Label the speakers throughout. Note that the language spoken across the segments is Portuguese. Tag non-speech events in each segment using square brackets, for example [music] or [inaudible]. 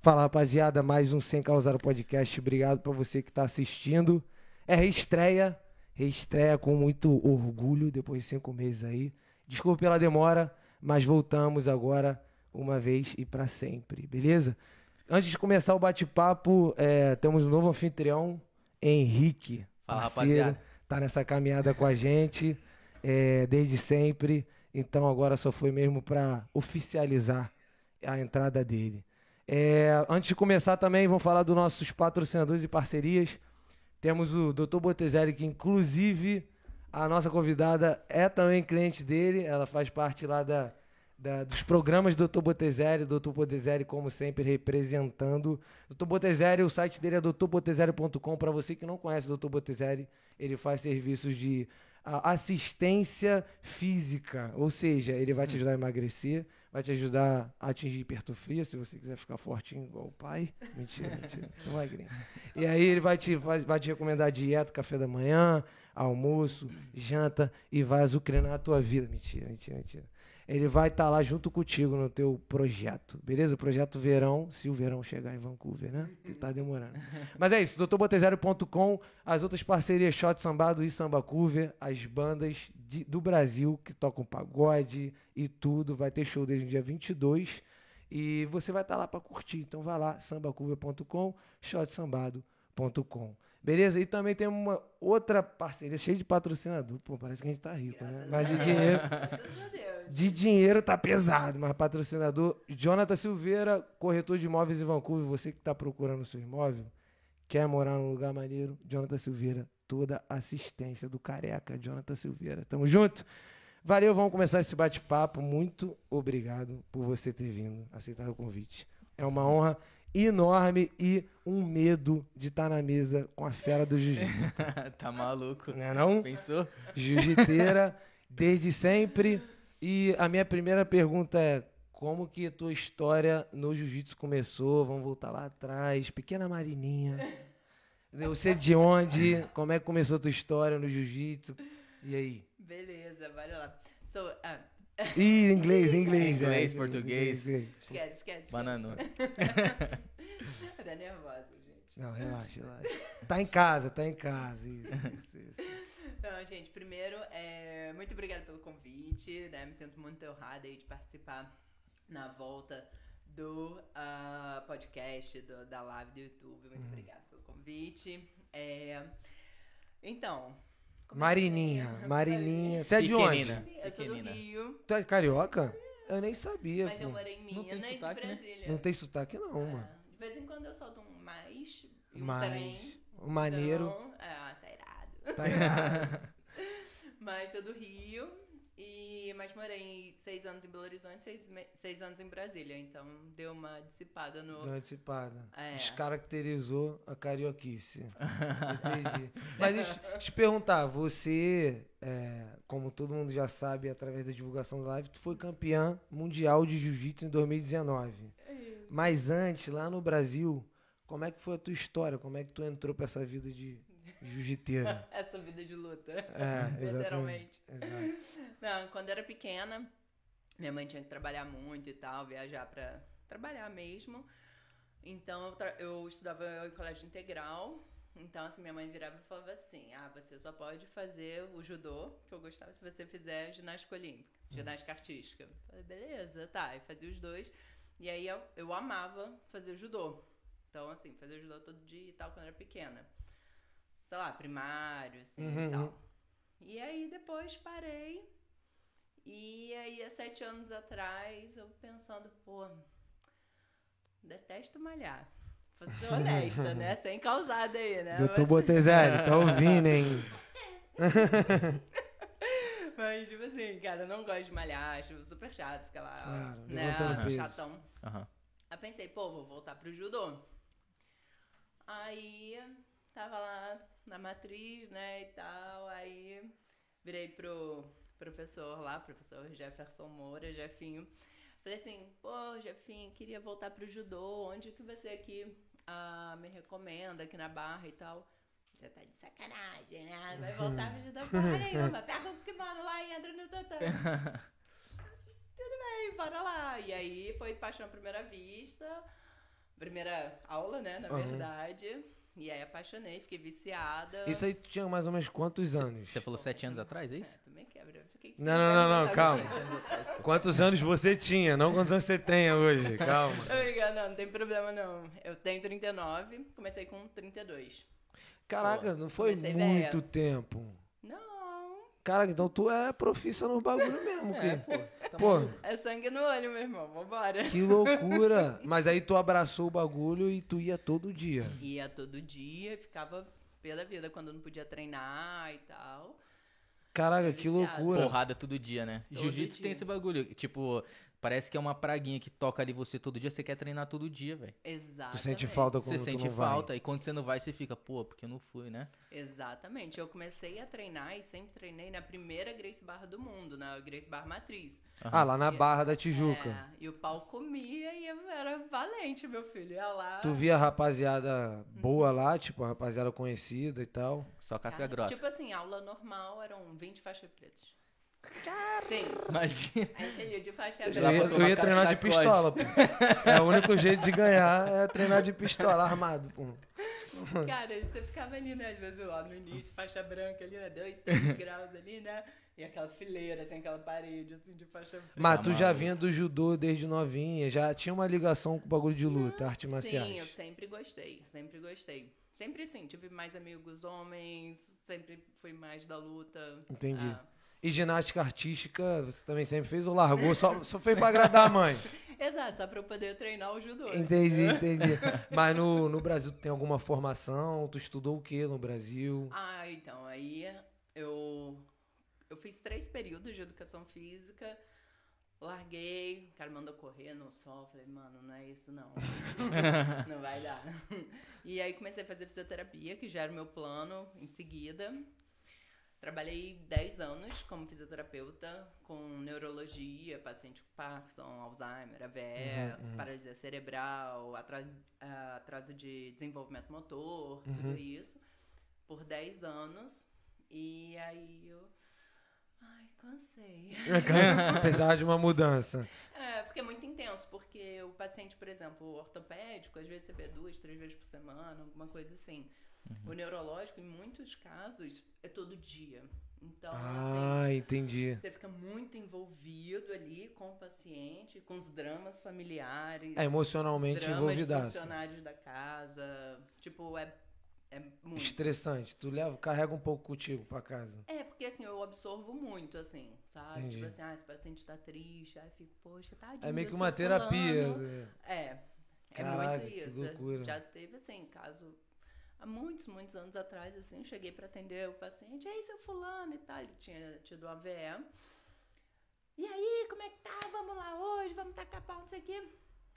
Speaker 1: Fala, rapaziada, mais um Sem Causar o Podcast. Obrigado pra você que tá assistindo. É reestreia, reestreia com muito orgulho depois de cinco meses aí. Desculpa pela demora, mas voltamos agora uma vez e pra sempre, beleza? Antes de começar o bate-papo, é, temos um novo anfitrião, Henrique.
Speaker 2: Fala,
Speaker 1: parceiro,
Speaker 2: rapaziada.
Speaker 1: Tá nessa caminhada com a gente é, desde sempre. Então agora só foi mesmo pra oficializar a entrada dele. É, antes de começar também, vamos falar dos nossos patrocinadores e parcerias. Temos o Dr. Botezelli, que inclusive a nossa convidada é também cliente dele. Ela faz parte lá da, da- dos programas do Dr. Botezelli. Dr. Botezelli, como sempre, representando. Dr. Botezelli, o site dele é drbotezelli.com. Para você que não conhece o Dr. Botezelli, ele faz serviços de a- assistência física. Ou seja, ele vai te ajudar a emagrecer, vai te ajudar a atingir hipertrofia, se você quiser ficar fortinho igual o pai. Mentira, mentira. Tô magrinho. E aí ele vai te, vai, vai te recomendar dieta, café da manhã, almoço, janta e vai azucrinar a tua vida. Mentira, mentira, mentira. Ele vai estar lá junto contigo no teu projeto, beleza? O projeto Verão, se o verão chegar em Vancouver, né? Que tá demorando. Mas é isso, doutorbotezero.com, as outras parcerias Shot Sambado e Samba Cover, as bandas de- do Brasil que tocam pagode e tudo. Vai ter show deles no dia 22 e você vai estar lá para curtir. Então vai lá, sambacover.com, shotsambado.com. Beleza? E também tem uma outra parceria cheia de patrocinador. Pô, parece que a gente tá rico, né? Mas de dinheiro. De dinheiro tá pesado, mas patrocinador Jonathan Silveira, corretor de imóveis em Vancouver, você que tá procurando o seu imóvel, quer morar num lugar maneiro, Jonathan Silveira, toda assistência do careca, Jonathan Silveira. Tamo junto. Valeu, vamos começar esse bate-papo. Muito obrigado por você ter vindo, aceitar o convite. É uma honra enorme e um medo de estar na mesa com a fera do jiu-jitsu.
Speaker 2: [laughs] tá maluco?
Speaker 1: Não é não? [laughs]
Speaker 2: Pensou?
Speaker 1: jiu-jiteira desde sempre. E a minha primeira pergunta é: como que a tua história no jiu-jitsu começou? Vamos voltar lá atrás, pequena Marininha. Você de onde? Como é que começou a tua história no jiu-jitsu? E aí?
Speaker 3: Beleza, vai lá. So, ah,
Speaker 1: Ih, inglês, inglês.
Speaker 2: Inglês,
Speaker 1: é,
Speaker 2: português.
Speaker 1: inglês.
Speaker 3: esquece, esquece.
Speaker 2: Banano.
Speaker 3: [laughs]
Speaker 1: É.
Speaker 3: Tá nervosa, gente.
Speaker 1: Não, relaxa, relaxa. Tá em casa, tá em casa. Isso, isso, isso.
Speaker 3: Então, gente, primeiro, é, muito obrigada pelo convite, né? Me sinto muito honrada aí de participar na volta do ah, podcast, do- da live do YouTube. Muito obrigada pelo convite. É, então... comecei- [laughs]
Speaker 1: Marininha, Marininha. Você é de onde?
Speaker 2: Pequenina.
Speaker 3: Eu sou do
Speaker 2: Pequenina.
Speaker 3: Rio,
Speaker 1: Tu é carioca? Eu nem sabia.
Speaker 3: mas eu
Speaker 1: pô.
Speaker 3: morei em
Speaker 2: Não tem
Speaker 3: Minas e
Speaker 2: sotaque, né?
Speaker 3: Brasília.
Speaker 1: Não tem sotaque, não, mano.
Speaker 3: É, De vez em quando eu solto um mais e um também.
Speaker 1: Mas, o maneiro.
Speaker 3: Então, ah, tá
Speaker 1: [laughs]
Speaker 3: irado. [laughs]
Speaker 1: Tá errado.
Speaker 3: Mas sou do Rio. E, mas morei seis anos em Belo Horizonte, seis, me- seis anos em Brasília. Então deu uma dissipada no.
Speaker 1: Deu uma dissipada.
Speaker 3: É.
Speaker 1: tipo, ah, Descaracterizou a carioquice. Entendi. Mas deixa eu te perguntar, você, é, como todo mundo já sabe, através da divulgação da live, tu foi campeã mundial de jiu-jitsu em 2019. Mas antes, lá no Brasil, como é que foi a tua história? Como é que tu entrou pra essa vida de [laughs] jiu-jiteira?
Speaker 3: [laughs] Essa vida de luta. [laughs]
Speaker 1: É, exatamente.
Speaker 3: Literalmente.
Speaker 1: Exato.
Speaker 3: Não, quando eu era pequena, minha mãe tinha que trabalhar muito e tal, viajar pra trabalhar mesmo. Então eu, tra- eu estudava em colégio integral. Então, assim, minha mãe virava e falava assim: Ah, você só pode fazer o judô, que eu gostava, se você fizer ginástica olímpica, ginástica artística. Eu falei, beleza, tá. E fazia os dois. E aí eu, eu amava fazer judô. Então, assim, fazer judô todo dia e tal, quando eu era pequena. Sei lá, primário, assim
Speaker 1: Uhum,
Speaker 3: e tal.
Speaker 1: uhum.
Speaker 3: E aí depois parei. E aí, há sete anos atrás, eu pensando, pô, detesto malhar. Vou ser
Speaker 1: [laughs]
Speaker 3: honesta, né? Sem causada aí, né?
Speaker 1: Doutor Botezelli, tá ouvindo, hein?
Speaker 3: Mas, mas, tipo assim, cara, eu não gosto de malhar, acho super chato ficar lá,
Speaker 1: Claro,
Speaker 3: né?
Speaker 1: levantando peso.
Speaker 3: Chatão.
Speaker 2: Aham.
Speaker 3: Aí pensei, pô, vou voltar pro judô. Aí tava lá na matriz, né, e tal. Aí virei pro professor lá, professor Jefferson Moura, Jefinho. Falei assim, pô, Jefinho, queria voltar pro judô. Onde que você aqui ah, me recomenda, aqui na Barra e tal? Você tá de sacanagem, né? Vai voltar pro judô
Speaker 1: [laughs]
Speaker 3: porra nenhuma. Pega o kimono lá e entra no tatame. Tudo bem, bora lá. E aí foi paixão à primeira vista. primeira aula, né? Na
Speaker 1: Aham.
Speaker 3: verdade. E aí apaixonei, fiquei viciada.
Speaker 1: Isso aí tu tinha mais ou menos quantos anos?
Speaker 2: Você falou sete anos atrás, é
Speaker 3: É,
Speaker 2: isso?
Speaker 3: também quebra. eu Fiquei
Speaker 1: Não, não, não, não, calma.
Speaker 2: Sete anos
Speaker 3: [laughs]
Speaker 2: atrás.
Speaker 1: Quantos anos você tinha, não quantos anos você tem hoje,
Speaker 2: [laughs]
Speaker 1: calma.
Speaker 3: Obrigada, não, não tem problema não. Eu tenho 39, comecei com 32.
Speaker 1: Caraca, não foi
Speaker 3: Comecei
Speaker 1: muito
Speaker 3: velha.
Speaker 1: tempo.
Speaker 3: Não,
Speaker 1: Caraca, então tu é profissa no bagulho mesmo, que.
Speaker 2: É, pô.
Speaker 1: Pô,
Speaker 3: é sangue no olho, meu irmão, vambora.
Speaker 1: que loucura. Mas aí tu abraçou o bagulho e tu ia todo dia.
Speaker 3: [laughs] Ia todo dia, ficava pela vida quando não podia treinar e tal.
Speaker 1: Caraca, que
Speaker 3: Viciado.
Speaker 1: loucura.
Speaker 2: Porrada todo dia, né?
Speaker 3: Todo
Speaker 2: Jiu-jitsu
Speaker 3: dia.
Speaker 2: tem esse bagulho. Tipo, parece que é uma praguinha que toca ali você todo dia, você quer treinar todo dia, velho.
Speaker 3: Exatamente.
Speaker 1: Tu sente falta quando
Speaker 2: Você
Speaker 1: tu
Speaker 2: sente
Speaker 1: não vai.
Speaker 2: falta e quando você não vai, você fica, pô, porque eu não fui, né?
Speaker 3: Exatamente. Eu comecei a treinar e sempre treinei na primeira Grace Bar do mundo, na Grace Bar Matriz.
Speaker 1: Ah, lá na Barra da Tijuca.
Speaker 3: É, e o pau comia e eu era valente, meu filho. Ia lá.
Speaker 1: Tu via a rapaziada boa lá, tipo, a rapaziada conhecida e tal.
Speaker 2: Só casca
Speaker 3: Cara,
Speaker 2: grossa.
Speaker 3: Tipo assim, aula normal eram 20 faixas pretas. Sim,
Speaker 2: [laughs]
Speaker 1: [laughs]
Speaker 2: Imagina.
Speaker 3: a gente ali de faixa
Speaker 1: Eu
Speaker 2: Já
Speaker 1: ia,
Speaker 2: botou
Speaker 3: preta.
Speaker 1: eu
Speaker 2: uma
Speaker 1: ia
Speaker 2: cara
Speaker 1: treinar de
Speaker 2: de sacode.
Speaker 1: pistola, pô. É o único jeito de ganhar é treinar de pistola armado, pô.
Speaker 3: Cara, e você ficava ali, né? Às vezes lá no início, faixa branca ali, né? Dois, três graus ali, né? E aquela fileira, assim, aquela parede, assim, de faixa preta.
Speaker 1: Mas tu já
Speaker 2: maluco.
Speaker 1: vinha do judô desde novinha, já tinha uma ligação com o bagulho de luta, artes
Speaker 3: Sim, eu
Speaker 1: marciais.
Speaker 3: sempre gostei, sempre gostei. Sempre sim, tive mais amigos homens, sempre fui mais da luta.
Speaker 1: Entendi.
Speaker 3: Ah,
Speaker 1: E ginástica artística, você também sempre fez ou largou? Só, só fez pra agradar a
Speaker 3: [laughs]
Speaker 1: mãe.
Speaker 3: exato, só pra eu poder treinar o judô. né?
Speaker 1: Entendi, entendi. Mas no, no Brasil tu tem alguma formação? Tu estudou o que no
Speaker 3: [laughs]
Speaker 1: Brasil?
Speaker 3: Ah, então, aí eu, eu fiz três períodos de educação física, larguei, o cara mandou correr no sol, falei, mano, não é
Speaker 1: [laughs]
Speaker 3: isso não, não vai dar. E aí comecei a fazer fisioterapia, que já era o meu plano, em seguida. Trabalhei 10 anos como fisioterapeuta com neurologia, paciente com Parkinson, Alzheimer, AVE,
Speaker 1: Uhum, uhum.
Speaker 3: paralisia cerebral, atraso, ah, atraso de desenvolvimento motor,
Speaker 1: Uhum.
Speaker 3: tudo isso, por 10 anos. E aí eu. Ai, cansei. [laughs]
Speaker 1: Apesar de uma mudança.
Speaker 3: É, porque é muito intenso, porque o paciente, por exemplo, o ortopédico, às vezes você vê duas, três vezes por semana, alguma coisa assim.
Speaker 1: Uhum.
Speaker 3: O neurológico, em muitos casos, é todo dia. Então, assim,
Speaker 1: Ah, entendi.
Speaker 3: você fica muito envolvido ali com o paciente, com os dramas familiares,
Speaker 1: É emocionalmente
Speaker 3: dramas de
Speaker 1: envolvidaço.
Speaker 3: funcionários da casa. Tipo, é, é muito.
Speaker 1: Estressante. Tu leva, carrega um pouco contigo pra casa.
Speaker 3: É, porque assim, eu absorvo muito, assim, sabe?
Speaker 1: Entendi.
Speaker 3: Tipo assim, ah, esse paciente tá triste, aí fico, poxa, tadinho.
Speaker 1: É meio
Speaker 3: do
Speaker 1: que uma
Speaker 3: seu
Speaker 1: terapia.
Speaker 3: fulano.
Speaker 1: né?
Speaker 3: É. é
Speaker 1: Caraca,
Speaker 3: muito
Speaker 1: que
Speaker 3: isso.
Speaker 1: loucura.
Speaker 3: Já teve, assim, caso. Há muitos, muitos anos atrás, assim, eu cheguei pra atender o paciente. Ei, seu fulano e tal. Ele tinha tido o AVE. E aí, como é que tá? Vamos lá hoje, vamos tacar pau, não sei o quê.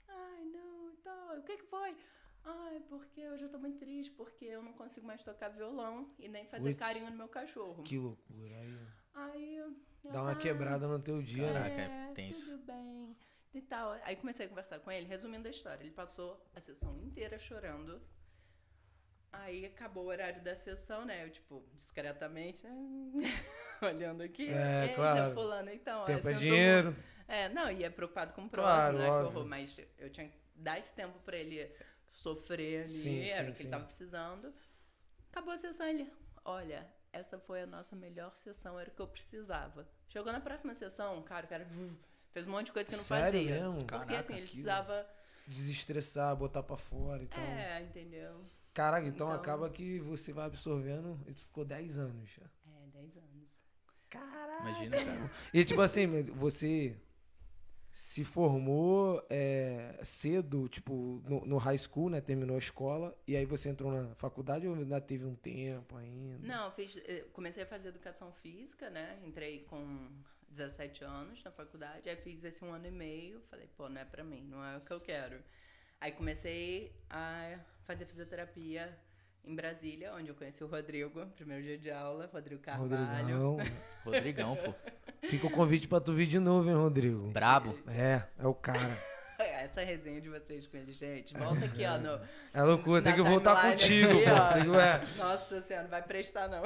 Speaker 3: Ai, não, então, o que que foi? Ai, porque hoje eu tô muito triste, porque eu não consigo mais tocar violão e nem fazer
Speaker 1: Puts.
Speaker 3: carinho no meu cachorro.
Speaker 1: Que loucura. Aí, né?
Speaker 3: Aí eu. eu,
Speaker 1: dá uma
Speaker 3: "Ah,
Speaker 1: quebrada no teu dia, né?
Speaker 2: Caraca, é
Speaker 3: é,
Speaker 2: tenso.
Speaker 3: Tudo bem. E tal. Aí comecei a conversar com ele, resumindo a história. Ele passou a sessão inteira chorando. Aí acabou o horário da sessão, né? Eu, tipo, discretamente, [laughs] olhando aqui.
Speaker 1: É,
Speaker 3: "Ei, seu
Speaker 1: claro.
Speaker 3: fulano, então.
Speaker 1: Tempo é
Speaker 3: olha, sentou-
Speaker 1: dinheiro.
Speaker 3: É, não, e é preocupado com o
Speaker 1: Claro,
Speaker 3: próximo, né? Que
Speaker 1: óbvio.
Speaker 3: horror, mas eu tinha que dar esse tempo pra ele sofrer ali,
Speaker 1: Sim,
Speaker 3: era
Speaker 1: sim,
Speaker 3: o que
Speaker 1: sim.
Speaker 3: ele tava precisando. Acabou a sessão, ele, olha, essa foi a nossa melhor sessão, era o que eu precisava. Chegou na próxima sessão, cara, o cara vuf, fez um monte de coisa que eu não
Speaker 1: Sério
Speaker 3: fazia.
Speaker 1: mesmo?
Speaker 3: Porque
Speaker 2: Caraca,
Speaker 3: assim, ele
Speaker 2: que-
Speaker 3: precisava.
Speaker 1: Desestressar, botar pra fora e tal.
Speaker 3: É, entendeu?
Speaker 1: Caraca, então,
Speaker 3: Então-
Speaker 1: acaba que você vai absorvendo e tu ficou 10 anos já.
Speaker 3: É, 10 anos.
Speaker 1: Caraca.
Speaker 2: Imagina, cara.
Speaker 1: E tipo assim, você se formou é, cedo, tipo, no, no high school, né? Terminou a escola. E aí você entrou na faculdade ou ainda teve um tempo ainda?
Speaker 3: Não, eu fiz, eh, comecei a fazer educação física, né? Entrei com 17 anos na faculdade, aí fiz esse um ano e meio, falei, pô, não é pra mim, não é o que eu quero. Aí comecei a fazer fisioterapia em Brasília, onde eu conheci o Rodrigo, primeiro dia de aula, Rodrigo Carvalho.
Speaker 1: Rodrigão.
Speaker 2: Rodrigão, pô.
Speaker 1: Fica o convite pra tu vir de novo, hein,
Speaker 3: Tá.
Speaker 1: Rodrigo?
Speaker 2: Brabo.
Speaker 1: É, é o cara.
Speaker 3: [laughs] Essa resenha de vocês com ele, gente, volta aqui, ó, no,
Speaker 1: [laughs] É loucura, tem
Speaker 3: na
Speaker 1: que voltar
Speaker 3: timeline
Speaker 1: contigo, pô. Tem que- é.
Speaker 3: ó. [laughs] Nossa senhora, não vai prestar não.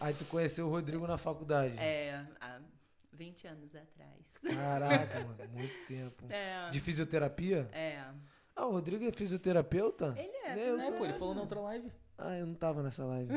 Speaker 1: Aí tu conheceu o Rodrigo na faculdade.
Speaker 3: É, há 20 anos atrás.
Speaker 1: Caraca, mano, muito tempo.
Speaker 3: É,
Speaker 1: De fisioterapia?
Speaker 3: é.
Speaker 1: Ah, o Rodrigo é fisioterapeuta?
Speaker 3: Ele é,
Speaker 1: Nem
Speaker 3: fisioterapeuta.
Speaker 1: eu assim,
Speaker 2: Não,
Speaker 1: sei.
Speaker 2: pô, ele falou na outra live.
Speaker 1: Ah, eu não tava nessa live.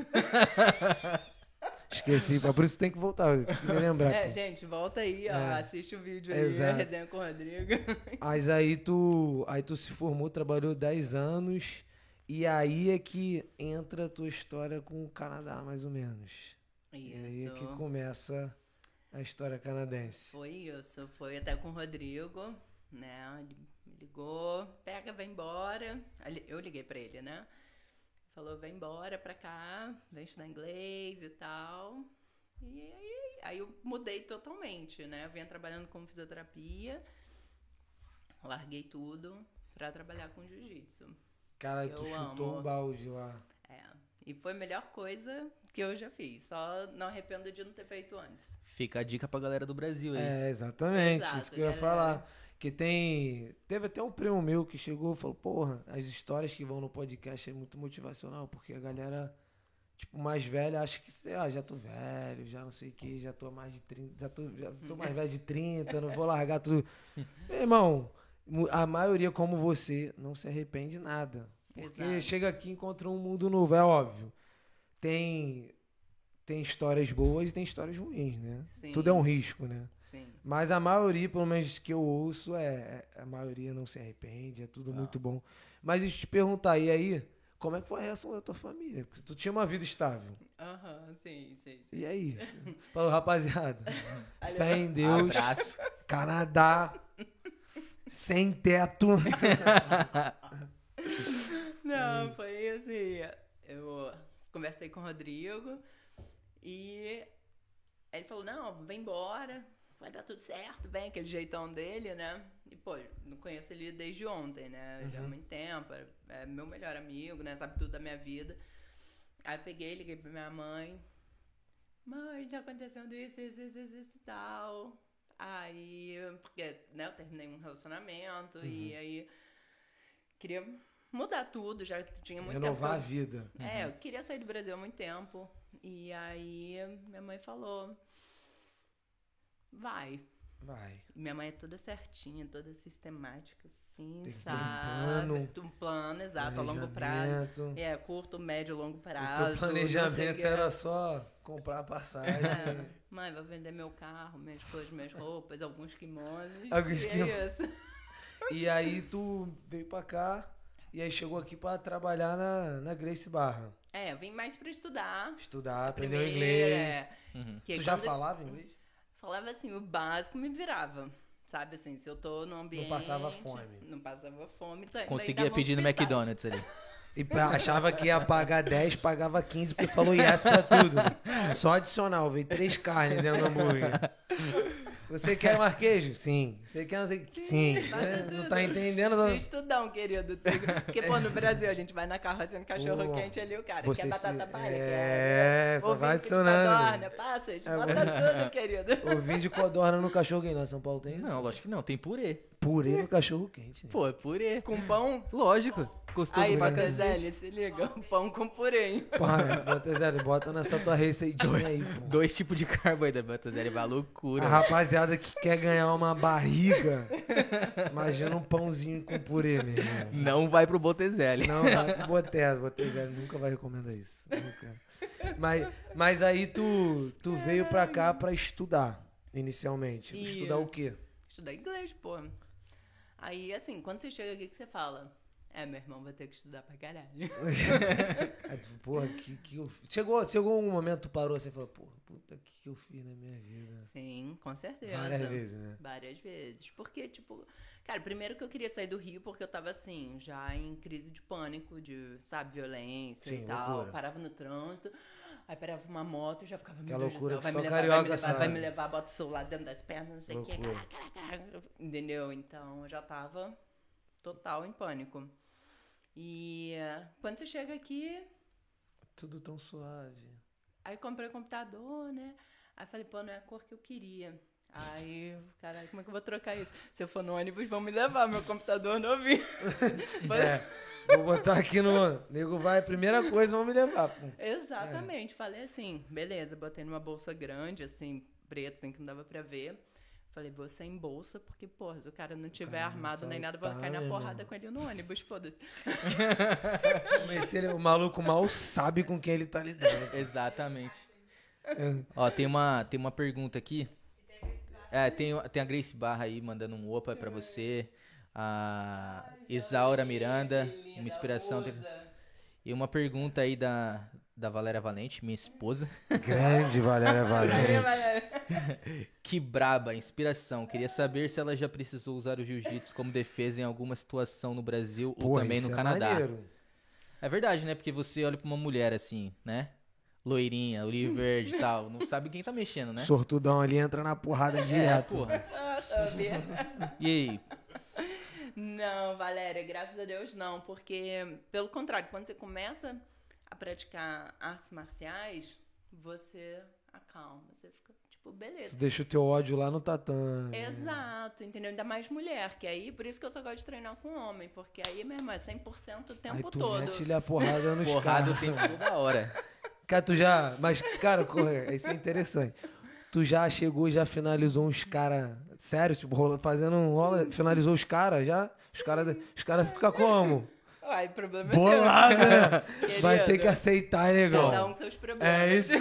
Speaker 1: Esqueci, pá, por isso tem que voltar, tem que me lembrar.
Speaker 3: É,
Speaker 1: pô.
Speaker 3: gente, volta aí, ó,
Speaker 1: É.
Speaker 3: assiste o vídeo aí,
Speaker 1: Exato.
Speaker 3: a resenha com o
Speaker 1: [laughs]
Speaker 3: Rodrigo.
Speaker 1: Mas aí tu, aí tu se formou, trabalhou 10 anos, e aí é que entra a tua história com o Canadá, mais ou menos. E aí é
Speaker 3: Isso.
Speaker 1: que começa a história canadense.
Speaker 3: Foi isso, foi até com o Rodrigo, né? Ele me ligou, pega, vai embora. Ali- Eu liguei pra ele, né? Falou, vai embora pra cá, vem estudar inglês e tal. E aí, aí eu mudei totalmente, né? Eu vinha trabalhando com fisioterapia, larguei tudo pra trabalhar com jiu-jitsu.
Speaker 1: Cara,
Speaker 3: Eu
Speaker 1: tu chutou
Speaker 3: amo.
Speaker 1: um balde lá.
Speaker 3: É. E foi a melhor coisa que eu já fiz. Só não arrependo de não ter feito antes.
Speaker 2: Fica a dica pra galera do Brasil aí.
Speaker 1: É, exatamente,
Speaker 3: Exato, é.
Speaker 1: isso que eu ia
Speaker 3: galera.
Speaker 1: falar. Que tem. Teve até um primo meu que chegou e falou: Porra, as histórias que vão no podcast é muito motivacional, porque a galera, tipo, mais velha acha que, sei lá, já tô velho, já não sei o que, já tô há mais de 30, já, tô, já sou mais velho de 30, não vou largar tudo. Meu irmão, mu- a maioria, como você, não se arrepende de nada. Porque
Speaker 3: Exato.
Speaker 1: chega aqui e encontra um mundo novo, é óbvio. Tem. Tem histórias boas e tem histórias ruins, né?
Speaker 3: Sim.
Speaker 1: Tudo é um risco, né?
Speaker 3: Sim.
Speaker 1: Mas a maioria, pelo menos que eu ouço, é é- a maioria não se arrepende, é
Speaker 3: Tá.
Speaker 1: tudo muito bom. Mas deixa eu te perguntar, e aí, como é que foi a reação da tua família? Porque tu tinha uma vida estável.
Speaker 3: Aham, sim, sim, sim.
Speaker 1: E
Speaker 3: [laughs]
Speaker 1: aí? Falou, rapaziada, fé em Deus, [laughs]
Speaker 2: Abraço.
Speaker 1: Canadá, sem teto.
Speaker 3: [laughs]
Speaker 1: Hum.
Speaker 3: Não, foi assim. Eu conversei com o Rodrigo e ele falou: não, vem embora, vai dar tudo certo, vem, aquele jeitão dele, né? E, pô, não conheço ele desde ontem, né? Já há
Speaker 1: Uhum.
Speaker 3: muito tempo, é- é meu melhor amigo, né? Sabe tudo da minha vida. Aí eu peguei, liguei pra minha mãe. Mãe, tá acontecendo isso, isso, isso, isso, isso e tal. Aí, porque, né, eu terminei um relacionamento e
Speaker 1: Uhum.
Speaker 3: aí queria mudar tudo, já que tinha é muito
Speaker 1: Renovar a
Speaker 3: tempo.
Speaker 1: vida.
Speaker 3: que eu- É, eu queria sair do Brasil há muito tempo. E aí minha mãe falou: vai.
Speaker 1: Vai.
Speaker 3: Minha mãe é toda certinha, toda sistemática, assim,
Speaker 1: Tem que ter um
Speaker 3: sabe?
Speaker 1: plano.
Speaker 3: um plano, exato, a longo prazo.
Speaker 1: Planejamento.
Speaker 3: É, curto, médio, longo
Speaker 1: O
Speaker 3: prazo.
Speaker 1: teu
Speaker 3: não sei o
Speaker 1: planejamento
Speaker 3: quê.
Speaker 1: era só comprar a passagem.
Speaker 3: [laughs] É. Mãe, vou vender meu carro, minhas coisas, minhas roupas, alguns kimonos.
Speaker 1: Alguns
Speaker 3: e
Speaker 1: kimonos.
Speaker 3: É isso.
Speaker 1: E aí tu veio pra cá e aí chegou aqui pra trabalhar na, na Grace Barra.
Speaker 3: É, eu vim mais pra estudar.
Speaker 1: Estudar, aprender o
Speaker 3: Primeiro,
Speaker 1: inglês. Uhum.
Speaker 3: é, que
Speaker 1: Tu já
Speaker 3: quando-
Speaker 1: falava inglês?
Speaker 3: Falava assim, o básico me virava. Sabe assim, se eu tô num ambiente.
Speaker 1: passava fome.
Speaker 3: Não passava fome. tá- daí
Speaker 2: Conseguia
Speaker 3: dava uns
Speaker 2: pedir no
Speaker 3: pitacos.
Speaker 2: McDonald's ali.
Speaker 1: [laughs] E pra- achava que ia pagar 10, pagava 15 porque falou yes pra tudo. Só adicional, veio três carnes dentro do hambúrguer. Você quer mais queijo? Sim. Você quer não sei... Sim. É, Não tá entendendo?
Speaker 3: Tinha
Speaker 1: Não.
Speaker 3: estudão, querido. Porque, pô, no Brasil a gente vai na carroça no cachorro
Speaker 1: Pô,
Speaker 3: quente ali, o cara
Speaker 1: você
Speaker 3: quer batata
Speaker 1: se-
Speaker 3: palha,
Speaker 1: é,
Speaker 3: quer.
Speaker 1: só
Speaker 3: ovinho
Speaker 1: vai
Speaker 3: que te
Speaker 1: adicionando.
Speaker 3: Adorna, passas,
Speaker 1: É,
Speaker 3: bota tudo, querido.
Speaker 1: O vídeo codorna no cachorro quente. Lá em São Paulo tem? né?
Speaker 2: Não, lógico que não. Tem purê.
Speaker 1: Purê no cachorro quente. Né?
Speaker 2: Pô, é purê.
Speaker 3: Com pão.
Speaker 2: Lógico. Gostoso
Speaker 3: Aí,
Speaker 2: pra
Speaker 3: Bacazeli, se liga. Um pão com purê. hein?
Speaker 1: Pá, bota zero, bota nessa tua receitinha aí, pô.
Speaker 2: Dois tipos de carboidrato, Batazelli, vai à loucura.
Speaker 1: A rapaziada que quer ganhar uma barriga, imagina um pãozinho com purê, meu irmão.
Speaker 2: Não vai pro Botezelli.
Speaker 1: Não, não, botei, botei zero, nunca vai recomendar isso. nunca. Mas, mas aí tu, tu veio pra cá pra estudar, inicialmente.
Speaker 3: Isso.
Speaker 1: Estudar o quê?
Speaker 3: Estudar inglês, pô. Aí, assim, quando você chega aqui, o que você fala? É, meu irmão, vou ter que estudar pra caralho.
Speaker 1: Aí tu, porra, que, que eu fiz? Chegou, chegou um momento, tu parou assim e falou, porra, puta, o que, que eu fiz na minha vida?
Speaker 3: Sim, com certeza.
Speaker 1: Várias vezes, né?
Speaker 3: Várias vezes. Porque, tipo, cara, primeiro que eu queria sair do Rio porque eu tava assim, já em crise de pânico, de, sabe, violência
Speaker 1: Sim,
Speaker 3: e tal.
Speaker 1: loucura.
Speaker 3: Parava no trânsito, aí parava uma moto e já ficava. "Meu
Speaker 1: Que a
Speaker 3: Deus do
Speaker 1: loucura
Speaker 3: céu,
Speaker 1: que
Speaker 3: vai
Speaker 1: só
Speaker 3: me levar, vai
Speaker 1: carioca
Speaker 3: me levar,
Speaker 1: sabe.
Speaker 3: vai me levar, bota o celular dentro das pernas, não sei o quê.
Speaker 1: Loucura.
Speaker 3: cara, cara, cara", Entendeu? Então eu já tava total em pânico. E eh, quando você chega aqui,
Speaker 1: Tudo tão suave.
Speaker 3: Aí comprei o computador, né? Aí falei, pô, não é a cor que eu queria. Aí, caralho, como é que eu vou trocar isso? Se eu for no ônibus, vão me levar, meu computador novinho.
Speaker 1: É, vou botar aqui no... Nego vai, primeira coisa, vão me levar. pô.
Speaker 3: Exatamente, falei assim, beleza, botei numa bolsa grande, assim, preta, assim, que não dava pra ver. Falei, vou sem bolsa, porque, porra, se o cara não tiver armado nem nada, eu vou cair na
Speaker 1: saltar,
Speaker 3: porrada
Speaker 1: irmão.
Speaker 3: com ele no ônibus, foda-se.
Speaker 1: Meter- O é um maluco mal sabe com quem ele tá lidando.
Speaker 2: Exatamente. Ó, tem uma, tem uma pergunta aqui. É, tem, tem a Grace Barra aí mandando um opa pra você. A Isaura Miranda, uma inspiração. de- E uma pergunta aí da, da Valéria Valente, minha esposa.
Speaker 1: Grande Valéria Valente.
Speaker 3: [laughs]
Speaker 2: Que braba, inspiração. Queria saber se ela já precisou usar o jiu-jitsu como defesa em alguma situação no Brasil ou
Speaker 1: Porra,
Speaker 2: também
Speaker 1: isso
Speaker 2: no
Speaker 1: é
Speaker 2: Canadá.
Speaker 1: maneiro.
Speaker 2: É verdade, né? Porque você olha pra uma mulher assim, né? Loirinha,
Speaker 1: Hum.
Speaker 2: olho verde e tal. Não sabe quem tá mexendo, né?
Speaker 1: Sortudão ali entra na porrada
Speaker 2: É,
Speaker 1: direto.
Speaker 2: porra.
Speaker 3: Ah, tá
Speaker 2: E aí?
Speaker 3: Não, Valéria, graças a Deus não, porque pelo contrário, quando você começa a praticar artes marciais, você acalma, você fica tipo, beleza.
Speaker 1: Tu deixa o teu ódio lá no tatame.
Speaker 3: Exato, entendeu? Ainda mais mulher, que aí, por isso que eu só gosto de treinar com homem, porque aí, minha irmã, é 100% o
Speaker 1: Aí
Speaker 3: tempo
Speaker 1: tu
Speaker 3: todo.
Speaker 1: mete-lhe a porrada nos
Speaker 2: Porrada
Speaker 1: caras.
Speaker 2: o tempo toda hora.
Speaker 1: Cara, tu já. Mas, cara, corre, isso é interessante. Tu já chegou e já finalizou uns caras sérios, tipo, rola, fazendo um rola, finalizou os caras já? Os caras os cara ficam como?
Speaker 3: Uai, o problema é
Speaker 1: Bolado, né?
Speaker 3: [laughs] Querido.
Speaker 1: Vai ter que aceitar,
Speaker 3: seu.
Speaker 1: negão.
Speaker 3: Cada um com seus problemas.
Speaker 1: É isso.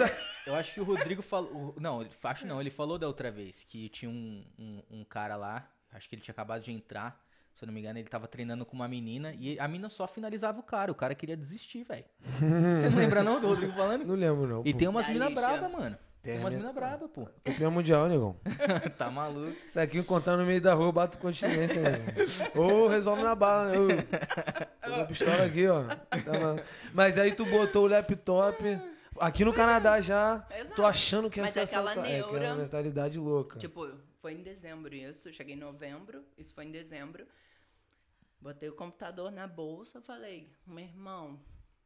Speaker 2: Eu acho que o Rodrigo falou. o- Não, ele- acho não, ele falou da outra vez que tinha um, um, um cara lá, acho que ele tinha acabado de entrar. Se eu não me engano, ele tava treinando com uma menina e a mina só finalizava o cara. O cara queria desistir, velho. Você não lembra não do Rodrigo falando?
Speaker 1: Não lembro, não.
Speaker 2: E
Speaker 1: pô.
Speaker 2: tem umas
Speaker 3: Da
Speaker 2: minas
Speaker 3: lixa.
Speaker 2: brabas, mano. Tem umas
Speaker 1: Tem, né?
Speaker 2: minas brabas, pô.
Speaker 1: Campeão mundial, negão.
Speaker 2: [laughs] Tá maluco.
Speaker 1: Isso aqui encontrar no meio da rua, eu bato o continente, [laughs] né? Ou resolve na bala, né? Ou- Tô com a pistola aqui, ó. Tá maluco. Mas aí tu botou o laptop aqui no Canadá já.
Speaker 3: é. Exato.
Speaker 1: Tô achando que
Speaker 3: Mas
Speaker 1: essa
Speaker 3: é aquela
Speaker 1: é aquela
Speaker 3: neura.
Speaker 1: mentalidade louca.
Speaker 3: Tipo, foi em dezembro isso, eu cheguei em novembro, isso foi em dezembro. Botei o computador na bolsa, falei, meu irmão,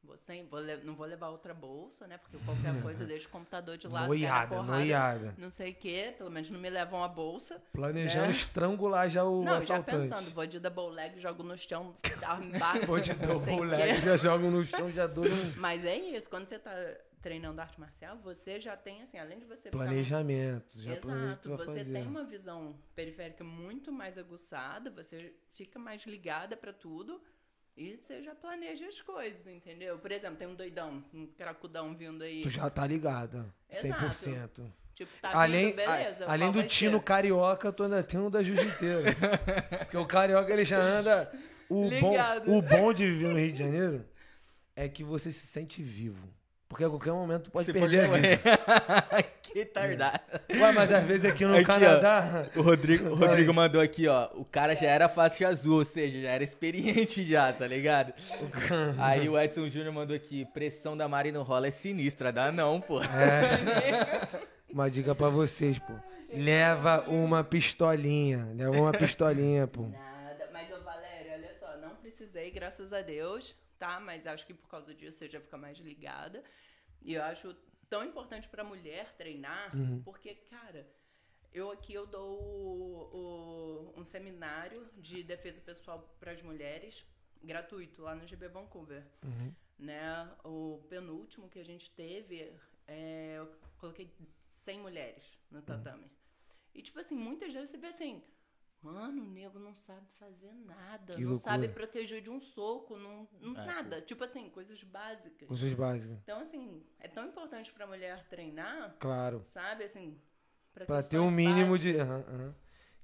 Speaker 3: você, vou le- não vou levar outra bolsa, né? Porque qualquer coisa eu deixo o computador de lado. cai na
Speaker 1: Noiada,
Speaker 3: porrada,
Speaker 1: noiada.
Speaker 3: Não sei o quê, pelo menos não me levam a bolsa.
Speaker 1: Planejando estrangular já o
Speaker 3: né? não, já
Speaker 1: assaltante.
Speaker 3: pensando, vou de double leg, jogo no chão, armbar.
Speaker 1: Vou te dar
Speaker 3: não sei
Speaker 1: o
Speaker 3: o quê.
Speaker 1: moleque, já jogo no chão, já dou um
Speaker 3: Mas é isso, quando você tá treinando arte marcial, você já tem, assim, além de você ficar num
Speaker 1: planejamento. Já planeja o que
Speaker 3: Exato,
Speaker 1: tu vai
Speaker 3: você
Speaker 1: fazer.
Speaker 3: tem uma visão periférica muito mais aguçada, você fica mais ligada pra tudo e você já planeja as coisas, entendeu? Por exemplo, tem um doidão, um cracudão vindo aí.
Speaker 1: Tu já tá ligada.
Speaker 3: Exato.
Speaker 1: 100%.
Speaker 3: Tipo, tá
Speaker 1: além
Speaker 3: vindo, beleza.
Speaker 1: a- além
Speaker 3: qual
Speaker 1: do
Speaker 3: vai
Speaker 1: tino
Speaker 3: ser?
Speaker 1: carioca, tu ainda tem um da
Speaker 2: [laughs]
Speaker 1: jiu-jiteira. Porque o carioca, ele já anda... O bom,
Speaker 3: Ligado.
Speaker 1: o bom de viver no Rio de Janeiro é que você se sente vivo. Porque a qualquer momento tu pode perder a vida.
Speaker 2: [laughs] que retardado.
Speaker 1: Ué, mas às vezes aqui no
Speaker 2: Aqui, ó.
Speaker 1: Canadá...
Speaker 2: O Rodrigo, o
Speaker 1: Vai.
Speaker 2: Rodrigo mandou aqui, ó. O cara já era faixa azul, ou seja, já era experiente já, tá [laughs] ligado? Aí o Edson Júnior mandou aqui, pressão da Mari no rola é sinistra, dá não, pô.
Speaker 1: Uma dica pra vocês, pô. Leva uma pistolinha. Leva uma pistolinha, pô.
Speaker 3: Nada, mas ô Valéria, olha só, não precisei, graças a Deus, tá? Mas acho que por causa disso você já fica mais ligada. E eu acho tão importante pra mulher treinar, porque, cara, eu aqui eu dou o- o- um seminário de defesa pessoal para as mulheres, gratuito, lá no GB Vancouver. Né? O penúltimo que a gente teve, é, eu coloquei 100 mulheres no
Speaker 1: Hum.
Speaker 3: tatame. E, tipo assim, muitas delas você vê assim, Mano, o nego não sabe fazer nada.
Speaker 1: Que
Speaker 3: não
Speaker 1: loucura. Ah,
Speaker 3: sabe proteger de um soco, não, não-
Speaker 2: É,
Speaker 3: nada. Tipo assim, coisas básicas.
Speaker 1: Com seus básicos.
Speaker 3: Então, assim, é tão importante pra mulher treinar,
Speaker 1: Claro.
Speaker 3: sabe? Assim, pra,
Speaker 1: Pra
Speaker 3: questões
Speaker 1: ter um mínimo
Speaker 3: básicas.
Speaker 1: de. aham, aham.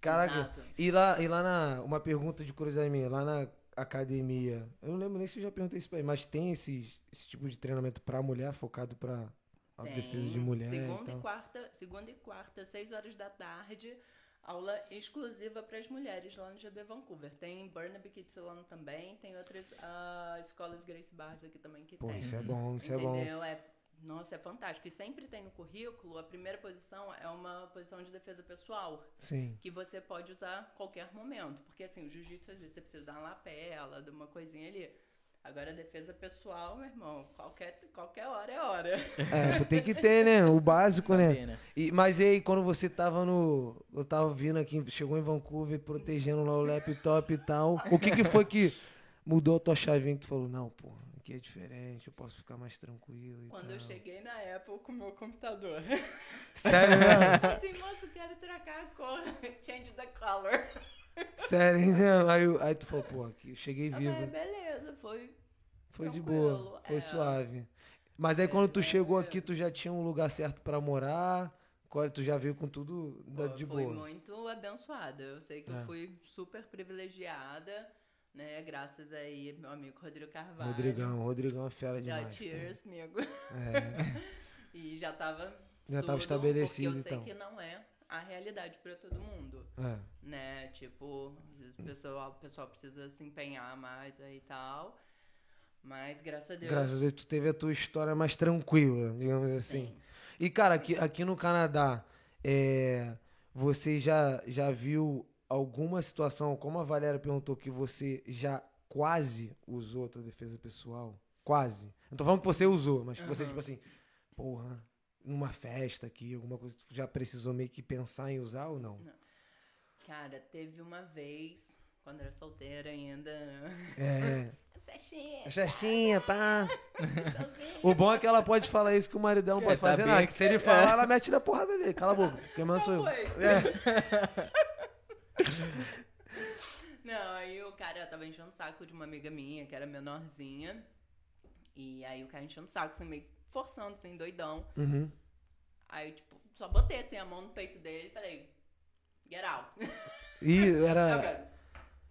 Speaker 1: Caraca.
Speaker 3: Exato.
Speaker 1: E lá, e lá na. Uma pergunta de curiosidade minha. Lá na academia. Eu não lembro nem se eu já perguntei isso pra ele, mas tem esses, esse tipo de treinamento pra mulher, focado pra a
Speaker 3: Tem.
Speaker 1: defesa de mulher.
Speaker 3: Segunda
Speaker 1: e
Speaker 3: e
Speaker 1: tal.
Speaker 3: quarta, segunda e quarta, seis horas da tarde, aula exclusiva para as mulheres lá no GB Vancouver. Tem Burnaby Kitsilano também, tem outras ah, escolas Grace Bars aqui também que
Speaker 1: Pô,
Speaker 3: tem.
Speaker 1: isso é bom, isso é bom.
Speaker 3: Entendeu? É, nossa, é fantástico. E sempre tem no currículo, a primeira posição é uma posição de defesa pessoal,
Speaker 1: Sim.
Speaker 3: que você pode usar a qualquer momento. Porque assim, o jiu-jitsu, às vezes, você precisa dar uma lapela, de uma coisinha ali. Agora, a defesa pessoal, meu irmão, qualquer, qualquer hora é hora.
Speaker 1: É, pô, tem que ter, né? O básico, né?
Speaker 2: Saber, né?
Speaker 1: E, mas e aí, quando você tava no. Eu tava vindo aqui, chegou em Vancouver protegendo lá o laptop e tal. O que que foi que mudou a tua chavinha que tu falou, não, pô, aqui é diferente, eu posso ficar mais tranquilo. e
Speaker 3: Quando eu
Speaker 1: tal.
Speaker 3: cheguei na Apple com o meu [laughs] computador.
Speaker 1: Sério, mesmo?
Speaker 3: assim, moço, quero trocar a cor. [laughs] Change the color.
Speaker 1: Sério, mesmo? Aí, eu- aí tu falou, pô, aqui eu cheguei
Speaker 3: Eu
Speaker 1: vivo.
Speaker 3: falei, beleza, foi.
Speaker 1: Foi de
Speaker 3: É, né? tranquilo,
Speaker 1: boa, foi
Speaker 3: é.
Speaker 1: suave. Mas aí quando tu chegou aqui, tu já tinha um lugar certo pra morar, qual- é, tu já veio com tudo da- de
Speaker 3: fui
Speaker 1: boa.
Speaker 3: muito abençoada. Eu sei que
Speaker 1: É.
Speaker 3: eu fui super privilegiada, né? Graças aí, meu amigo Rodrigo Carvalho.
Speaker 1: Rodrigão, Rodrigão é fera
Speaker 3: Já,
Speaker 1: demais. pô.
Speaker 3: cheers, amigo.
Speaker 1: É,
Speaker 3: E já tava.
Speaker 1: já
Speaker 3: [laughs] tudo,
Speaker 1: tava estabelecido
Speaker 3: Porque eu
Speaker 1: então.
Speaker 3: sei que não é a realidade pra todo mundo.
Speaker 1: É.
Speaker 3: né? Tipo,
Speaker 1: Hum.
Speaker 3: o pessoal, o pessoal precisa se empenhar mais aí e tal. Mas graças a Deus.
Speaker 1: Graças a Deus, tu teve a tua história mais tranquila, digamos assim. E, cara, aqui, aqui no Canadá, é, você já, já viu alguma situação, como a Valéria perguntou, que você já quase usou a tua defesa pessoal? Quase. Não tô falando que você usou, mas que você,
Speaker 3: Aham.
Speaker 1: tipo assim, porra, numa festa aqui, alguma coisa, tu já precisou meio que pensar em usar ou não?
Speaker 3: Cara, teve uma vez, quando eu era solteira ainda.
Speaker 1: É.
Speaker 3: [laughs] As festinhas,
Speaker 1: [laughs] As festinhas, pá.
Speaker 3: showzinho.
Speaker 1: O bom é que ela pode falar isso que o maridão não
Speaker 2: É,
Speaker 1: pode
Speaker 2: tá
Speaker 1: fazer
Speaker 2: bem
Speaker 1: nada.
Speaker 2: aqui.
Speaker 1: Que se ele falar, ela mete na porrada dele. Cala a boca. Quem manda sou eu.
Speaker 3: Qual foi?
Speaker 1: É.
Speaker 3: [laughs] Não, aí o cara tava enchendo o saco de uma amiga minha, que era menorzinha. E aí o cara enchendo o saco, assim, meio que forçando, assim, doidão.
Speaker 1: Uhum.
Speaker 3: Aí eu, tipo, só botei, assim, a mão no peito dele e falei, get out. [laughs]
Speaker 1: E
Speaker 3: Tá
Speaker 1: era,
Speaker 3: vendo?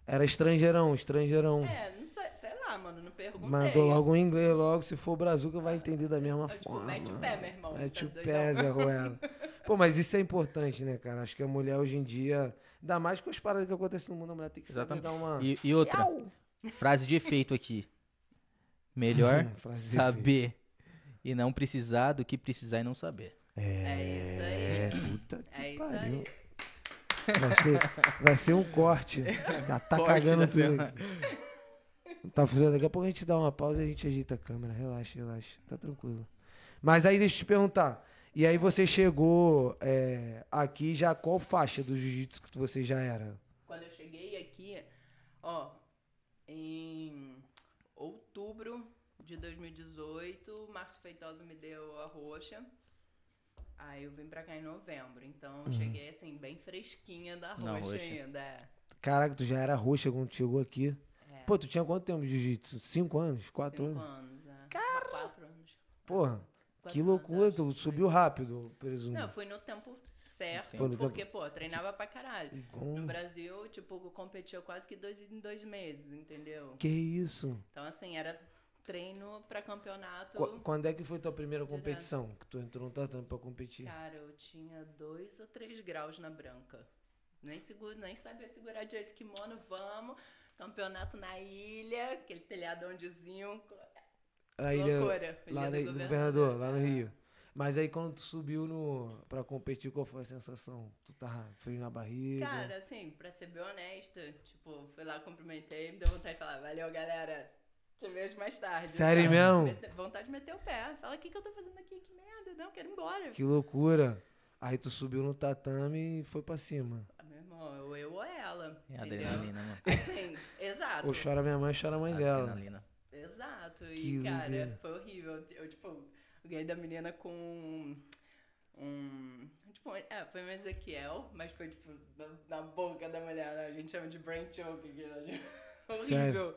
Speaker 1: era estrangeirão, estrangeirão.
Speaker 3: é, não sei, sei lá, mano, não perguntei.
Speaker 1: Mandou logo em inglês, logo. Se for brazuca, vai entender da mesma
Speaker 3: Eu, tipo,
Speaker 1: forma.
Speaker 3: mete o pé, meu irmão.
Speaker 1: Mete
Speaker 3: tá
Speaker 1: o
Speaker 3: doidão.
Speaker 1: pé, Zé Ruela. Pô, mas isso é importante, né, cara? Acho que a mulher hoje em dia, ainda mais com as paradas que acontecem no mundo, a mulher tem que saber
Speaker 2: Exatamente.
Speaker 1: dar uma.
Speaker 2: E, e outra, frase de efeito aqui. [laughs] Melhor
Speaker 1: Frase de
Speaker 2: saber e não precisar do que precisar e não saber.
Speaker 3: É isso aí.
Speaker 1: É, puta que
Speaker 3: É isso
Speaker 1: pariu.
Speaker 3: aí.
Speaker 1: Vai ser, vai ser um corte. Tá, tá
Speaker 2: Corte
Speaker 1: cagando
Speaker 2: da
Speaker 1: tudo.
Speaker 2: semana.
Speaker 1: aqui. Tá fazendo. Daqui a pouco a gente dá uma pausa e a gente agita a câmera. Relaxa, relaxa. Tá tranquilo. Mas aí deixa eu te perguntar. E aí você chegou é, aqui já qual faixa do jiu-jitsu que você já era?
Speaker 3: Quando eu cheguei aqui, ó, em outubro de 2018, o Márcio Feitosa me deu a roxa. Aí eu vim pra cá em novembro. Então
Speaker 1: Uhum.
Speaker 3: eu cheguei assim, bem fresquinha da
Speaker 2: Na
Speaker 3: roxa,
Speaker 2: roxa.
Speaker 3: ainda. é.
Speaker 1: Caraca, tu já era roxa quando tu chegou aqui.
Speaker 3: É.
Speaker 1: Pô, tu tinha quanto tempo de jiu-jitsu? Cinco anos? Quatro
Speaker 3: Cinco
Speaker 1: anos?
Speaker 3: anos, é. Cara... Quatro anos.
Speaker 1: Porra,
Speaker 3: Quatro
Speaker 1: que
Speaker 3: anos,
Speaker 1: loucura.
Speaker 3: acho
Speaker 1: Tu
Speaker 3: que foi.
Speaker 1: subiu rápido, presumo.
Speaker 3: Não, eu fui no tempo certo,
Speaker 1: Foi no tempo- Uhum.
Speaker 3: porque, pô, eu treinava pra caralho.
Speaker 1: Bom.
Speaker 3: No Brasil, tipo, eu competia quase que dois em dois meses, entendeu?
Speaker 1: Que isso?
Speaker 3: Então, assim, era treino pra campeonato.
Speaker 1: Qu- Quando é que foi tua primeira
Speaker 3: Direto.
Speaker 1: competição? Que tu entrou no tatame pra competir?
Speaker 3: Cara, eu tinha dois ou três graus na branca. Nem, seguro, nem sabia segurar direito kimono, vamos. Campeonato na ilha, aquele telhadão de zinco.
Speaker 1: A ilha,
Speaker 3: loucura,
Speaker 1: lá na-
Speaker 3: Ilha do
Speaker 1: do governador,
Speaker 3: Governador,
Speaker 1: lá no
Speaker 3: é.
Speaker 1: Rio. Mas aí quando tu subiu no, pra competir, qual foi a sensação? Tu tava frio na barriga?
Speaker 3: Cara, assim, pra ser bem honesta, tipo, fui lá, cumprimentei, me deu vontade de falar, valeu, galera. Te vejo mais tarde.
Speaker 1: Sério
Speaker 3: sabe?
Speaker 1: mesmo?
Speaker 3: Mete- Vontade de meter o pé. Fala, o que, que eu tô fazendo aqui? Que merda, não, quero ir embora.
Speaker 1: Que loucura. Aí tu subiu no tatame e foi pra cima.
Speaker 3: Ah, Meu irmão, eu, eu ou ela.
Speaker 2: É
Speaker 3: entendeu?
Speaker 2: adrenalina, mano.
Speaker 1: [laughs]
Speaker 3: Assim, exato.
Speaker 1: Ou chora minha mãe, chora a
Speaker 2: Ah,
Speaker 1: mãe dela.
Speaker 2: Adrenalina.
Speaker 3: Exato,
Speaker 1: Que
Speaker 3: e cara,
Speaker 1: doideira.
Speaker 3: foi horrível. Eu, tipo, eu ganhei da menina com um. um- tipo, é, foi um Ezequiel, mas foi, tipo, na, na boca da mulher. né? A gente chama de brain choke aqui, né? [laughs] Horrível.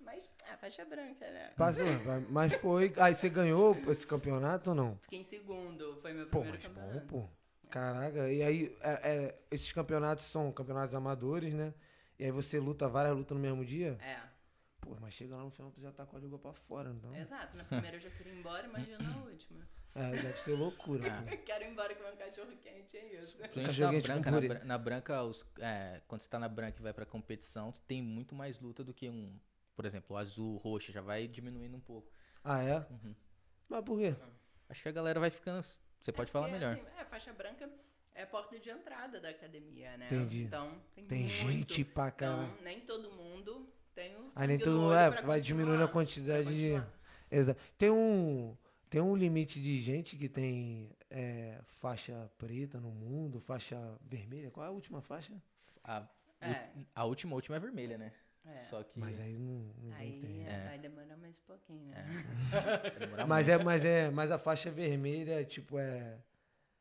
Speaker 3: Mas, é, faixa branca, né?
Speaker 1: Passou, vai- mas foi. Aí você ganhou esse campeonato ou não?
Speaker 3: Fiquei em segundo, foi meu
Speaker 1: Pô,
Speaker 3: primeiro
Speaker 1: mas bom,
Speaker 3: campeonato.
Speaker 1: pô. Caraca, e aí é- é, esses campeonatos são campeonatos amadores, né? E aí você luta várias lutas no mesmo dia?
Speaker 3: É,
Speaker 1: Pô, mas chega lá no final, tu já tá com a língua pra fora, não? É,
Speaker 3: exato. Na primeira eu já queria ir embora, imagina na última.
Speaker 1: deve ser loucura.
Speaker 2: Ah.
Speaker 1: pô.
Speaker 3: Eu quero ir embora com meu cachorro quente, é isso.
Speaker 2: Principalmente
Speaker 1: joguei
Speaker 2: na
Speaker 1: de
Speaker 2: branca, na,
Speaker 1: Campuri.
Speaker 2: bran- na branca os- é, quando você tá na branca e vai pra competição, tu tem muito mais luta do que um, por exemplo, azul, roxo, já vai diminuindo um pouco.
Speaker 1: Ah, é?
Speaker 2: Uhum.
Speaker 1: Mas por quê?
Speaker 2: Acho que a galera vai ficando. Você pode falar
Speaker 3: porque,
Speaker 2: melhor.
Speaker 3: assim, é, faixa branca é a porta de entrada da academia, né?
Speaker 1: Entendi.
Speaker 3: Então, tem,
Speaker 1: Tem
Speaker 3: muito.
Speaker 1: gente pra
Speaker 3: Então,
Speaker 1: caralho.
Speaker 3: nem todo mundo tem um o
Speaker 1: Aí nem
Speaker 3: sangue
Speaker 1: todo mundo
Speaker 3: loiro
Speaker 1: é,
Speaker 3: pra
Speaker 1: vai
Speaker 3: continuar,
Speaker 1: diminuindo a
Speaker 3: pra
Speaker 1: quantidade de.
Speaker 3: continuar.
Speaker 1: Exato. Tem um, tem um limite de gente que tem é, faixa preta no mundo, faixa vermelha. Qual é a última faixa?
Speaker 2: A,
Speaker 3: É.
Speaker 2: a última, a última é vermelha, né?
Speaker 3: É.
Speaker 2: Só que.
Speaker 1: Mas aí não, ninguém
Speaker 3: Aí,
Speaker 1: tem.
Speaker 3: é, vai demorar mais um pouquinho, né?
Speaker 2: demorar
Speaker 1: Mas
Speaker 2: muito.
Speaker 1: é, mas é, mas a faixa vermelha, tipo, é.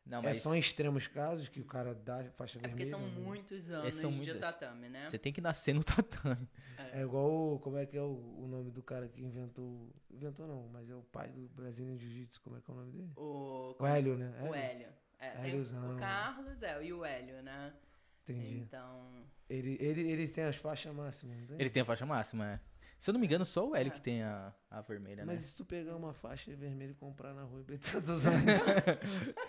Speaker 2: Não,
Speaker 1: é
Speaker 2: mas
Speaker 1: só em extremos casos que o cara dá a faixa
Speaker 3: É porque
Speaker 1: vermelha.
Speaker 3: são
Speaker 1: né?
Speaker 3: muitos anos
Speaker 2: são
Speaker 3: de
Speaker 2: muitas.
Speaker 3: tatame, né?
Speaker 2: você tem que nascer no tatame.
Speaker 1: É igual o, como é que é o, o nome do cara que inventou. Inventou não, mas é o pai do Brasília Jiu-Jitsu, como é que é o nome dele?
Speaker 3: O,
Speaker 1: O Hélio, né?
Speaker 3: o Hélio. É, tem
Speaker 1: Héliozão.
Speaker 3: o Carlos, é, e o Hélio, né?
Speaker 1: Entendi. [laughs]
Speaker 3: Então,
Speaker 1: Ele, ele, ele tem as faixas máximas, né? não tem?
Speaker 2: Eles têm a faixa máxima, é. Se eu não me engano, só o
Speaker 3: É.
Speaker 2: Hélio que tem a, a vermelha,
Speaker 1: Mas
Speaker 2: né?
Speaker 1: e se tu pegar uma faixa vermelha e comprar na
Speaker 3: [laughs]
Speaker 1: rua é e botar dos anos?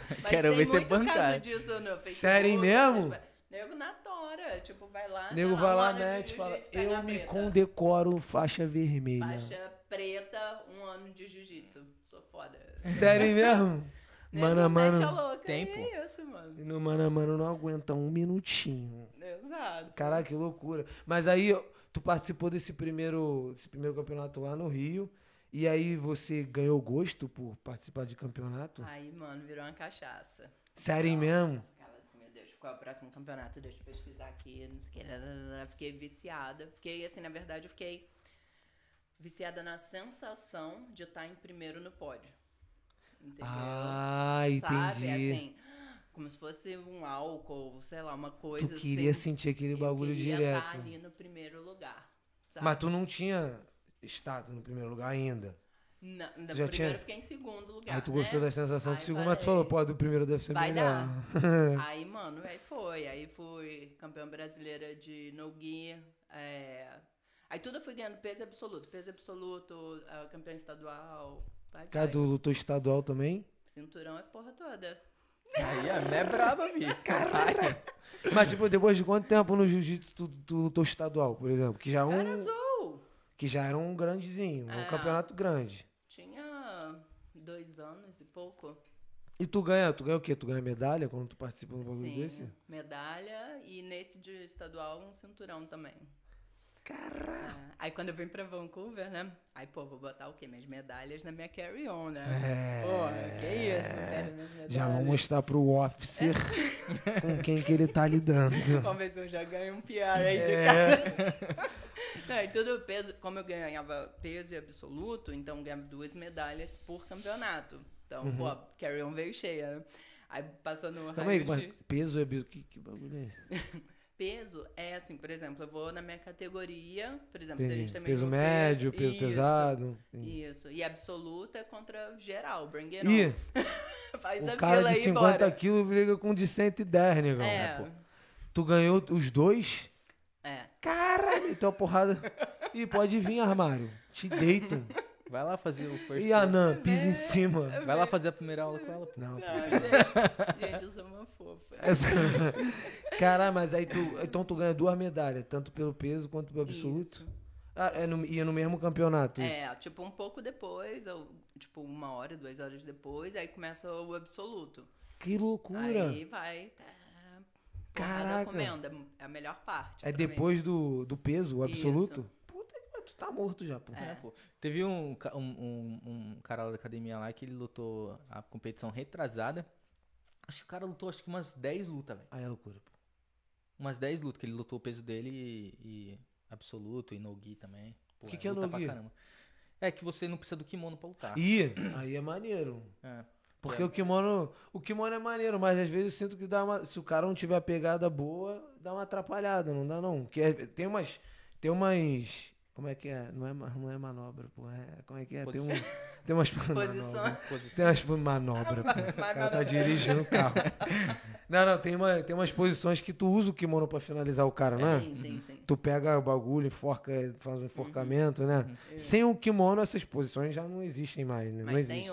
Speaker 3: Mas
Speaker 2: Quero
Speaker 3: tem
Speaker 2: ver você
Speaker 3: muito caso
Speaker 2: bancar.
Speaker 3: disso no Facebook,
Speaker 1: é Sério mesmo?
Speaker 3: mas- Nego na tora, tipo, vai lá.
Speaker 1: nego
Speaker 3: tá
Speaker 1: vai lá,
Speaker 3: um ano
Speaker 1: né,
Speaker 3: de
Speaker 1: te fala,
Speaker 3: jiu-jitsu, pega
Speaker 1: eu
Speaker 3: a
Speaker 1: me né?
Speaker 3: preta.
Speaker 1: condecoro faixa vermelha.
Speaker 3: Faixa preta, um ano de jiu-jitsu. Sou foda.
Speaker 1: Sério mesmo?
Speaker 3: [laughs] Nego
Speaker 1: Mano a
Speaker 3: É, mete a
Speaker 1: mano.
Speaker 3: louca,
Speaker 2: Tempo.
Speaker 3: e é isso, mano.
Speaker 1: E no mano a mano não aguenta um minutinho.
Speaker 3: Exato.
Speaker 1: Caraca, que loucura. Mas aí, ó, tu participou desse primeiro, desse primeiro campeonato lá no Rio. E aí você ganhou gosto por participar de campeonato?
Speaker 3: Aí, mano, virou uma cachaça.
Speaker 1: Sério mesmo?
Speaker 3: Ficava assim, meu Deus, qual é o próximo campeonato? Deixa eu pesquisar aqui, não sei o que. nananana. Fiquei viciada. Fiquei, assim, na verdade, eu fiquei viciada na sensação de estar em primeiro no pódio. Entendeu?
Speaker 1: Ah,
Speaker 3: Sabe?
Speaker 1: entendi.
Speaker 3: Assim, como se fosse um álcool, sei lá, uma coisa
Speaker 1: Tu queria
Speaker 3: assim.
Speaker 1: sentir aquele
Speaker 3: Eu
Speaker 1: bagulho
Speaker 3: queria
Speaker 1: direto.
Speaker 3: Estar ali no primeiro lugar. Sabe?
Speaker 1: Mas tu não tinha estado no primeiro lugar ainda.
Speaker 3: Na, na-
Speaker 1: já
Speaker 3: primeiro
Speaker 1: tinha-
Speaker 3: eu fiquei em segundo lugar.
Speaker 1: aí tu gostou
Speaker 3: né?
Speaker 1: da sensação do
Speaker 3: Aí
Speaker 1: segundo, mas tu
Speaker 3: falei,
Speaker 1: falou, pô, do primeiro deve ser
Speaker 3: Vai
Speaker 1: melhor. [laughs]
Speaker 3: Aí, mano, aí foi. Aí fui campeã brasileira de no-gi. é, Aí tudo eu fui ganhando peso absoluto. Peso absoluto, ah, campeã estadual. Vai,
Speaker 1: Cara,
Speaker 3: vai.
Speaker 1: tu lutou estadual também?
Speaker 3: Cinturão é porra toda.
Speaker 2: Aí a mulher é braba, vi. Caralho.
Speaker 1: Mas, tipo, depois de quanto tempo no jiu-jitsu tu, tu lutou estadual, por exemplo? Que já é
Speaker 3: Era
Speaker 1: um,
Speaker 3: azul.
Speaker 1: que já era um grandezinho, um
Speaker 3: É.
Speaker 1: campeonato grande.
Speaker 3: Tinha dois anos e pouco.
Speaker 1: E tu ganha, tu ganha o quê? Tu ganha medalha quando tu participa de um bagulho
Speaker 3: Sim,
Speaker 1: desse?
Speaker 3: medalha e nesse de estadual um cinturão também. Caraca! Aí quando eu vim pra Vancouver, né? Aí, pô, vou botar o quê? Minhas medalhas na minha carry-on, né?
Speaker 1: É.
Speaker 3: Pô, que isso, não quero minhas medalhas.
Speaker 1: Já vou mostrar pro
Speaker 3: [laughs]
Speaker 1: officer com quem que ele tá lidando.
Speaker 3: Vamos ver se eu já ganho um PR aí de
Speaker 1: É,
Speaker 3: Não, e tudo o peso, como eu ganhava peso e absoluto, então eu ganhava duas medalhas por campeonato. Então, pô, a carry-on veio cheia, né? Aí passou no
Speaker 1: Uhum. calma aí, mas
Speaker 3: raio-x.
Speaker 1: peso é... bi- Que, que bagulho é esse?
Speaker 3: Peso é assim, por exemplo, eu vou na minha categoria, por exemplo, se a gente
Speaker 1: Entendi.
Speaker 3: também
Speaker 1: Peso
Speaker 3: for
Speaker 1: médio, peso
Speaker 3: isso,
Speaker 1: pesado. entendi.
Speaker 3: Isso. E absoluta é contra geral, bring it
Speaker 1: Ih,
Speaker 3: on. [laughs] Faz
Speaker 1: o
Speaker 3: a
Speaker 1: cara
Speaker 3: é fila
Speaker 1: de
Speaker 3: aí
Speaker 1: 50
Speaker 3: embora.
Speaker 1: quilos briga com o de 110, negão.
Speaker 3: É.
Speaker 1: pô. Tu ganhou os dois?
Speaker 3: É.
Speaker 1: Caralho, então a
Speaker 3: [laughs]
Speaker 1: porrada. E pode vir, armário. Te deito.
Speaker 2: Vai lá fazer o first.
Speaker 1: E a Nan, pisa em cima.
Speaker 3: É.
Speaker 2: Vai lá fazer a primeira aula com ela. pô.
Speaker 1: Não,
Speaker 3: Não, gente, gente, eu sou uma fofa.
Speaker 1: Essa- [laughs] Caralho, mas aí tu. Então tu ganha duas medalhas, tanto pelo peso quanto pelo absoluto.
Speaker 3: Isso.
Speaker 1: Ah, é no, e é no mesmo campeonato. isso?
Speaker 3: É, tipo, um pouco depois, ou, tipo, uma hora, duas horas depois, aí começa o absoluto.
Speaker 1: Que loucura! É
Speaker 3: Aí vai. Tá,
Speaker 1: Caraca.
Speaker 3: Comendo, é a melhor parte.
Speaker 1: é
Speaker 3: pra mim.
Speaker 1: depois do, do peso, o
Speaker 3: Isso.
Speaker 1: absoluto? Puta que pariu, tu tá morto já, pô.
Speaker 2: É, pô. Teve um, ca- um, um, um cara lá da academia lá que ele lutou a competição retrasada. Acho que o cara lutou acho que umas 10 lutas, velho.
Speaker 1: Aí é loucura, pô.
Speaker 2: Umas 10 lutas, que ele lutou o peso dele e, e absoluto, e no-gi também. Pô,
Speaker 1: Que que é
Speaker 2: luta pra
Speaker 1: no-gi?
Speaker 2: caramba. É que você não precisa do kimono pra lutar.
Speaker 1: E aí é maneiro.
Speaker 2: É.
Speaker 1: Porque
Speaker 2: É.
Speaker 1: o kimono. O kimono é maneiro, mas às vezes eu sinto que dá uma. Se o cara não tiver a pegada boa, dá uma atrapalhada, não dá não. Que é- tem umas. Tem umas. Como é que é? Não é, ma- não é manobra, pô. É, como é que é? Tem, um,
Speaker 3: [laughs]
Speaker 2: Posição.
Speaker 1: tem umas.
Speaker 3: Posição. [laughs]
Speaker 1: manobra.
Speaker 2: Posição.
Speaker 1: Tem umas manobras, pô. O cara tá
Speaker 3: manobra.
Speaker 1: dirigindo o carro. Não, não, tem, uma, tem umas posições que tu usa o kimono pra finalizar o cara, né?
Speaker 3: Sim, sim, sim.
Speaker 1: Tu pega o bagulho, enforca, faz um
Speaker 3: Uhum.
Speaker 1: enforcamento, né? Sem o kimono, essas posições já não existem mais, né?
Speaker 3: Mas
Speaker 1: não
Speaker 3: tem
Speaker 1: existem.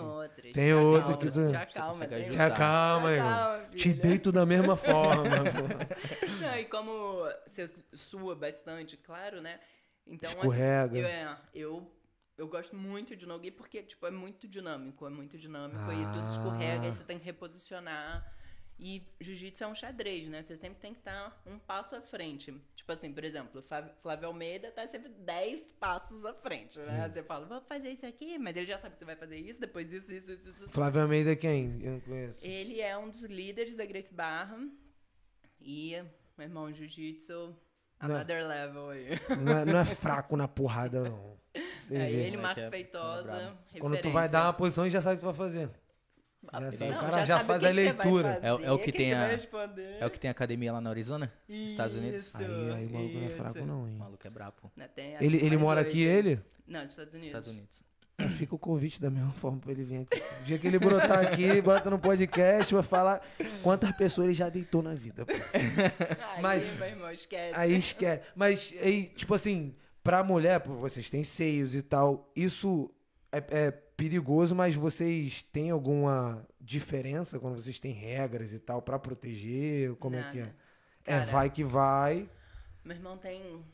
Speaker 1: Tem
Speaker 3: outras. te
Speaker 1: outra que
Speaker 3: acalma,
Speaker 1: tu-
Speaker 3: Te acalma,
Speaker 2: Você consegue
Speaker 3: tem
Speaker 1: Te acalma,
Speaker 3: Te
Speaker 1: irmão.
Speaker 3: acalma,
Speaker 1: Te
Speaker 3: filha.
Speaker 1: deito da mesma forma. pô.
Speaker 3: [laughs] Não, e como você sua bastante, claro, né? Então, assim,
Speaker 1: Escorrega.
Speaker 3: eu, é, eu, eu gosto muito de Nogi porque, tipo, é muito dinâmico, é muito dinâmico
Speaker 1: Ah.
Speaker 3: e tudo escorrega e você tem que reposicionar. E jiu-jitsu é um xadrez, né? Você sempre tem que estar um passo à frente. Tipo assim, por exemplo, Flá- Flávio Almeida tá sempre 10 passos à frente, né? Você fala, vou fazer isso aqui, mas ele já sabe que você vai fazer isso, depois isso, isso, isso, isso.
Speaker 1: Flávio Almeida é quem? Eu não conheço.
Speaker 3: Ele
Speaker 1: Né?
Speaker 3: é um dos líderes da Grace Barra. E, meu irmão, jiu-jitsu Another level aí.
Speaker 1: Não é, não é fraco na porrada, não.
Speaker 3: Aí
Speaker 1: Entendi.
Speaker 2: Moleque
Speaker 3: ele, Marcos
Speaker 2: é- é
Speaker 3: Feitosa,
Speaker 2: brabo.
Speaker 3: referência. Ah,
Speaker 1: Quando tu vai dar uma posição, a gente já sabe o que tu vai fazer. já sabe,
Speaker 3: Não,
Speaker 1: o cara já
Speaker 3: sabe
Speaker 1: faz
Speaker 3: que
Speaker 1: a
Speaker 3: que você vai
Speaker 1: leitura.
Speaker 3: fazer,
Speaker 2: É o- é o que tem
Speaker 3: você
Speaker 2: a-
Speaker 3: vai responder.
Speaker 2: É o que tem academia lá na Arizona? Nos Estados Unidos?
Speaker 3: Isso,
Speaker 1: Aí, aí o maluco não é fraco,
Speaker 3: isso.
Speaker 1: não,
Speaker 2: O
Speaker 1: hein?
Speaker 2: maluco é brabo.
Speaker 3: Não, tem a-
Speaker 1: Ele, ele
Speaker 3: mas
Speaker 1: mora
Speaker 3: hoje-
Speaker 1: aqui, ele?
Speaker 3: Não, dos Estados Unidos.
Speaker 2: Estados Unidos.
Speaker 1: Ah, Fica o convite da mesma [laughs] forma pra ele vir aqui. O dia que ele brotar [laughs] aqui, bota no podcast, vai falar quantas pessoas ele já deitou na vida. pô.
Speaker 3: Aí,
Speaker 1: Mas-
Speaker 3: meu irmão, esquece.
Speaker 1: Aí esquece. Mas, aí, tipo assim, pra mulher, pô, vocês têm seios e tal, isso é, é perigoso, mas vocês têm alguma diferença quando vocês têm regras e tal pra proteger? Como é que é?
Speaker 3: Nada.
Speaker 1: é,
Speaker 3: Cara,
Speaker 1: vai que vai.
Speaker 3: Meu irmão tem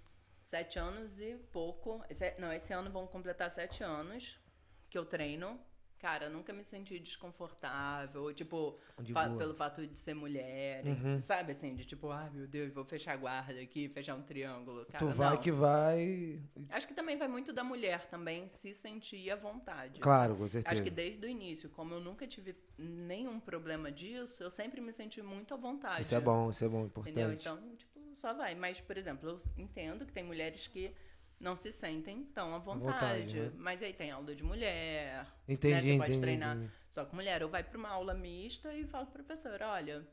Speaker 3: sete anos e pouco. Esse- é- Não, esse ano vão completar sete anos que eu treino. Cara, eu nunca me senti desconfortável, tipo,
Speaker 1: De
Speaker 3: fa-
Speaker 1: boa. Uhum.
Speaker 3: pelo fato de ser mulher, e- sabe assim, de tipo, ai meu Deus, vou fechar a guarda aqui, fechar um triângulo, cara,
Speaker 1: tu vai
Speaker 3: não.
Speaker 1: que vai.
Speaker 3: Acho que também vai muito da mulher também se sentir à vontade.
Speaker 1: Claro, com certeza.
Speaker 3: Acho que desde o início, como eu nunca tive nenhum problema disso, eu sempre me senti muito à vontade.
Speaker 1: Isso é bom, isso é bom,
Speaker 3: Ah, Entendeu?
Speaker 1: importante.
Speaker 3: Então, tipo, só vai. Mas, por exemplo, eu entendo que tem mulheres que não se sentem tão à vontade.
Speaker 1: vontade, né?
Speaker 3: Mas aí tem aula de mulher. né?
Speaker 1: entendi,
Speaker 3: Você pode
Speaker 1: entendi.
Speaker 3: treinar
Speaker 1: entendi.
Speaker 3: só com mulher. Ou vai pra uma aula mista e fala pro professor, olha,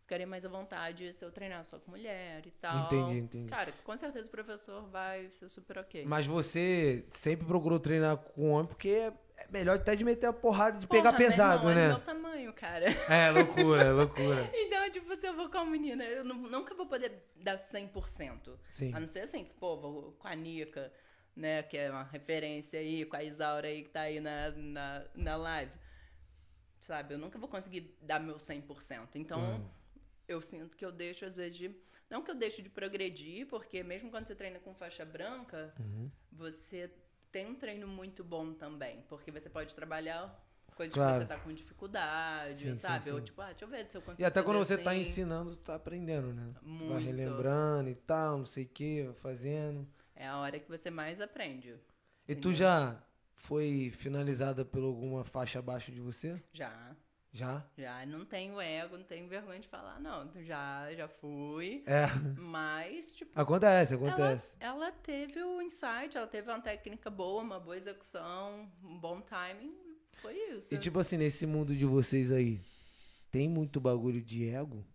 Speaker 3: ficaria mais à vontade se eu treinar só com mulher e tal.
Speaker 1: Entendi, entendi.
Speaker 3: Cara, com certeza o professor vai ser super ok.
Speaker 1: Mas você sempre procurou treinar com homem porque é é melhor até de meter a porrada de
Speaker 3: Porra,
Speaker 1: pegar
Speaker 3: meu
Speaker 1: pesado,
Speaker 3: irmão,
Speaker 1: né?
Speaker 3: Olha o meu tamanho, cara. [laughs]
Speaker 1: É, loucura, loucura.
Speaker 3: Então, tipo, se eu vou com a menina, eu nu- nunca vou poder dar 100%.
Speaker 1: Sim.
Speaker 3: [laughs] A não ser assim, que, pô, vou com a Nica, né, que é uma referência aí, com a Isaura aí que tá aí na, na, na live. Sabe, eu nunca vou conseguir dar meu 100%. Então,
Speaker 1: É.
Speaker 3: eu sinto que eu deixo, às vezes, de. Não que eu deixo de progredir, porque mesmo quando você treina com faixa branca,
Speaker 1: Uhum.
Speaker 3: você tem um treino muito bom também. Porque você pode trabalhar coisas
Speaker 1: Claro.
Speaker 3: que você tá com dificuldade,
Speaker 1: Sim, sim,
Speaker 3: sabe? Ou
Speaker 1: sim.
Speaker 3: tipo, ah, deixa eu ver se eu consigo.
Speaker 1: E até quando
Speaker 3: fazer
Speaker 1: você tá
Speaker 3: assim.
Speaker 1: ensinando, tu tá aprendendo, né? Tu Vai
Speaker 3: Muito.
Speaker 1: relembrando e tal, não sei o que, vai fazendo.
Speaker 3: É a hora que você mais aprende.
Speaker 1: E tu
Speaker 3: Entendeu?
Speaker 1: já foi finalizada por alguma faixa abaixo de você?
Speaker 3: Já.
Speaker 1: Já?
Speaker 3: Já não tenho ego, não tenho vergonha de falar, não. Já, já fui.
Speaker 1: É. [laughs]
Speaker 3: Mas, tipo,
Speaker 1: Acontece,
Speaker 3: ela,
Speaker 1: acontece.
Speaker 3: ela teve o insight, ela teve uma técnica boa, uma boa execução, um bom timing. Foi isso.
Speaker 1: E tipo assim, nesse mundo de vocês aí, tem muito bagulho de ego?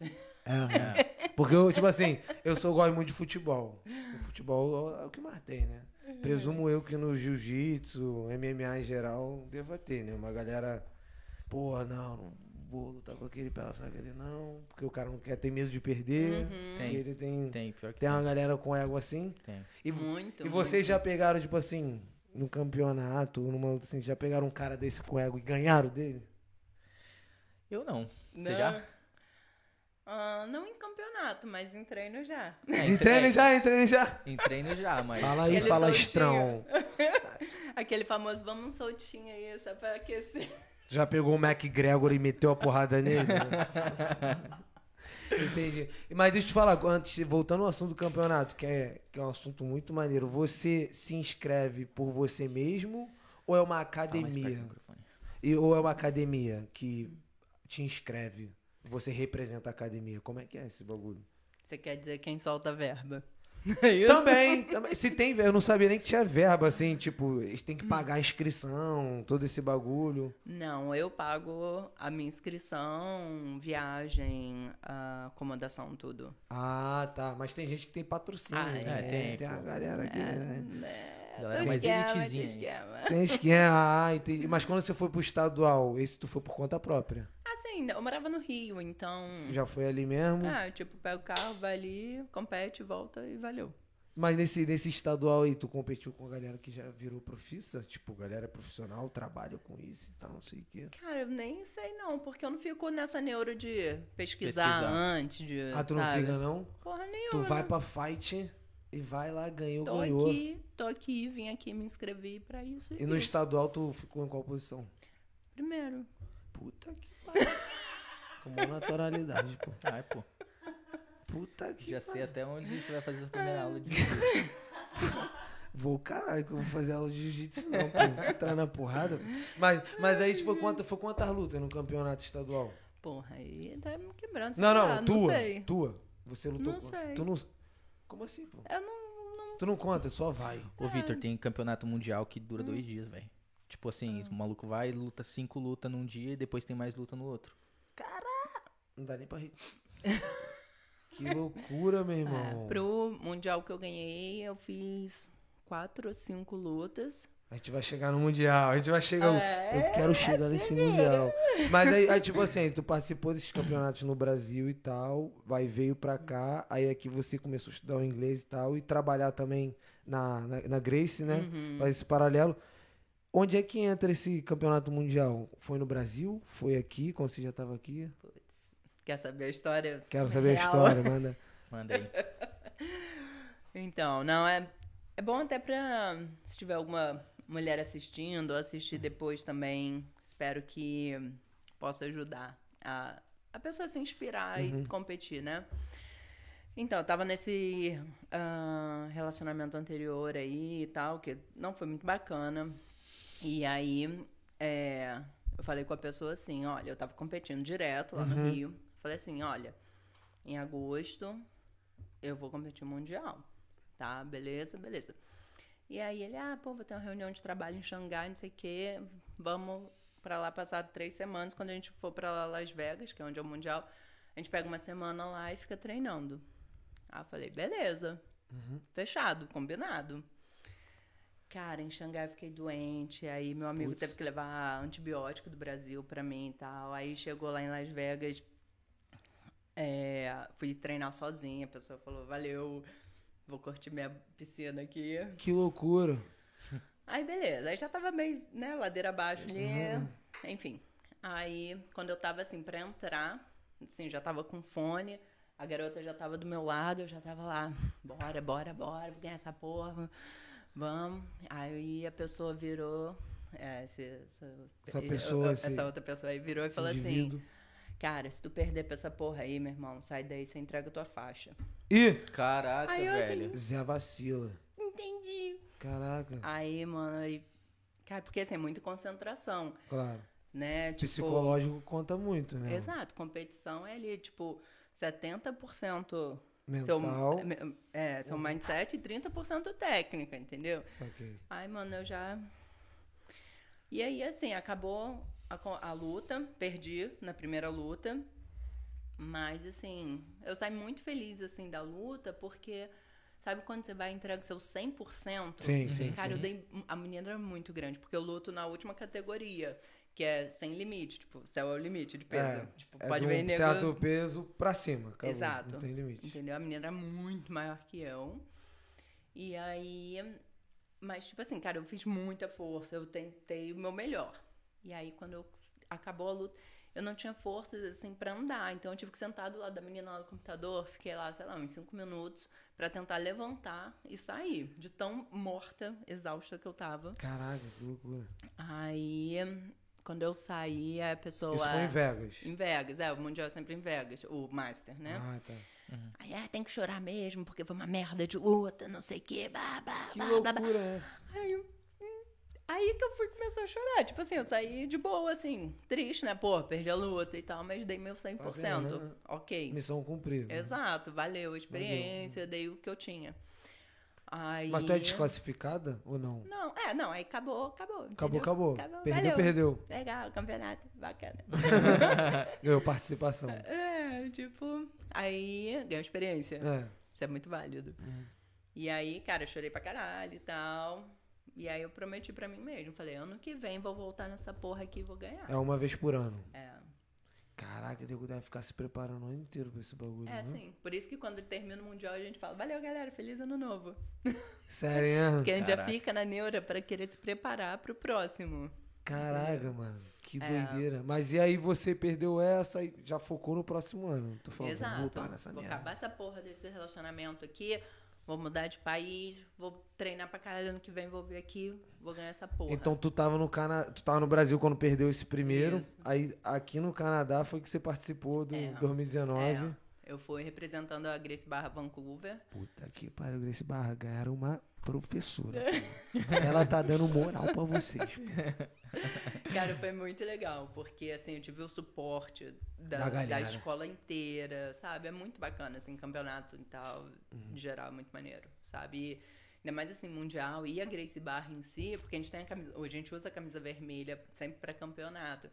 Speaker 1: É.
Speaker 2: É.
Speaker 1: Porque eu, tipo assim, eu sou gosto muito de futebol. O futebol é o que mais tem, né? Presumo eu que no jiu-jitsu, MMA em geral, deva ter, né? Uma galera, porra, não, não vou lutar com aquele pela saga dele, não, porque o cara não quer ter medo de perder.
Speaker 2: Tem.
Speaker 1: E ele tem, tem,
Speaker 2: Tem, pior que tem.
Speaker 1: uma galera com ego assim.
Speaker 2: tem.
Speaker 1: E,
Speaker 3: Muito,
Speaker 1: e vocês
Speaker 3: muito.
Speaker 1: já pegaram, tipo assim, no campeonato, numa luta assim, já pegaram um cara desse com ego e ganharam dele?
Speaker 2: Eu não.
Speaker 1: Né?
Speaker 2: Você
Speaker 3: Não.
Speaker 2: já? É,
Speaker 3: Ah, não em campeonato, mas em treino já. [laughs]
Speaker 2: É,
Speaker 1: Em treino
Speaker 2: é,
Speaker 1: já, em treino já.
Speaker 2: Em treino já, mas.
Speaker 1: Fala aí,
Speaker 3: Ele
Speaker 1: falastrão.
Speaker 3: Aquele famoso vamos um soltinho aí, só pra aquecer.
Speaker 1: Já pegou o Mac Gregor e meteu a porrada [laughs] nele? Entendi. Mas deixa eu te falar, antes, voltando ao assunto do campeonato, que é, que é um assunto muito maneiro. Você se inscreve por você mesmo ou é uma
Speaker 2: Fala mais perto do
Speaker 1: academia? [laughs]
Speaker 2: microfone.
Speaker 1: E- ou é uma academia que te inscreve? Você representa a academia? Como é que é esse bagulho?
Speaker 3: Você quer dizer quem solta a verba? É isso?
Speaker 1: Também, também. Se tem, eu não sabia nem que tinha verba, assim, tipo, eles têm que pagar a inscrição, todo esse bagulho.
Speaker 3: Não, eu pago a minha inscrição, viagem, a acomodação, tudo.
Speaker 1: Ah, tá. Mas tem gente que tem patrocínio.
Speaker 3: Ah, é,
Speaker 1: né?
Speaker 2: tem,
Speaker 1: Tem a
Speaker 2: pô.
Speaker 1: galera aqui. né?
Speaker 2: Galera
Speaker 3: Tô
Speaker 2: mais
Speaker 3: esquema, tô
Speaker 2: elitezinha, hein?
Speaker 3: esquema.
Speaker 1: [laughs] Tem esquema. Ah, entendi. Mas quando você foi pro estadual, esse tu foi por conta própria?
Speaker 3: Assim, eu morava no Rio, então.
Speaker 1: Já foi ali mesmo?
Speaker 3: Ah, tipo, pega o carro, vai ali, compete, volta e valeu.
Speaker 1: Mas nesse, nesse estadual aí, tu competiu com a galera que já virou profissa? Tipo, galera profissional, trabalha com isso e tal, não sei o quê.
Speaker 3: Cara, eu nem sei não, porque eu não fico nessa neuro de pesquisar,
Speaker 2: Pesquisar.
Speaker 3: antes de.
Speaker 1: Ah, tu não
Speaker 3: sabe?
Speaker 1: fica, não?
Speaker 3: Porra nenhuma.
Speaker 1: Tu vai pra fight e vai lá, ganhou,
Speaker 3: Tô
Speaker 1: ganhou.
Speaker 3: aqui, tô aqui, vim aqui, me inscrevi pra isso. E,
Speaker 1: E no
Speaker 3: isso.
Speaker 1: estadual tu ficou em qual posição?
Speaker 3: Primeiro.
Speaker 1: Puta que [laughs] pariu. Com maior naturalidade, pô.
Speaker 2: Ai, pô.
Speaker 3: [laughs]
Speaker 1: Puta que
Speaker 2: Já
Speaker 1: pariu.
Speaker 2: sei até onde você vai fazer a sua
Speaker 3: É.
Speaker 2: primeira aula de.
Speaker 1: Vou, caralho, que eu vou fazer aula de jiu-jitsu, não, pô. Entrar na porrada. Mas, mas aí tipo, quanta, foi quantas lutas no campeonato estadual?
Speaker 3: Porra, aí tá me quebrando. sei
Speaker 1: Não,
Speaker 3: lá,
Speaker 1: não, tua.
Speaker 3: sei.
Speaker 1: Tua. Você lutou
Speaker 3: Não
Speaker 1: contra?
Speaker 3: sei.
Speaker 1: Tu não. Como assim, pô?
Speaker 3: Eu não. não...
Speaker 1: Tu não conta, só vai.
Speaker 2: Ô, Vitor, tem campeonato mundial que dura
Speaker 3: Hum.
Speaker 2: dois dias, velho. Tipo assim,
Speaker 3: Ah.
Speaker 2: o maluco vai, luta cinco luta num dia e depois tem mais luta no outro.
Speaker 1: Não dá nem [laughs] pra rir. que loucura, meu irmão.
Speaker 3: É, pro Mundial que eu ganhei, eu fiz quatro ou cinco lutas. É,
Speaker 1: A gente vai chegar no Mundial, a gente vai chegar. no- eu quero chegar nesse
Speaker 3: [laughs]
Speaker 1: Mundial. Mas aí, aí, tipo assim, tu participou desses campeonatos no Brasil e tal, vai veio pra cá, aí aqui você começou a estudar o inglês e tal, e trabalhar também na, na, na Grace, né?
Speaker 3: Uhum.
Speaker 1: Faz esse paralelo. Onde é que entra esse campeonato mundial? Foi no Brasil? Foi aqui, quando você já tava aqui?
Speaker 3: Quer saber a história?
Speaker 1: Quero saber a
Speaker 3: real? [laughs]
Speaker 1: história, manda.
Speaker 2: Manda aí.
Speaker 3: Então, não, é, é bom até pra. Se tiver alguma mulher assistindo, ou assistir depois também. Espero que possa ajudar a, a pessoa a se inspirar e competir, né? Então, eu tava nesse ah, relacionamento anterior aí e tal, que não foi muito bacana. E aí, é, eu falei com a pessoa assim: olha, eu tava competindo direto lá no Rio. Falei assim: olha, em agosto eu vou competir mundial, tá? Beleza, beleza. E aí ele, ah, pô, vou ter uma reunião de trabalho em Xangai, não sei o quê, vamos pra lá passar três semanas, quando a gente for pra lá, Las Vegas, que é onde é o mundial, a gente pega uma semana lá e fica treinando. Aí eu falei, beleza, fechado, combinado. Cara, em Xangai eu fiquei doente, aí meu amigo
Speaker 1: Putz.
Speaker 3: teve que levar antibiótico do Brasil pra mim e tal, aí chegou lá em Las Vegas, é, fui treinar sozinha, a pessoa falou, valeu, vou curtir minha piscina aqui.
Speaker 1: Que loucura.
Speaker 3: Aí beleza, aí já tava meio, né, ladeira abaixo ali,
Speaker 1: Uhum.
Speaker 3: enfim. Aí, quando eu tava assim pra entrar, assim, já tava com fone, a garota já tava do meu lado, eu já tava lá, bora, bora, bora, vou ganhar essa porra, vamos. Aí a pessoa virou, é, esse- essa,
Speaker 1: Essa pessoa,
Speaker 3: essa
Speaker 1: esse-
Speaker 3: outra pessoa aí virou e falou assim,
Speaker 1: Indivíduo.
Speaker 3: cara, se tu perder pra essa porra aí, meu irmão, sai daí, você entrega a tua faixa.
Speaker 1: Ih!
Speaker 2: [laughs] Caraca,
Speaker 3: Aí eu, assim,
Speaker 2: [laughs] velho.
Speaker 1: Zé vacila.
Speaker 3: Entendi.
Speaker 1: Caraca.
Speaker 3: Aí, mano, aí... Cara, porque assim, é muita concentração,
Speaker 1: Claro.
Speaker 3: né? Tipo,
Speaker 1: Psicológico conta muito, né?
Speaker 3: Exato, competição é ali, tipo, 70% seu,
Speaker 1: Mental.
Speaker 3: é, seu mindset e 30% técnica, entendeu?
Speaker 1: Saquei.
Speaker 3: Ai, mano, eu já. E aí, assim, acabou a, co- a luta, perdi na primeira luta. Mas, assim, eu saí muito feliz, assim, da luta, porque sabe quando você vai entregar o seu 100%?
Speaker 1: Sim, sim,
Speaker 3: Uhum. Cara, eu
Speaker 1: sim.
Speaker 3: dei. A menina era muito grande, porque eu luto na última categoria, que é sem limite, tipo, céu é o limite de peso.
Speaker 1: É,
Speaker 3: tipo,
Speaker 1: é
Speaker 3: pode
Speaker 1: de um
Speaker 3: ver nego.
Speaker 1: certo peso pra cima. acabou,
Speaker 3: Exato.
Speaker 1: Não tem limite.
Speaker 3: Entendeu? A menina era muito maior que eu. E aí. Mas, tipo assim, cara, eu fiz muita força, eu tentei o meu melhor. E aí, quando eu- acabou a luta, eu não tinha forças, assim, pra andar. Então, eu tive que sentar do lado da menina lá no computador, fiquei lá, sei lá, uns cinco minutos, pra tentar levantar e sair, de tão morta, exausta que eu tava.
Speaker 1: Caraca, que loucura.
Speaker 3: Aí, quando eu saí, a pessoa.
Speaker 1: Isso foi em Vegas.
Speaker 3: Em Vegas, é, o Mundial é sempre em Vegas, o Master, né?
Speaker 1: Ah, tá.
Speaker 3: Aí, ah, tem que chorar mesmo, porque foi uma merda de luta, não sei o quê, blá, blá,
Speaker 1: Que
Speaker 3: blá, blá, blá.
Speaker 1: loucura é essa?
Speaker 3: Aí, eu, hum, aí que eu fui começar a chorar. Tipo assim, eu saí de boa, assim, triste, né? Pô, perdi a luta e tal, mas dei meu 100%.
Speaker 1: Mas é, né?
Speaker 3: Ok.
Speaker 1: Missão cumprida. né?
Speaker 3: Exato, valeu a experiência, dei o que eu tinha. Aí...
Speaker 1: Mas tu é desclassificada ou não?
Speaker 3: Não, é, não, aí acabou, acabou.
Speaker 1: Acabou,
Speaker 3: entendeu?
Speaker 1: acabou. Perdeu,
Speaker 3: valeu.
Speaker 1: perdeu.
Speaker 3: Legal, campeonato, bacana.
Speaker 1: Ganhou participação.
Speaker 3: é, tipo, aí ganhou experiência.
Speaker 1: É.
Speaker 3: Isso é muito válido. E aí, cara, eu chorei pra caralho e tal. E aí eu prometi pra mim mesmo. Falei, ano que vem vou voltar nessa porra aqui e vou ganhar.
Speaker 1: É uma vez por ano.
Speaker 3: É,
Speaker 1: Caraca, Diego deve ficar se preparando o ano inteiro pra esse bagulho.
Speaker 3: é
Speaker 1: né?
Speaker 3: sim. Por isso que quando termina o Mundial a gente fala, valeu galera, feliz ano novo.
Speaker 1: Sério,
Speaker 3: Porque é
Speaker 1: né?
Speaker 3: a gente já
Speaker 2: Caraca.
Speaker 3: fica na neura pra querer se preparar pro próximo.
Speaker 1: Caraca, mano. Que
Speaker 3: É.
Speaker 1: doideira. Mas e aí você perdeu essa e já focou no próximo ano. Tu falou, vou
Speaker 3: Exato.
Speaker 1: voltar nessa
Speaker 3: vou
Speaker 1: merda.
Speaker 3: acabar essa porra desse relacionamento aqui. Vou mudar de país, vou treinar pra caralho ano que vem, vou vir aqui, vou ganhar essa porra.
Speaker 1: Então tu tava no Cana... tu tava no Brasil quando perdeu esse primeiro.
Speaker 3: Isso.
Speaker 1: Aí aqui no Canadá foi que você participou do
Speaker 3: É.
Speaker 1: 2019.
Speaker 3: É, eu fui representando a Grace Barra Vancouver.
Speaker 1: Puta que pariu, Grace Barra. Ganharam uma professora. pô. Ela tá dando moral pra vocês. pô.
Speaker 3: Cara, foi muito legal, porque assim, eu tive o suporte
Speaker 1: Da
Speaker 3: da, da,
Speaker 1: galera.
Speaker 3: escola inteira, sabe? É muito bacana, assim, campeonato e tal,
Speaker 1: Uhum.
Speaker 3: em geral, é muito maneiro, sabe? E, ainda mais assim, mundial e a Grace Barra em si, porque a gente tem a camisa, hoje a gente usa a camisa vermelha sempre pra campeonato.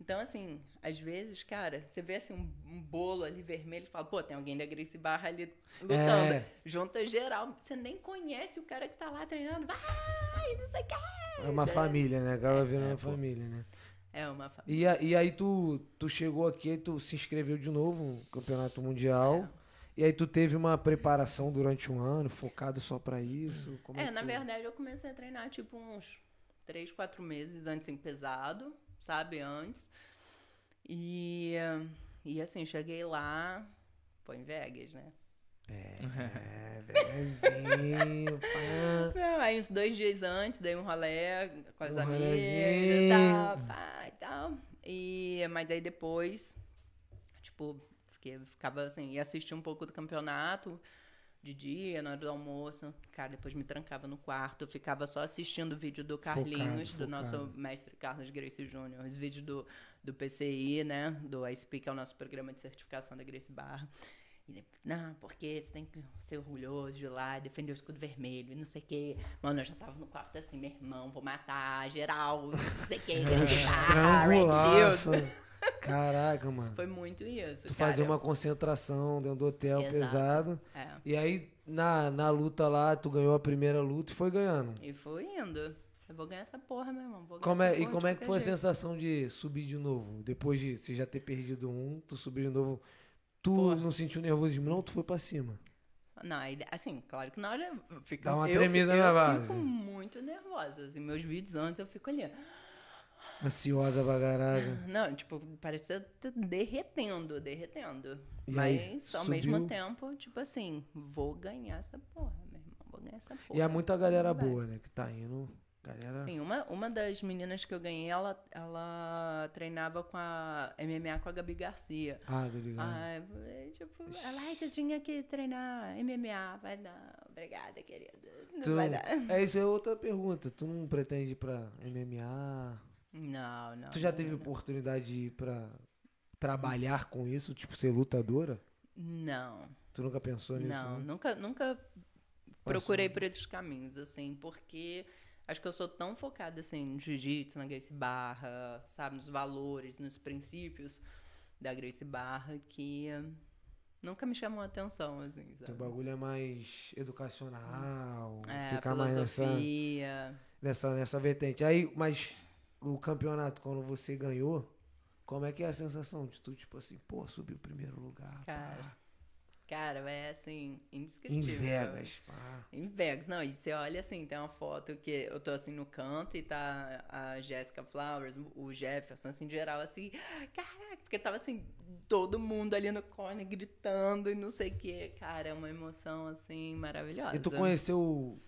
Speaker 3: Então, assim, às vezes, cara, você vê assim um, um bolo ali vermelho e fala, pô, tem alguém da Grace Barra ali lutando.
Speaker 1: É.
Speaker 3: Junta geral, você nem conhece o cara que tá lá treinando, vai, não sei o que.
Speaker 1: É uma família, né? Acaba virando
Speaker 2: É,
Speaker 1: uma
Speaker 2: pô.
Speaker 1: família, né?
Speaker 3: É uma família.
Speaker 1: E, a- e aí tu, tu chegou aqui, tu se inscreveu de novo no Campeonato Mundial.
Speaker 3: É.
Speaker 1: E aí tu teve uma preparação durante um ano, focado só pra isso? Como
Speaker 3: É,
Speaker 1: que
Speaker 3: na
Speaker 1: foi?
Speaker 3: verdade eu comecei a treinar tipo uns 3, 4 meses antes, assim, pesado, sabe? Antes. E, e assim, cheguei lá, foi em Vegas, né?
Speaker 1: É, belezinho, pá.
Speaker 3: Não, aí uns dois dias antes, dei um rolé com as
Speaker 1: Um
Speaker 3: amigas
Speaker 1: rolezinho.
Speaker 3: e tal, pá, e tal. E, mas aí depois, tipo, fiquei, ficava assim, ia assistir um pouco do campeonato de dia, na hora do almoço. Cara, depois me trancava no quarto, ficava só assistindo o vídeo do Carlinhos,
Speaker 1: Focado,
Speaker 3: do nosso
Speaker 1: focado.
Speaker 3: mestre Carlos Grace Júnior, os vídeos do, do PCI, né? Do ISP, que é o nosso programa de certificação da Grace Barra. E ele, não, porque você tem que ser orgulhoso de ir lá, defender o escudo vermelho e não sei o quê. Mano, eu já tava no quarto assim, meu irmão, vou matar geral, não sei o quê.
Speaker 1: [laughs]
Speaker 3: ah, Red
Speaker 1: Estrangulaço.
Speaker 3: Shield.
Speaker 1: Caraca, mano.
Speaker 3: Foi muito isso.
Speaker 1: Tu
Speaker 3: cara.
Speaker 1: fazia uma concentração dentro do hotel
Speaker 3: Exato.
Speaker 1: pesado.
Speaker 3: É.
Speaker 1: E aí, na, na luta lá, tu ganhou a primeira luta e foi ganhando.
Speaker 3: E foi indo. Eu vou ganhar essa porra, meu irmão. vou ganhar
Speaker 1: Como é,
Speaker 3: essa
Speaker 1: e
Speaker 3: porra de
Speaker 1: como é que
Speaker 3: qualquer
Speaker 1: foi a
Speaker 3: jeito.
Speaker 1: sensação de subir de novo? Depois de você já ter perdido um, tu subir de novo. Tu
Speaker 3: Porra.
Speaker 1: não sentiu nervosismo, não? Tu foi pra cima.
Speaker 3: Não, aí, assim, claro que na hora eu fico,
Speaker 1: Dá uma
Speaker 3: eu,
Speaker 1: tremida
Speaker 3: fico-
Speaker 1: na
Speaker 3: eu
Speaker 1: base.
Speaker 3: fico muito nervosa. Assim, meus vídeos antes eu fico olhando.
Speaker 1: Ansiosa pra caralho.
Speaker 3: Não, tipo, parece que tá derretendo, derretendo.
Speaker 1: E
Speaker 3: Mas,
Speaker 1: aí,
Speaker 3: ao mesmo
Speaker 1: subiu?
Speaker 3: tempo, tipo assim, vou ganhar essa porra, meu irmão, vou ganhar essa porra.
Speaker 1: E há muita galera
Speaker 3: Vai.
Speaker 1: boa, né? Que tá indo. Galera.
Speaker 3: Sim, uma, uma das meninas que eu ganhei, ela, ela treinava com a MMA com a Gabi Garcia.
Speaker 1: Ah, tô ligado.
Speaker 3: Ai, é, tipo, ela, ai, você tinha que treinar MMA. Vai dar, obrigada, querida. Não
Speaker 1: Tu-
Speaker 3: vai dar.
Speaker 1: É isso é outra pergunta. Tu não pretende ir pra MMA?
Speaker 3: Não, não.
Speaker 1: Tu já
Speaker 3: não,
Speaker 1: teve
Speaker 3: não.
Speaker 1: oportunidade de ir pra trabalhar com isso? Tipo, ser lutadora?
Speaker 3: Não,
Speaker 1: Tu nunca pensou nisso?
Speaker 3: não.
Speaker 1: né?
Speaker 3: Nunca, nunca procurei por esses caminhos, assim, porque acho que eu sou tão focada, assim, no jiu-jitsu, na Grace Barra, sabe, nos valores, nos princípios da Grace Barra, que eh, nunca me chamou a atenção, assim,
Speaker 1: Teu
Speaker 3: sabe?
Speaker 1: bagulho é mais educacional,
Speaker 3: É,
Speaker 1: ficar mais nessa,
Speaker 3: filosofia.
Speaker 1: nessa, nessa vertente. Aí, mas o campeonato, quando você ganhou, como é que é a sensação de tu, tipo assim, pô, subi o primeiro lugar,
Speaker 3: Cara,
Speaker 1: pá,
Speaker 3: Cara, é assim,
Speaker 1: em
Speaker 3: indescritível.
Speaker 1: Vegas, pá.
Speaker 3: Em Vegas, não, e você olha assim, tem uma foto que eu tô assim no canto e tá a Jessica Flowers, o Jefferson, assim, em geral, assim, caraca, porque tava assim, todo mundo ali no corner gritando e não sei o que, cara, é uma emoção assim maravilhosa.
Speaker 1: E tu conheceu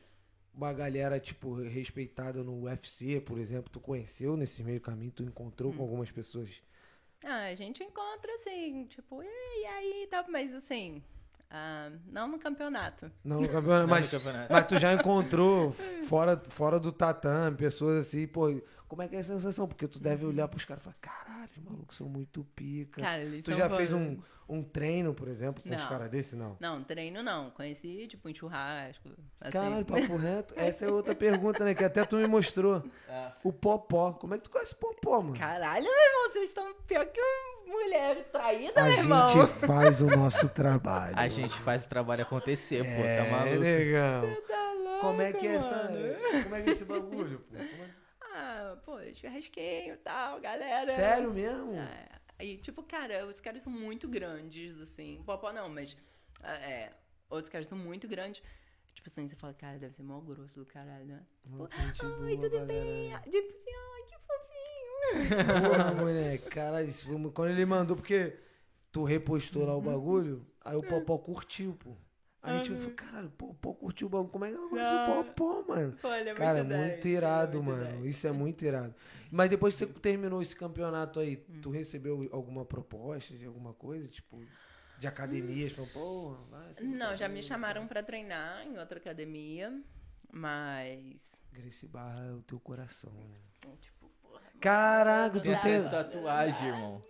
Speaker 1: uma galera, tipo, respeitada no UFC, por exemplo, tu conheceu nesse meio caminho, tu encontrou
Speaker 3: Hum.
Speaker 1: com algumas pessoas.
Speaker 3: Ah, a gente encontra assim, tipo, e aí, tá, mas assim, ah, não no campeonato.
Speaker 1: Não, no campeonato,
Speaker 2: [laughs] Não,
Speaker 1: mas,
Speaker 2: no campeonato.
Speaker 1: mas tu já encontrou fora, fora do tatame, pessoas assim, pô, como é que é a sensação? Porque tu deve olhar pros caras e falar, caralho, os malucos são muito pica.
Speaker 3: Cara, eles
Speaker 1: tu
Speaker 3: são
Speaker 1: já
Speaker 3: bons. né?
Speaker 1: fez um, um treino, por exemplo, com os
Speaker 3: Não.
Speaker 1: caras desse, não?
Speaker 3: Não, treino não, conheci, tipo, em churrasco, assim.
Speaker 1: Caralho, papo reto. Essa é outra pergunta, né? Que até tu me mostrou.
Speaker 2: Ah.
Speaker 1: O Popó. Como é que tu conhece o Popó, mano?
Speaker 3: Caralho, meu irmão, vocês estão pior que uma mulher traída,
Speaker 1: a
Speaker 3: meu
Speaker 1: gente
Speaker 3: irmão.
Speaker 1: [laughs]
Speaker 3: [laughs]
Speaker 1: faz o nosso trabalho.
Speaker 2: A gente faz o trabalho acontecer, pô. Tá
Speaker 1: É,
Speaker 2: maluco.
Speaker 1: negão.
Speaker 3: Tá louco,
Speaker 1: Como é que é essa...
Speaker 3: mano.
Speaker 1: Como é que é esse bagulho, pô? Como é-
Speaker 3: Ah, pô, churrasquinho e tal, galera.
Speaker 1: Sério mesmo?
Speaker 3: É. E, tipo, cara, os caras são muito grandes, assim. Popó não, mas. ah, É, outros caras são muito grandes. Tipo assim, você fala, cara, deve ser mó grosso do caralho, né?
Speaker 1: Mano,
Speaker 3: Tipo,
Speaker 1: que gente
Speaker 3: ai,
Speaker 1: boa,
Speaker 3: tudo
Speaker 1: galera.
Speaker 3: bem. Tipo assim, ai, que fofinho.
Speaker 1: Porra, moleque, caralho, isso foi mu- quando ele mandou, porque tu repostou
Speaker 3: Uhum.
Speaker 1: lá o bagulho, aí o Popó curtiu, pô. Aí a gente
Speaker 3: Uhum.
Speaker 1: falou, caralho, o Popó curtiu o bagulho, como é que ela conhece o
Speaker 3: Ah.
Speaker 1: Popó, mano?
Speaker 3: Pô, ele é
Speaker 1: Cara,
Speaker 3: muito
Speaker 1: muito
Speaker 3: 10,
Speaker 1: irado,
Speaker 3: ele é muito
Speaker 1: mano,
Speaker 3: 10.
Speaker 1: isso é muito irado. Mas depois que você terminou esse campeonato aí,
Speaker 3: Hum.
Speaker 1: tu recebeu alguma proposta de alguma coisa, tipo, de academias? Falou, porra, vai... você
Speaker 3: Não, já
Speaker 1: vai".
Speaker 3: me chamaram pra treinar em outra academia. Mas.
Speaker 1: Grace Barra é o teu coração, né?
Speaker 3: Tipo, porra. mano,
Speaker 1: Caraca, tu
Speaker 3: Não,
Speaker 1: tem.
Speaker 3: não.
Speaker 2: Tatuagem, irmão.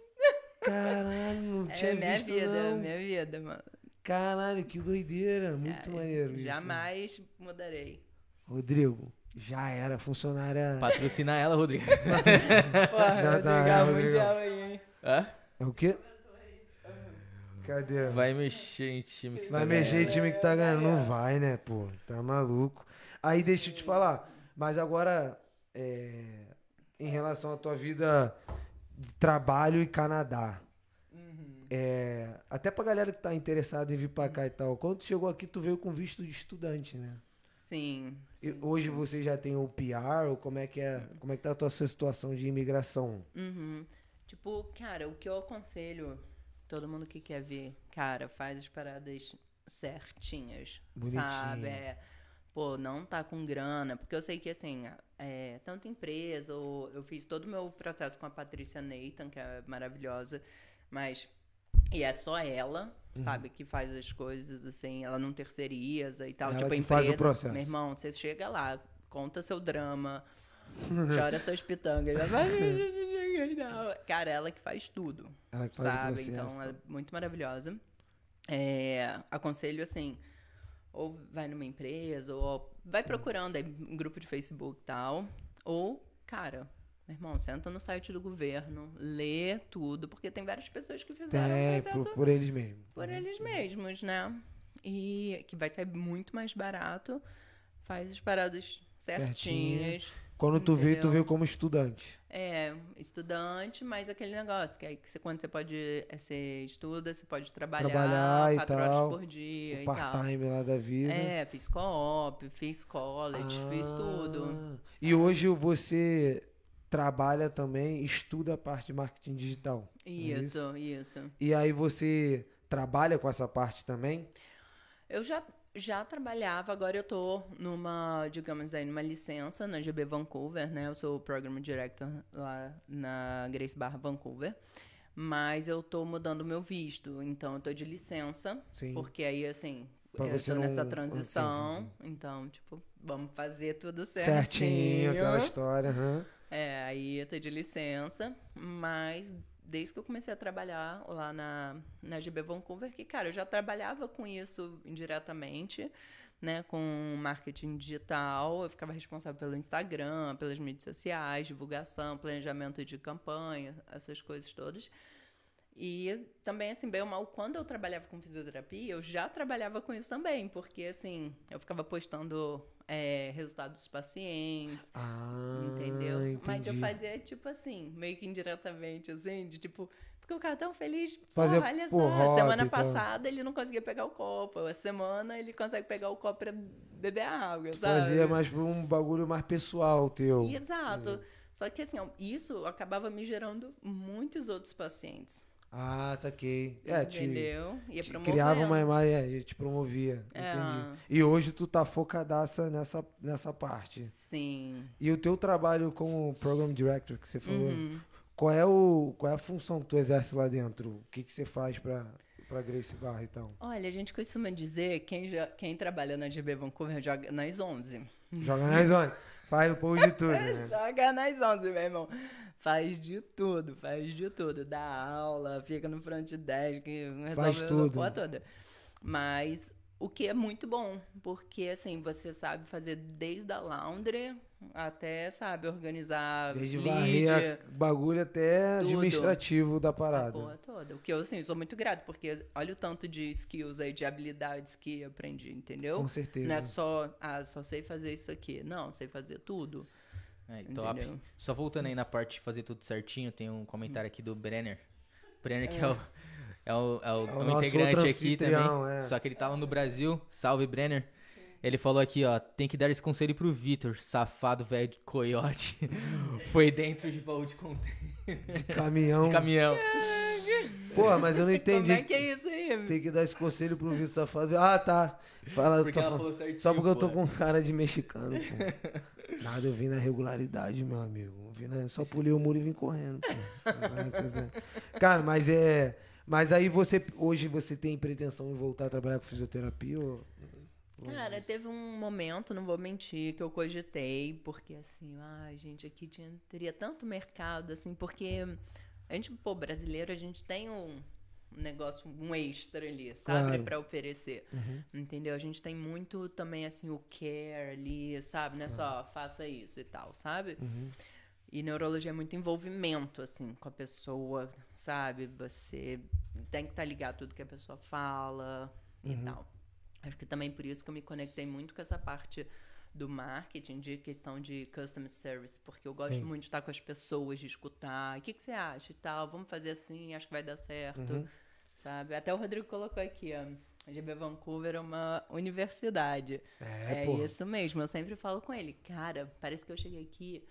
Speaker 1: Caralho, não
Speaker 3: É
Speaker 1: tinha
Speaker 3: minha
Speaker 1: visto
Speaker 3: vida, é
Speaker 1: não.
Speaker 3: minha vida, mano.
Speaker 1: Caralho, que doideira. Muito
Speaker 3: É,
Speaker 1: maneiro isso.
Speaker 3: Jamais mudarei.
Speaker 1: Rodrigo, já era funcionária.
Speaker 2: Patrocina ela, Rodrigo. Ah,
Speaker 3: Porra,
Speaker 1: Já tá,
Speaker 3: já tá,
Speaker 1: né, Rodrigão?
Speaker 3: mundial aí, hein?
Speaker 2: Hã?
Speaker 1: É o quê? Cadê? Vai,
Speaker 2: Vai mexer em time que você tá
Speaker 1: mexer em
Speaker 2: ganhando.
Speaker 1: time que tá ganhando.
Speaker 3: é.
Speaker 1: Não vai, né, pô? Tá maluco. Aí deixa eu te falar. Mas agora, é, em relação à tua vida de trabalho e Canadá.
Speaker 3: Uhum.
Speaker 1: É, até pra galera que tá interessada em vir pra cá e tal, quando tu chegou aqui, tu veio com visto de estudante, né?
Speaker 3: Sim.
Speaker 1: E
Speaker 3: sim.
Speaker 1: hoje você já tem o PR, ou como é que é, como é que tá a tua situação de imigração?
Speaker 3: Uhum. Tipo, cara, o que eu aconselho todo mundo que quer ver, cara, faz as paradas certinhas,
Speaker 1: Bonitinho.
Speaker 3: sabe? É, pô, não tá com grana, porque eu sei que assim, é, tanto empresa, ou eu fiz todo o meu processo com a Patrícia Nathan, que é maravilhosa, mas e é só ela, sabe, que faz as coisas assim, ela não terceiriza e tal,
Speaker 1: Ela
Speaker 3: tipo a
Speaker 1: que
Speaker 3: empresa,
Speaker 1: faz o processo.
Speaker 3: meu irmão, você chega lá, conta seu drama, [laughs] chora
Speaker 1: [laughs]
Speaker 3: suas pitangas, ela vai, não. cara, ela que faz tudo,
Speaker 1: Ela que faz o
Speaker 3: sabe?
Speaker 1: processo.
Speaker 3: Então, ela é muito maravilhosa. É, aconselho assim, ou vai numa empresa, ou vai procurando aí um grupo de Facebook e tal, ou, cara, meu irmão, senta no site do governo, lê tudo, porque tem várias pessoas que fizeram
Speaker 1: Tem, é.
Speaker 3: um processo
Speaker 1: por, por eles mesmo.
Speaker 3: por eles mesmos, né? E que vai sair muito mais barato, faz as paradas certinhas.
Speaker 1: Quando tu veio, tu
Speaker 3: Entendeu?
Speaker 1: veio como estudante.
Speaker 3: É, estudante, mas aquele negócio que, aí que você, quando você pode, é, você estuda, você pode trabalhar,
Speaker 1: Trabalhar e
Speaker 3: quatro
Speaker 1: tal,
Speaker 3: horas por dia
Speaker 1: O
Speaker 3: e tal.
Speaker 1: part-time lá da vida.
Speaker 3: É, fiz co-op, fiz college, fiz tudo.
Speaker 1: Ah, E hoje você trabalha também, estuda a parte de marketing digital. não é
Speaker 3: Isso, isso.
Speaker 1: E aí você trabalha com essa parte também?
Speaker 3: Eu já, já trabalhava, agora eu tô numa, digamos aí, numa licença na GB Vancouver, né? Eu sou o Program Director lá na Grace Barra Vancouver. Mas eu tô mudando o meu visto, então eu tô de licença.
Speaker 1: Sim.
Speaker 3: Porque aí, assim,
Speaker 1: Pra
Speaker 3: eu
Speaker 1: você
Speaker 3: tô
Speaker 1: não-
Speaker 3: nessa
Speaker 1: sim, sim,
Speaker 3: transição.
Speaker 1: sim.
Speaker 3: Então, tipo, vamos fazer tudo
Speaker 1: Certinho,
Speaker 3: certinho.
Speaker 1: aquela história. aham.
Speaker 3: É, aí eu tô de licença, mas desde que eu comecei a trabalhar lá na, na GB Vancouver, que, cara, eu já trabalhava com isso indiretamente, né, com marketing digital, eu ficava responsável pelo Instagram, pelas mídias sociais, divulgação, planejamento de campanha, essas coisas todas. E também, assim, bem ou mal, quando eu trabalhava com fisioterapia, eu já trabalhava com isso também, porque, assim, eu ficava postando é, resultados dos pacientes,
Speaker 1: Ah,
Speaker 3: Entendeu? Mas eu
Speaker 1: entendi.
Speaker 3: fazia, tipo assim, meio que indiretamente, assim, de tipo. Porque o cara tão feliz.
Speaker 1: Fazer
Speaker 3: porra, olha
Speaker 1: por
Speaker 3: só.
Speaker 1: hobby,
Speaker 3: semana
Speaker 1: então.
Speaker 3: passada ele não conseguia pegar o copo. Essa semana ele consegue pegar o copo pra beber água,
Speaker 1: Tu
Speaker 3: sabe?
Speaker 1: fazia mais É. pra um bagulho mais pessoal teu.
Speaker 3: Exato. Só que assim, isso acabava me gerando muitos outros pacientes.
Speaker 1: Ah, saquei. É, te,
Speaker 3: entendeu? Ia
Speaker 1: te
Speaker 3: promovendo.
Speaker 1: criava uma imagem, é, a gente promovia.
Speaker 3: É.
Speaker 1: Entendi. E hoje tu tá focadaça nessa, nessa parte.
Speaker 3: Sim.
Speaker 1: E o teu trabalho como Program Director que você falou,
Speaker 3: Uhum.
Speaker 1: qual, é o, qual é a função que tu exerce lá dentro? O que, que você faz pra, pra Grace Barra então? e tal?
Speaker 3: Olha, a gente costuma dizer, quem, já- quem trabalha na GB Vancouver joga nas 11.
Speaker 1: Joga na
Speaker 3: [laughs]
Speaker 1: zona. Faz um pouco de tudo, né?
Speaker 3: Joga nas 11, meu irmão. Faz de tudo, faz de tudo. Dá aula, fica no front desk, resolve
Speaker 1: Faz tudo.
Speaker 3: a porra toda. Mas o que é muito bom, porque assim, você sabe fazer desde a laundry até, sabe, organizar
Speaker 1: Desde
Speaker 3: lead,
Speaker 1: varrer, a- bagulho até
Speaker 3: Tudo. Tá
Speaker 1: administrativo da
Speaker 3: a
Speaker 1: parada.
Speaker 3: porra toda. O que eu, assim, sou muito grato, porque olha o tanto de skills aí, de habilidades que eu aprendi, entendeu?
Speaker 1: Com certeza.
Speaker 3: Não é só, ah, só sei fazer isso aqui. Não, sei fazer tudo.
Speaker 2: É, top.
Speaker 3: Entendeu?
Speaker 2: Só voltando aí na parte de fazer tudo certinho, tem um comentário aqui do Brenner. Brenner que é o, é o, é o-
Speaker 1: É o
Speaker 2: o
Speaker 1: nosso outro
Speaker 2: integrante aqui também.
Speaker 1: anfitrião, é.
Speaker 2: Só que ele tava no Brasil. Salve, Brenner. Ele falou aqui, ó, tem que dar esse conselho pro Vitor, safado velho de coiote. [laughs] Foi dentro de baú de, conte-
Speaker 1: De
Speaker 3: [laughs]
Speaker 1: caminhão.
Speaker 2: de caminhão.
Speaker 1: Porra, mas eu não entendi.
Speaker 3: Como é que é isso aí?
Speaker 1: Tem que dar esse conselho pro Vitor Safado. Ah, tá. Fala,
Speaker 2: Porque
Speaker 1: tô
Speaker 2: ela
Speaker 1: falando-
Speaker 2: falou certinho,
Speaker 1: Só porque eu tô
Speaker 2: pô.
Speaker 1: com cara de mexicano, pô.
Speaker 2: [laughs]
Speaker 1: Nada, eu vim na regularidade, meu amigo. Eu vim na- Só pulei o muro e vim correndo, pô. Vai, quer dizer. Cara, mas é. Mas aí você. Hoje você tem pretensão em voltar a trabalhar com fisioterapia? Ou...
Speaker 3: Cara, teve um momento, não vou mentir, que eu cogitei, porque assim, ai, gente, aqui tinha, teria tanto mercado, assim, porque a gente, pô, brasileiro, a gente tem um um negócio, um extra ali, sabe?
Speaker 1: Claro.
Speaker 3: Pra oferecer. Entendeu? A gente tem muito também, assim, o care ali, sabe? Não é só faça isso e tal, sabe? E neurologia é muito envolvimento, assim, com a pessoa, sabe? Você tem que estar ligado a tudo que a pessoa fala e tal. Acho que também por isso que eu me conectei muito com essa parte do marketing, de questão de customer service, porque eu gosto
Speaker 1: Sim.
Speaker 3: muito de estar com as pessoas, de escutar. O que, que você acha e tal? Vamos fazer assim, acho que vai dar certo.
Speaker 1: Uhum.
Speaker 3: Sabe? Até o Rodrigo colocou aqui, ó. A GB Vancouver é uma universidade.
Speaker 1: É,
Speaker 3: É,
Speaker 1: pô.
Speaker 3: isso mesmo. Eu sempre falo com ele, cara, parece que eu cheguei aqui,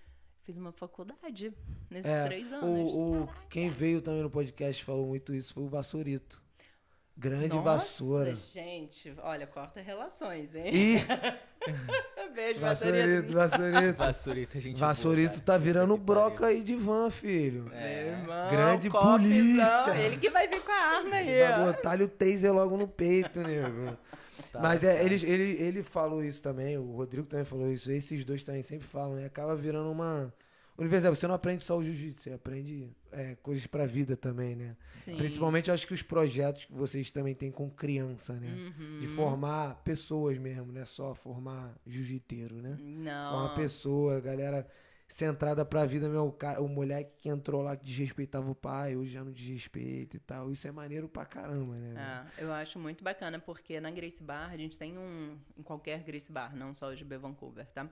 Speaker 3: fiz uma faculdade nesses
Speaker 1: É,
Speaker 3: três anos.
Speaker 1: o, o- quem veio também no podcast falou muito isso foi o Vassourito. Grande
Speaker 3: Nossa,
Speaker 1: vassoura.
Speaker 3: gente, olha, corta relações, hein?
Speaker 1: Ih,
Speaker 3: [laughs] Beijo,
Speaker 1: Vassourito,
Speaker 3: Vassourito.
Speaker 1: Vassourito.
Speaker 2: Vassourita, gente. boa,
Speaker 1: um Vassourito
Speaker 2: cara.
Speaker 1: tá virando
Speaker 2: Puta que pariu.
Speaker 1: broca aí de van, filho.
Speaker 2: É.
Speaker 3: Meu irmão,
Speaker 1: É. Grande
Speaker 3: copzão,
Speaker 1: polícia.
Speaker 3: Ele que vai vir com a arma aí,
Speaker 1: Vai
Speaker 3: ó.
Speaker 1: botar-lhe o taser logo no peito, nego.
Speaker 2: Tá,
Speaker 1: Mas é,
Speaker 2: tá.
Speaker 1: ele, ele, ele falou isso também, o Rodrigo também falou isso, esses dois também sempre falam, né? Acaba virando uma. Universidade, você não aprende só o jiu-jitsu, você aprende é, coisas pra vida também, né?
Speaker 3: Sim.
Speaker 1: Principalmente eu acho que os projetos que vocês também têm com criança, né? De
Speaker 2: Uhum.
Speaker 1: formar pessoas mesmo, não é só formar jiu-jiteiro, né? Formar
Speaker 3: Não.
Speaker 1: pessoa, galera centrada pra vida, meu, o, cara, o moleque que entrou lá que desrespeitava o pai, hoje já não desrespeita e tal. Isso é maneiro pra caramba, né? mano?
Speaker 3: É, eu acho muito bacana, porque na Grace Bar, a gente tem um. Em qualquer Grace Bar, não só o GB Vancouver, tá?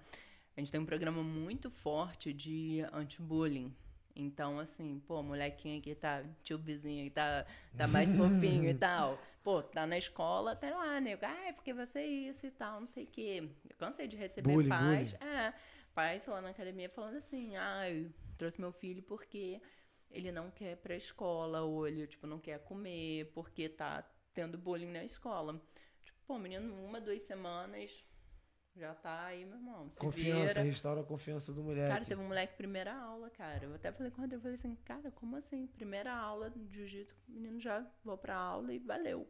Speaker 3: A gente tem um programa muito forte de anti-bullying. Então, assim, pô, molequinho aqui tá, tio vizinho aqui tá, tá
Speaker 1: [laughs]
Speaker 3: mais fofinho e tal. Pô, tá na escola, tá lá, nego. Ah, é porque você é isso e tal, não sei o quê. Eu cansei de receber
Speaker 1: Bullying,
Speaker 3: pais. É, pais lá na academia falando assim, ah, eu trouxe meu filho porque ele não quer ir pra escola, ou ele, tipo, não quer comer, porque tá tendo bullying na escola. Tipo, pô, menino, uma, duas semanas, já tá aí, meu irmão. Se
Speaker 1: Confiança,
Speaker 3: vira.
Speaker 1: restaura a confiança do moleque.
Speaker 3: Cara, teve um moleque primeira aula, cara. Eu até falei com o Rodrigo, eu falei assim, cara, como assim? Primeira aula de jiu-jitsu, o menino já vou pra aula e valeu.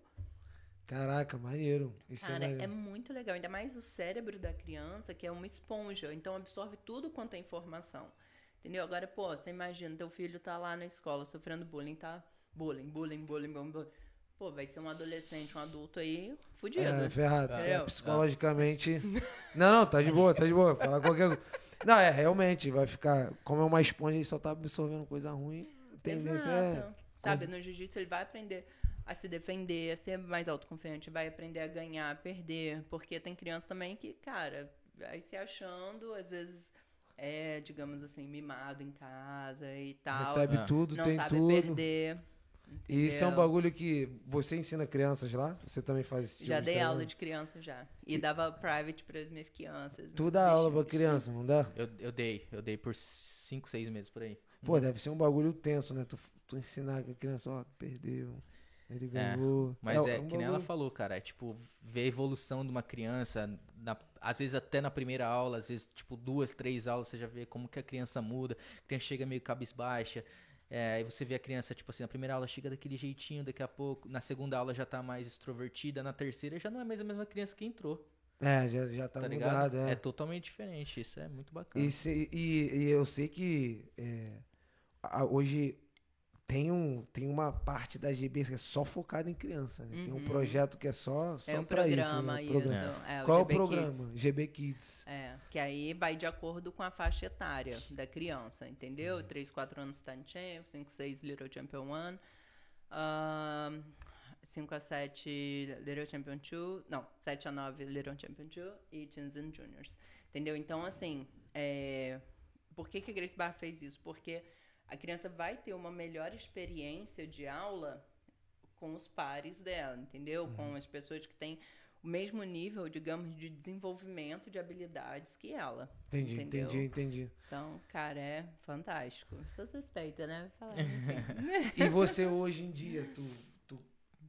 Speaker 1: Caraca, maneiro. Isso
Speaker 3: Cara,
Speaker 1: é
Speaker 3: é
Speaker 1: maneiro.
Speaker 3: muito legal. Ainda mais o cérebro da criança, que é uma esponja. Então, absorve tudo quanto é informação. Entendeu? Agora, pô, você imagina, teu filho tá lá na escola sofrendo bullying, tá? Bullying, bullying, bullying, bullying. bullying. Pô, vai ser um adolescente, um adulto aí, fudido.
Speaker 1: É, ferrado.
Speaker 2: Ah,
Speaker 1: ferrado.
Speaker 3: eu-
Speaker 1: Psicologicamente. Não, não, tá de boa, tá de boa. Falar qualquer coisa. Não, é, realmente, vai ficar. Como é uma esponja, ele só tá absorvendo coisa ruim. Tendência é.
Speaker 3: Exato. Sabe, no jiu-jitsu ele vai aprender a se defender, a ser mais autoconfiante, vai aprender a ganhar, a perder, porque tem criança também que, cara, vai se achando, às vezes é, digamos assim, mimado em casa e tal.
Speaker 1: Recebe
Speaker 2: Ah.
Speaker 1: tudo,
Speaker 3: não
Speaker 1: tem
Speaker 3: sabe
Speaker 1: tudo.
Speaker 3: perder.
Speaker 1: E isso é um
Speaker 3: entendeu?
Speaker 1: bagulho que você ensina crianças lá? Você também faz esse tipo
Speaker 3: Já
Speaker 1: de
Speaker 3: dei
Speaker 1: treinamento?
Speaker 3: aula de criança já. E dava private para as minhas crianças.
Speaker 1: Tu
Speaker 3: meus
Speaker 1: dá aula pra
Speaker 3: bichinhos.
Speaker 1: criança, não dá?
Speaker 2: Eu, eu dei, eu dei por 5, 6 meses por aí.
Speaker 1: Pô, deve ser um bagulho tenso, né? Tu, tu ensinar que a criança, ó, perdeu, ele ganhou.
Speaker 2: Mas é,
Speaker 1: um
Speaker 2: que nem ela
Speaker 1: bagulho-
Speaker 2: falou, cara. É tipo, ver a evolução de uma criança, na- às vezes até na primeira aula, às vezes, tipo, duas, três aulas, você já vê como que a criança muda, a criança chega meio cabisbaixa. É, aí você vê a criança, tipo assim, na primeira aula chega daquele jeitinho, daqui a pouco, na segunda aula já tá mais extrovertida, na terceira já não é mais a mesma criança que entrou,
Speaker 1: É, já, já tá,
Speaker 2: tá,
Speaker 1: mudado,
Speaker 2: ligado?
Speaker 1: é.
Speaker 2: É. totalmente diferente, isso é muito bacana.
Speaker 1: E, se- e- e eu sei que é, a- hoje tem, um, tem uma parte da GB que é só focada em criança, né? Tem um projeto que é só, só
Speaker 3: É um
Speaker 1: pra
Speaker 3: programa
Speaker 1: isso, né?
Speaker 3: isso.
Speaker 1: Programa.
Speaker 3: É,
Speaker 1: Qual é o
Speaker 3: GB Kids.
Speaker 1: programa? GB Kids.
Speaker 3: É, que aí vai de acordo com a faixa etária da criança, entendeu? 3, 4 anos tá Stand Champ, 5, 6 Little Champion 1, ah, 5 a 7 Little Champion 2, não, 7 a 9 Little Champion 2 e Teens and Juniors, entendeu? Então, assim, é, por que, que a Grace Bar fez isso? Porque a criança vai ter uma melhor experiência de aula com os pares dela, entendeu? Com as pessoas que têm o mesmo nível, digamos, de desenvolvimento de habilidades que ela.
Speaker 1: Entendi,
Speaker 3: entendeu?
Speaker 1: entendi, entendi.
Speaker 3: Então, cara, é fantástico. Sou suspeita, né? Falar, [laughs]
Speaker 1: E você hoje em dia, tu, tu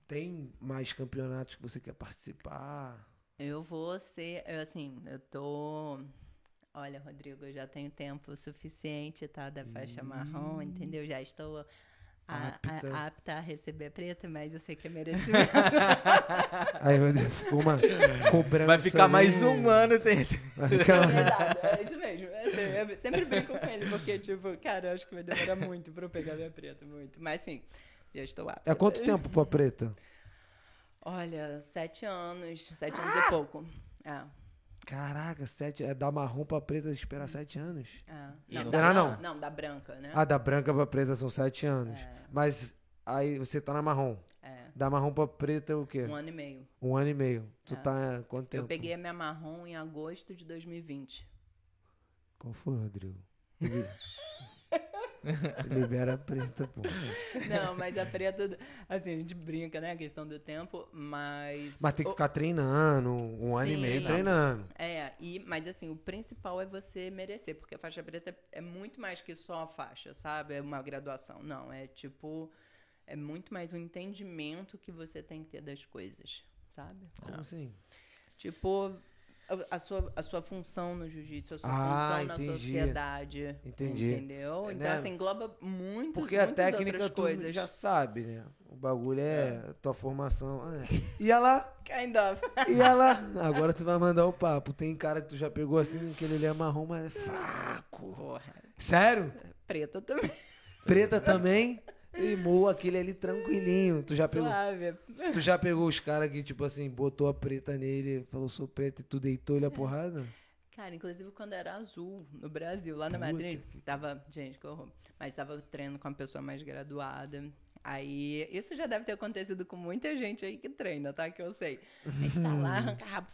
Speaker 1: tem mais campeonatos que você quer participar?
Speaker 3: Eu vou ser, eu, assim, eu tô. Olha, Rodrigo, eu já tenho tempo suficiente, tá? Da faixa marrom, entendeu? Já estou a-
Speaker 1: Apta.
Speaker 3: a- apta a receber preta, mas eu sei que é [laughs] merecimento.
Speaker 1: Aí meu Deus, ficou uma cobrança.
Speaker 2: Vai ficar mais
Speaker 1: ali.
Speaker 2: um ano sem.
Speaker 1: Vai ficar-
Speaker 3: [laughs] Verdade, é isso mesmo. É assim, eu sempre brinco com ele, porque, tipo, cara, eu acho que vai demorar muito pra eu pegar minha preta, muito. Mas, sim, já estou apta.
Speaker 1: É quanto tempo pra preta?
Speaker 3: Olha, sete anos, sete anos
Speaker 1: Ah!
Speaker 3: e pouco. É,
Speaker 1: Caraca, sete. É dar marrom pra preta esperar sete anos.
Speaker 3: é.
Speaker 2: E não
Speaker 3: da-
Speaker 1: terá, não?
Speaker 3: não. da branca, né?
Speaker 1: Ah, da branca pra preta são sete anos. Mas aí você tá na marrom.
Speaker 3: É,
Speaker 1: Da marrom pra preta é o quê?
Speaker 3: um ano e meio.
Speaker 1: Um ano e meio. Tu
Speaker 3: É.
Speaker 1: tá há quanto tempo?
Speaker 3: Eu peguei a minha marrom em agosto de 2020.
Speaker 1: Qual foi, Rodrigo?
Speaker 3: [laughs]
Speaker 1: Li- Libera a preta, pô.
Speaker 3: Não, mas a preta, assim, a gente brinca, né? A questão do tempo, mas.
Speaker 1: Mas tem que
Speaker 3: o-
Speaker 1: ficar treinando, um ano e
Speaker 3: Sim.
Speaker 1: meio treinando.
Speaker 3: É, e, mas assim, o principal é você merecer, porque a faixa preta é muito mais que só a faixa, sabe? É uma graduação. Não, é tipo. É muito mais um entendimento que você tem que ter das coisas, sabe?
Speaker 1: Como assim?
Speaker 3: Tipo. a- A sua, a sua função no jiu-jitsu, a sua
Speaker 1: Ah,
Speaker 3: função na
Speaker 1: entendi.
Speaker 3: sociedade.
Speaker 1: Entendi.
Speaker 3: Entendeu?
Speaker 1: É,
Speaker 3: Então,
Speaker 1: né?
Speaker 3: assim, engloba muito,
Speaker 1: Porque a
Speaker 3: muitas
Speaker 1: técnica
Speaker 3: outras
Speaker 1: tu
Speaker 3: coisas.
Speaker 1: já sabe, né? O bagulho é, tua formação. Ah, é. Ia lá, [laughs]
Speaker 3: Kind of.
Speaker 1: ia lá. Agora tu vai mandar o papo. Tem cara que tu já pegou assim, que ele é marrom, mas é fraco.
Speaker 3: Porra,
Speaker 1: Sério?
Speaker 3: preta também.
Speaker 1: Preta também? E moa aquele ali tranquilinho. Tu já pegou,
Speaker 3: Suave.
Speaker 1: tu já pegou os caras que, tipo assim, botou a preta nele, falou sou preta e tu deitou ele a porrada?
Speaker 3: Cara, inclusive quando era azul no Brasil, lá na
Speaker 1: Puta
Speaker 3: Madrid, tava. Gente, que horror. Mas tava treinando com uma pessoa mais graduada. Aí, isso já deve ter acontecido com muita gente aí que treina, tá? Que eu sei. A gente tá
Speaker 1: Hum.
Speaker 3: lá, arranca rabo.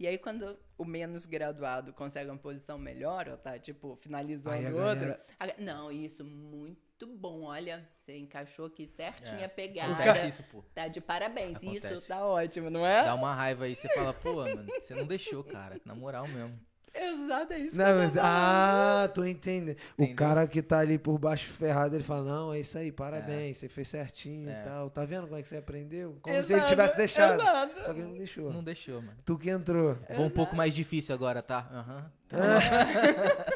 Speaker 3: E aí, quando o menos graduado consegue uma posição melhor, ou tá, tipo,
Speaker 1: Aí a
Speaker 3: finalizando o outro.
Speaker 1: galera-
Speaker 3: a- Não, isso, muito bom. Olha, você encaixou aqui certinha a
Speaker 2: Acontece
Speaker 3: pegada.
Speaker 2: isso, pô.
Speaker 3: Tá de parabéns.
Speaker 2: É. Acontece.
Speaker 3: Isso tá ótimo, não é?
Speaker 2: Dá um- uma raiva aí, você fala, pô, mano, você não deixou, cara. Na moral mesmo.
Speaker 3: Exato, é isso.
Speaker 1: Não,
Speaker 3: que eu tô
Speaker 1: mas- ah, tô entendendo. O
Speaker 2: Entendeu?
Speaker 1: cara que tá ali por baixo ferrado, ele fala: Não, é isso aí, parabéns, você fez certinho e
Speaker 2: É.
Speaker 1: tal. Tá vendo como é que você aprendeu? Como
Speaker 3: Exato, é
Speaker 1: se ele tivesse deixado.
Speaker 3: exato. É.
Speaker 1: Só que ele não deixou.
Speaker 2: Não deixou, mano.
Speaker 1: Tu que entrou.
Speaker 2: Vou um pouco mais difícil agora, tá? Aham.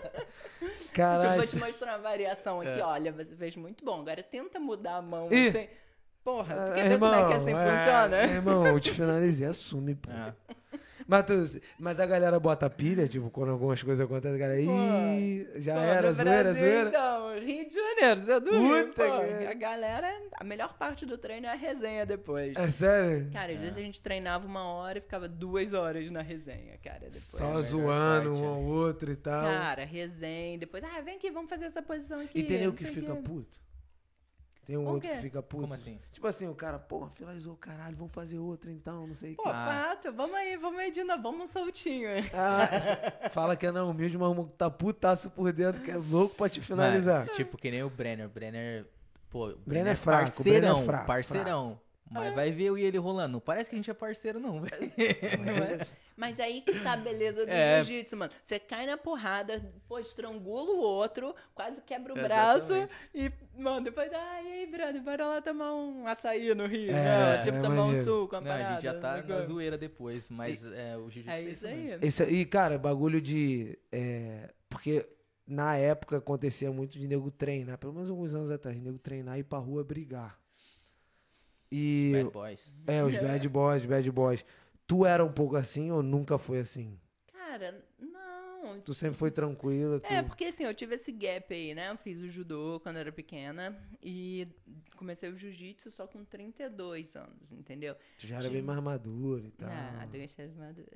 Speaker 3: Tipo,
Speaker 1: Caralho. É.
Speaker 3: vou te mostrar uma variação aqui. Olha, você fez muito bom. Agora tenta mudar a mão.
Speaker 1: Ih!
Speaker 3: Sem... Porra, tu
Speaker 1: Ah,
Speaker 3: quer ver como é que assim
Speaker 1: é,
Speaker 3: funciona? Ah.
Speaker 1: Irmão, eu te finalizei, assume, pô.
Speaker 2: É.
Speaker 1: Mas, tu- mas a galera bota pilha, tipo, quando algumas coisas acontecem, a galera. Ih, já
Speaker 3: Pô,
Speaker 1: era,
Speaker 3: no
Speaker 1: zoeira,
Speaker 3: Brasil,
Speaker 1: zoeira.
Speaker 3: Então, Rio de Janeiro, você é do Rio,
Speaker 1: Puta
Speaker 3: pô.
Speaker 1: que-
Speaker 3: A galera, a melhor parte do treino é a resenha depois.
Speaker 1: É sério?
Speaker 3: Cara, às vezes a gente treinava uma hora e ficava duas horas na resenha, cara, depois.
Speaker 1: Só
Speaker 2: melhor
Speaker 1: zoando
Speaker 2: parte,
Speaker 1: um
Speaker 2: é.
Speaker 1: ao outro e tal.
Speaker 3: né? Cara, resenha, depois, ah, vem aqui, vamos fazer essa posição aqui.
Speaker 1: E tem
Speaker 3: não
Speaker 1: o que
Speaker 3: sei o
Speaker 1: fica
Speaker 3: quê.
Speaker 1: puto. Tem um
Speaker 3: Com o
Speaker 1: outro que
Speaker 3: quê?
Speaker 1: fica puto.
Speaker 2: Como assim?
Speaker 1: Tipo assim, o cara, pô, finalizou o caralho, vamos fazer outro então, não sei o
Speaker 3: Pô,
Speaker 1: que.
Speaker 2: Ah.
Speaker 3: fato, vamos aí, vamos aí, Dina, vamos um soltinho.
Speaker 1: Ah, essa- [laughs] fala que é não humilde, mas o maluco tá putaço por dentro, que é louco pra te finalizar.
Speaker 2: Mano, tipo, que nem o Brenner. O Brenner. Pô, o
Speaker 1: Brenner é fraco,
Speaker 2: Parceirão,
Speaker 1: Brenner é fraco, É.
Speaker 2: parceirão. Mas vai ver eu e ele rolando. Não parece que a gente é parceiro, não, velho.
Speaker 3: Mas aí que tá a beleza
Speaker 1: [laughs]
Speaker 3: do
Speaker 2: É.
Speaker 3: jiu-jitsu, mano. Você cai na porrada, pô, estrangula o outro, quase quebra o
Speaker 2: Exatamente.
Speaker 3: braço e, mano, depois, ah, e aí, brother, bora lá tomar um açaí no Rio.
Speaker 1: É,
Speaker 3: né? Tipo,
Speaker 1: é
Speaker 3: tomar um
Speaker 1: maneiro.
Speaker 3: suco, uma
Speaker 2: [laughs] Não,
Speaker 3: parada.
Speaker 2: a gente já
Speaker 1: né,
Speaker 2: tá
Speaker 3: sacou?
Speaker 2: na zoeira depois. Mas é, o jiu-jitsu
Speaker 3: É isso
Speaker 2: mesmo.
Speaker 3: aí.
Speaker 1: Esse, e, cara, é bagulho de. é, porque na época acontecia muito de nego treinar, pelo menos alguns anos atrás, nego treinar e ir pra rua brigar. E. [laughs]
Speaker 2: Bad boys.
Speaker 1: É, os bad boys, bad boys. Tu era um pouco assim ou nunca foi assim?
Speaker 3: Cara, não.
Speaker 1: Tu sempre foi tranquila? Tu...
Speaker 3: É, porque assim, eu tive esse gap aí, né? Eu fiz o judô quando era pequena e comecei o jiu-jitsu só com 32 anos, entendeu?
Speaker 1: Tu já era bem mais madura e tal.
Speaker 3: Ah, tu gostei de madura.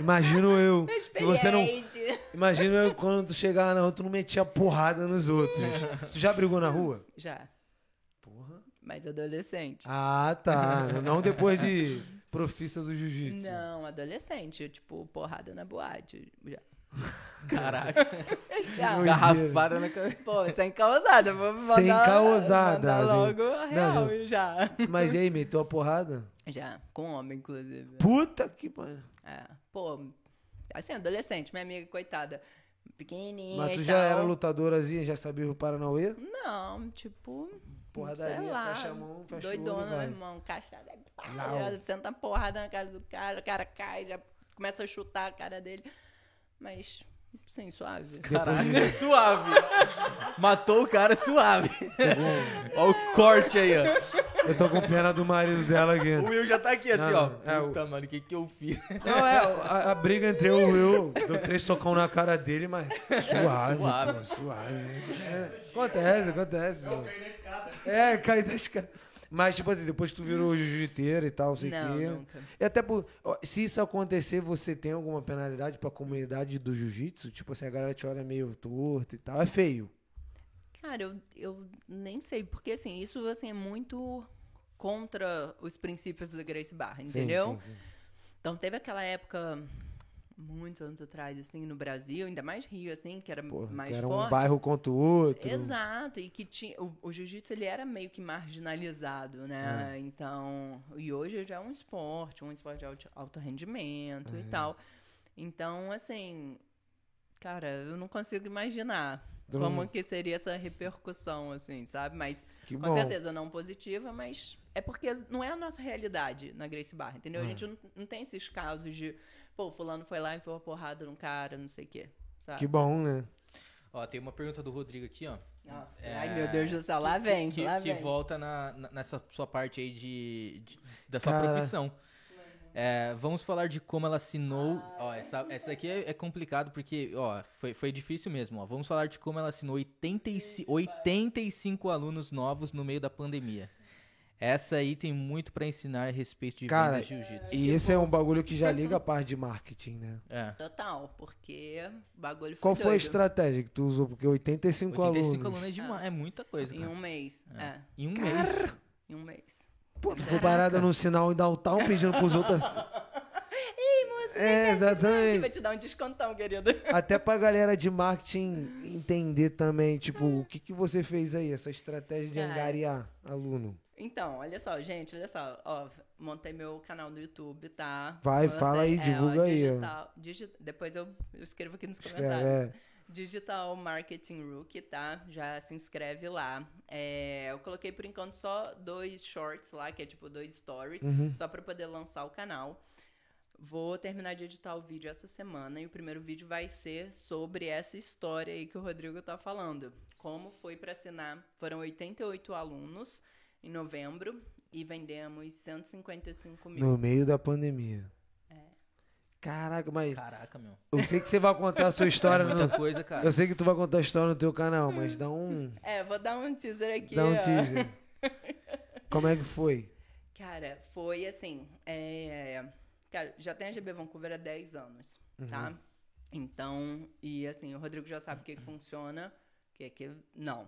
Speaker 1: Imagino
Speaker 3: [laughs]
Speaker 1: eu. Que você não.
Speaker 3: Experiente.
Speaker 1: Imagino eu quando tu chegava na rua, tu não metia porrada nos outros. Tu já brigou na
Speaker 3: [laughs]
Speaker 1: rua?
Speaker 3: Já,
Speaker 1: Porra.
Speaker 3: mas adolescente.
Speaker 1: Ah,
Speaker 3: [laughs]
Speaker 1: tá. Não depois de profissa do jiu-jitsu.
Speaker 3: Não, adolescente, tipo, porrada na boate. Já.
Speaker 2: Caraca.
Speaker 3: Já.
Speaker 1: Doideira.
Speaker 2: Garrafada na cabeça.
Speaker 3: Pô, sem causada, vou mandar,
Speaker 1: Sem causada,
Speaker 3: mandar
Speaker 1: assim.
Speaker 3: logo a real,
Speaker 1: Não,
Speaker 3: já.
Speaker 1: Mas e aí, meteu a porrada?
Speaker 3: Já, com homem, inclusive.
Speaker 1: Puta que pariu.
Speaker 3: É, pô, assim, adolescente, minha amiga, coitada, pequenininha
Speaker 1: Mas tu
Speaker 3: e então?
Speaker 1: já
Speaker 3: tal.
Speaker 1: era lutadorazinha, já sabia o Paranauê?
Speaker 3: Não, tipo,
Speaker 1: Porradaria,
Speaker 3: sei lá,
Speaker 1: fecha a mão, fecha o olho,
Speaker 3: doidona,
Speaker 1: vai.
Speaker 3: meu irmão, caixada, pá,
Speaker 1: Lau.
Speaker 3: já senta a porrada na cara do cara, o cara cai, já começa a chutar a cara dele, mas Sim, suave.
Speaker 1: um
Speaker 2: Caraca, [laughs] suave. Matou o cara suave. Ó o corte aí, ó.
Speaker 1: Eu tô com pena do marido dela aqui.
Speaker 2: O Will já tá aqui assim,
Speaker 1: Não,
Speaker 2: ó.
Speaker 1: é o-
Speaker 2: Puta, mano, o que que eu fiz? [laughs]
Speaker 1: Não, é, a, a briga entre eu e o Will, deu três socão na cara dele, mas suave, suave.
Speaker 2: Suave.
Speaker 1: Pô, suave. É, acontece, acontece. Eu caí na escada. É, caí da escada. Mas, tipo assim, depois que tu virou jiu-jiteiro e tal, não sei o
Speaker 3: Não,
Speaker 1: quê.
Speaker 3: nunca.
Speaker 1: E até por, ó, se isso acontecer, você tem alguma penalidade pra comunidade do jiu-jitsu? Tipo assim, a galera te olha meio torto e tal. É feio.
Speaker 3: Cara, eu, eu nem sei, porque assim, isso assim, é muito contra os princípios da Grace Barra,
Speaker 1: Sim,
Speaker 3: entendeu?
Speaker 1: sim, sim.
Speaker 3: Então teve aquela época, muitos anos atrás, assim, no Brasil, ainda mais Rio, assim, que era
Speaker 1: Porra,
Speaker 3: mais
Speaker 1: que era
Speaker 3: forte.
Speaker 1: um bairro contra o outro.
Speaker 3: Exato, e que tinha. O, o jiu-jitsu ele era meio que marginalizado,
Speaker 2: É.
Speaker 3: né? Então. E hoje já é um esporte, um esporte de alto, alto rendimento
Speaker 2: É.
Speaker 3: e tal. Então, assim. Cara, eu não consigo imaginar
Speaker 1: Então-
Speaker 3: como que seria essa repercussão, assim, sabe? Mas,
Speaker 1: Que
Speaker 3: com
Speaker 1: bom.
Speaker 3: certeza, não positiva, mas é porque não é a nossa realidade na Grace Barra, entendeu? A
Speaker 1: É.
Speaker 3: gente não, não tem esses casos de, pô, fulano foi lá e foi uma porrada num cara, não sei o quê, sabe?
Speaker 1: Que bom, né?
Speaker 2: Ó, tem uma pergunta do Rodrigo aqui, ó.
Speaker 3: Nossa,
Speaker 2: É,
Speaker 3: ai meu Deus do céu, lá
Speaker 2: que-
Speaker 3: vem,
Speaker 2: que,
Speaker 3: lá
Speaker 2: que
Speaker 3: vem.
Speaker 2: volta na, na- nessa sua parte aí de, de- da sua
Speaker 1: Cara.
Speaker 2: profissão. É, vamos falar de como ela assinou. Ó, essa, essa aqui é, é complicado porque ó, foi, foi difícil mesmo. Ó. Vamos falar de como ela assinou 85, 85 alunos novos no meio da pandemia. Essa aí tem muito pra ensinar a respeito de
Speaker 1: Cara,
Speaker 2: vendas de jiu-jitsu.
Speaker 3: Tipo
Speaker 1: E esse é um bagulho que já liga a parte de marketing, né?
Speaker 2: É.
Speaker 3: Total, porque o bagulho foi
Speaker 1: Qual foi a
Speaker 3: doido.
Speaker 1: estratégia que tu usou? Porque 85,
Speaker 2: 85
Speaker 1: alunos.
Speaker 2: alunos é, demais, é muita coisa.
Speaker 3: Em
Speaker 2: cara.
Speaker 3: um mês, é.
Speaker 2: Em um mês.
Speaker 3: em um mês.
Speaker 1: Pô, tu ficou parada no sinal e dá o tal pedindo pros outros. [laughs]
Speaker 3: Ei, moço,
Speaker 1: É,
Speaker 3: que vai
Speaker 1: exatamente.
Speaker 3: te dar um descontão, querida.
Speaker 1: Até pra galera de marketing entender também, tipo, o que, que você fez aí, essa estratégia de
Speaker 3: Cara.
Speaker 1: angariar aluno.
Speaker 3: Então, olha só, gente, olha só, ó, montei meu canal no YouTube, tá?
Speaker 1: Vai, fala aí,
Speaker 3: ó,
Speaker 1: divulga aí, ó.
Speaker 3: digital, digi- depois eu, eu escrevo aqui nos
Speaker 1: Escreve,
Speaker 3: comentários.
Speaker 1: é.
Speaker 3: Digital Marketing Rookie, tá? Já se inscreve lá. É, eu coloquei por enquanto só dois shorts lá, que é tipo dois stories,
Speaker 1: Uhum.
Speaker 3: só pra poder lançar o canal. Vou terminar de editar o vídeo essa semana e o primeiro vídeo vai ser sobre essa história aí que o Rodrigo tá falando. Como foi pra assinar? Foram 88 alunos em novembro e vendemos 155
Speaker 1: é,
Speaker 3: mil.
Speaker 1: No meio da pandemia.
Speaker 3: É.
Speaker 1: Caraca, mas
Speaker 2: Caraca, meu.
Speaker 1: eu sei que você vai contar
Speaker 3: [laughs]
Speaker 1: a sua história
Speaker 2: É muita
Speaker 1: no...
Speaker 2: coisa, cara.
Speaker 1: Eu sei que tu vai contar a história no teu canal, mas dá um...
Speaker 3: É, vou dar um teaser aqui.
Speaker 1: Dá um
Speaker 3: ó.
Speaker 1: teaser.
Speaker 3: [laughs]
Speaker 1: Como é que foi?
Speaker 3: Cara, foi assim. é, Cara, já tem a GB Vancouver há 10 anos,
Speaker 1: Uhum.
Speaker 3: tá? Então, e assim, o Rodrigo já sabe o que, que funciona, o que, que não.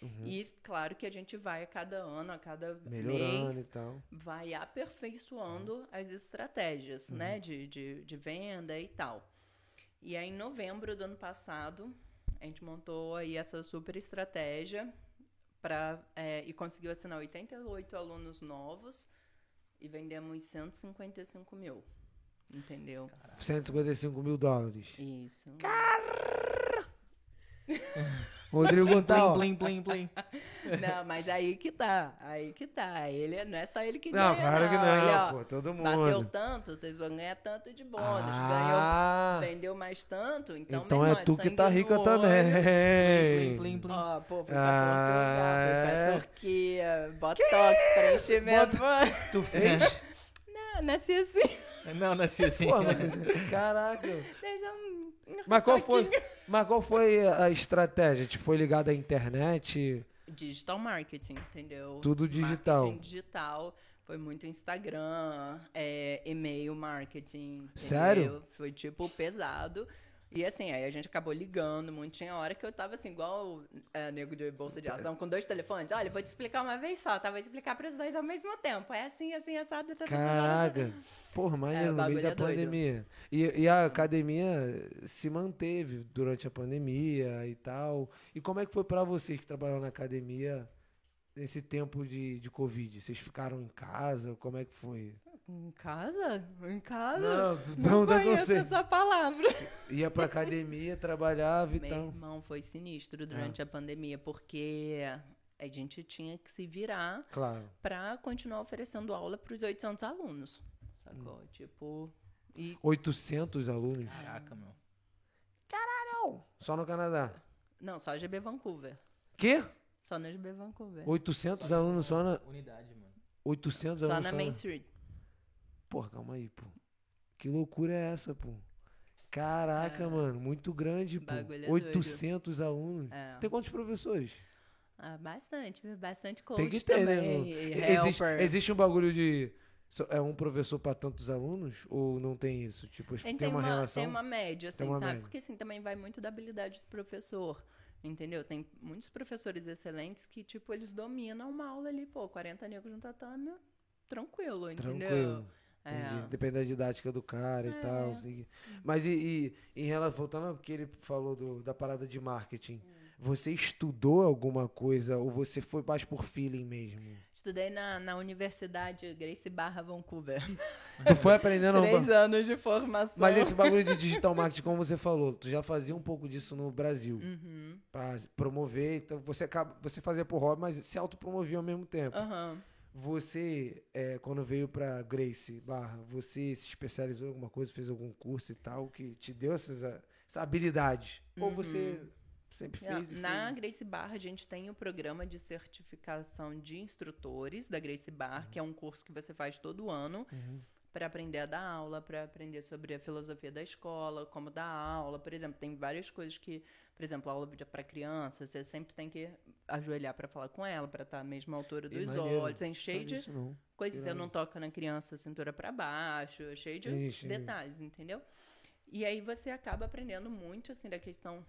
Speaker 1: Uhum.
Speaker 3: E claro que a gente vai a cada ano, a cada
Speaker 1: Melhorando
Speaker 3: mês,
Speaker 1: e tal.
Speaker 3: vai aperfeiçoando
Speaker 1: Uhum.
Speaker 3: as estratégias, né, de, de, de venda e tal. E aí, em novembro do ano passado, a gente montou aí essa super estratégia pra, é, e conseguiu assinar 88 alunos novos e vendemos 155 mil, entendeu?
Speaker 1: 155 mil dólares.
Speaker 3: Isso.
Speaker 1: Rodrigo tá, ó.
Speaker 2: Blim, blim, blim, blim.
Speaker 3: Não, mas aí que tá, aí que tá. Ele, não é só ele que
Speaker 1: Não,
Speaker 3: ganha,
Speaker 1: claro que não,
Speaker 3: Ele, ó,
Speaker 1: pô, todo mundo.
Speaker 3: Bateu tanto, vocês vão ganhar tanto de bônus. Ganhou
Speaker 1: ah,
Speaker 3: Vendeu mais tanto, então,
Speaker 1: então
Speaker 3: meu irmão,
Speaker 1: é tu que
Speaker 3: sangue
Speaker 1: tá
Speaker 3: no
Speaker 1: rica [laughs]
Speaker 3: olho.
Speaker 1: também.
Speaker 2: Blim, blim, blim.
Speaker 3: Ó, pô, fui pra
Speaker 1: Ah,
Speaker 3: Portugal, fui pra
Speaker 1: é.
Speaker 3: Turquia, botox, preenchimento.
Speaker 2: [laughs]
Speaker 1: Tu fez?
Speaker 3: Não, nasci assim. [laughs]
Speaker 2: Não, nasci
Speaker 1: [laughs]
Speaker 2: assim.
Speaker 1: Pô, mas, caraca.
Speaker 3: Desde um-
Speaker 1: Mas qual, foi, mas qual foi a estratégia? Tipo, foi ligado à internet?
Speaker 3: Digital marketing, entendeu?
Speaker 1: Tudo digital.
Speaker 3: Marketing digital. Foi muito Instagram, é, e-mail marketing. entendeu?
Speaker 1: Sério?
Speaker 3: Foi tipo pesado. E assim, aí a gente acabou ligando muito. Tinha hora que eu tava assim, igual é, nego de bolsa de ação, com dois telefones. Olha, vou te explicar uma vez só, tá? Vou explicar pros dois ao mesmo tempo. É assim, assim, assado. tá, tá, tá, tá, tá, tá.
Speaker 1: Caraca. Porra,
Speaker 3: É, o
Speaker 1: maneiro, no
Speaker 3: bagulho
Speaker 1: meio da
Speaker 3: é doido.
Speaker 1: pandemia. E, e a academia se manteve durante a pandemia e tal. E como é que foi pra vocês que trabalharam na academia nesse tempo de, de Covid? Vocês ficaram em casa? Como é que foi?
Speaker 3: Em casa? Em casa?
Speaker 1: [laughs] Não, tu pergunta que eu
Speaker 3: conheço
Speaker 1: sei.
Speaker 3: essa palavra.
Speaker 1: Ia pra academia, trabalhava e
Speaker 3: Meu
Speaker 1: tal.
Speaker 3: irmão foi sinistro durante
Speaker 1: É.
Speaker 3: a pandemia, porque a gente tinha que se virar
Speaker 1: Claro.
Speaker 3: pra continuar oferecendo aula pros 800 alunos,
Speaker 1: Hum.
Speaker 3: sacou? Tipo, e
Speaker 1: 800 alunos.
Speaker 2: Caraca, meu.
Speaker 1: Caralho! Só no Canadá.
Speaker 3: Não, só GB Vancouver.
Speaker 1: Quê?
Speaker 3: Só na GB Vancouver.
Speaker 1: 800 alunos só na.
Speaker 2: Unidade, mano.
Speaker 1: 800
Speaker 3: Só
Speaker 1: alunos
Speaker 3: na Main Street.
Speaker 1: Porra, calma aí, pô. Que loucura é essa, pô? Caraca, mano, muito grande, pô.
Speaker 3: É. Bagulho é
Speaker 1: 800 alunos.
Speaker 3: É.
Speaker 1: Tem quantos professores?
Speaker 3: Ah, bastante, viu? Bastante coach
Speaker 1: Tem que ter, né?
Speaker 3: também.
Speaker 1: mano?
Speaker 3: e
Speaker 1: E- Existe,
Speaker 3: helper.
Speaker 1: existe um bagulho de. só- É um professor pra tantos alunos? Ou não tem isso? Tipo,
Speaker 3: Tem,
Speaker 1: tem, uma, relação.
Speaker 3: tem uma média, assim,
Speaker 1: uma
Speaker 3: sabe?
Speaker 1: média.
Speaker 3: Porque assim, também vai muito da habilidade do professor. Entendeu? Tem muitos professores excelentes que, tipo, eles dominam uma aula ali, pô, 40 negros no tatame, tranquilo, entendeu?
Speaker 1: Tranquilo. Entendi.
Speaker 3: É.
Speaker 1: Depende da didática do cara e
Speaker 3: É.
Speaker 1: tal. assim. Mas e, e em relação, voltando ao que ele falou do- da parada de marketing,
Speaker 3: Hum.
Speaker 1: você estudou alguma coisa ou você foi mais por feeling mesmo?
Speaker 3: Estudei na, na Universidade Grace Barra Vancouver.
Speaker 1: [laughs] Tu foi aprendendo
Speaker 3: Três
Speaker 1: alguma
Speaker 3: anos de formação.
Speaker 1: Mas esse bagulho de digital marketing, como você falou, tu já fazia um pouco disso no Brasil.
Speaker 3: Uhum.
Speaker 1: Pra se promover, então você, acaba, você fazia por hobby, mas se autopromovia ao mesmo tempo.
Speaker 3: Aham.
Speaker 1: Você, é, quando veio pra Grace Barra, você se especializou em alguma coisa, fez algum curso e tal, que te deu essas, a- essa habilidade? Ou você sempre
Speaker 3: Na-
Speaker 1: fez e
Speaker 3: Uhum. Na
Speaker 1: fez?
Speaker 3: Grace Barra, a gente tem o programa de certificação de instrutores da Grace
Speaker 1: Uhum.
Speaker 3: Barra, que é um curso que você faz todo ano para aprender a dar aula, para aprender sobre a filosofia da escola, como dar aula. Por exemplo, tem várias coisas que, por exemplo, aula para criança, você sempre tem que ajoelhar para falar com ela, para estar na mesma altura
Speaker 1: Ih,
Speaker 3: dos
Speaker 1: maneiro.
Speaker 3: olhos. Tem cheio
Speaker 1: Não
Speaker 3: de
Speaker 1: sabia isso não.
Speaker 3: coisas. Eu
Speaker 1: Irado.
Speaker 3: não toco na criança cintura para baixo, é cheio de
Speaker 1: Sim, sim.
Speaker 3: detalhes, entendeu? E aí você acaba aprendendo muito, assim, da questão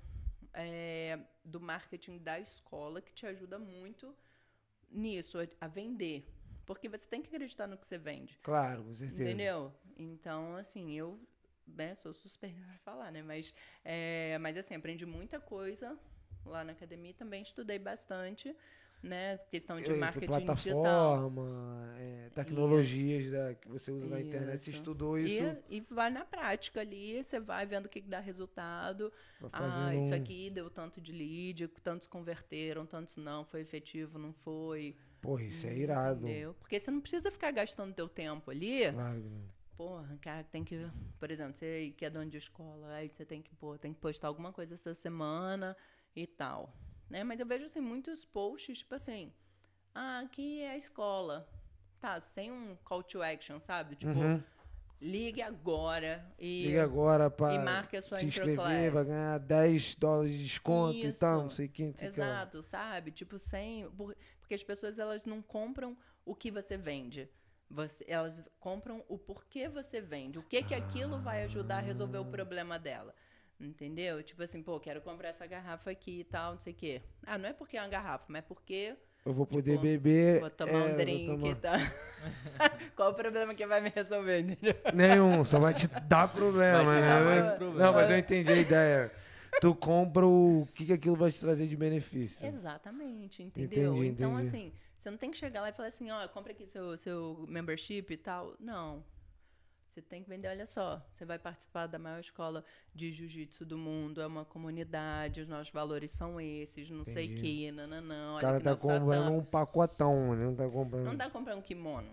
Speaker 3: é, do marketing da escola, que te ajuda muito nisso, a- a vender. Porque você tem que acreditar no que você vende,
Speaker 1: Claro, com certeza.
Speaker 3: entendeu? Então, assim, eu né, sou suspeita pra falar, né? Mas, é, mas, assim, aprendi muita coisa lá na academia e também estudei bastante, né? Questão de
Speaker 1: Isso,
Speaker 3: marketing digital.
Speaker 1: plataforma, é, tecnologias da, que você usa na internet, você
Speaker 3: Isso.
Speaker 1: estudou
Speaker 3: E-
Speaker 1: isso
Speaker 3: E, vai na prática ali, você vai vendo o que, que dá resultado.
Speaker 1: pra fazer
Speaker 3: Ah, isso
Speaker 1: um-
Speaker 3: aqui deu tanto de lead, tantos converteram, tantos não, foi efetivo, não foi. Hum,
Speaker 1: Porra, isso é irado.
Speaker 3: Entendeu? Porque você não precisa ficar gastando teu tempo ali.
Speaker 1: Claro. né?
Speaker 3: Porra, cara, tem que. Por exemplo, você que é dono de escola, aí você tem que, pô, tem que postar alguma coisa essa semana e tal. Né? Mas eu vejo assim, muitos posts, tipo assim, ah, aqui é a escola. Tá, sem um call to action, sabe? Tipo,
Speaker 1: Uhum.
Speaker 3: ligue agora e.
Speaker 1: Liga agora para
Speaker 3: e marque a sua
Speaker 1: se inscrever,
Speaker 3: microclass.
Speaker 1: vai ganhar 10 dólares de desconto e tal,
Speaker 3: Isso.
Speaker 1: não sei quem. não sei o que lá.
Speaker 3: Exato, sabe? Tipo, sem. por- Porque as pessoas elas não compram o que você vende. Você- elas compram o porquê você vende. O que que aquilo vai ajudar a resolver o problema dela. Entendeu? Tipo assim, pô, quero comprar essa garrafa aqui e tal, não sei o quê. Ah, não é porque é uma garrafa, mas é porque
Speaker 1: Eu vou poder
Speaker 3: Tipo,
Speaker 1: beber.
Speaker 3: vou tomar
Speaker 1: é,
Speaker 3: um
Speaker 1: vou
Speaker 3: drink e
Speaker 1: tomar-
Speaker 3: tal. [laughs] Qual o problema que vai me resolver, entendeu?
Speaker 1: Nenhum, só vai te dar problema,
Speaker 2: Vai te
Speaker 1: né?
Speaker 2: dar mais
Speaker 1: Mas-
Speaker 2: problema.
Speaker 1: Não, mas eu entendi a ideia. Tu compra o que, que aquilo vai te trazer de benefício.
Speaker 3: Exatamente, entendeu?
Speaker 1: Entendi,
Speaker 3: então,
Speaker 1: entendi.
Speaker 3: assim, você não tem que chegar lá e falar assim, ó, compra aqui seu, seu membership e tal. Não. Você tem que vender, olha só, você vai participar da maior escola de jiu-jitsu do mundo, é uma comunidade, os nossos valores são esses, não sei o
Speaker 1: Entendi.
Speaker 3: que, nananã,
Speaker 1: o
Speaker 3: olha
Speaker 1: cara
Speaker 3: que
Speaker 1: tá
Speaker 3: nosso
Speaker 1: comprando
Speaker 3: tatame.
Speaker 1: um pacotão, ele não tá comprando.
Speaker 3: Não tá comprando um kimono,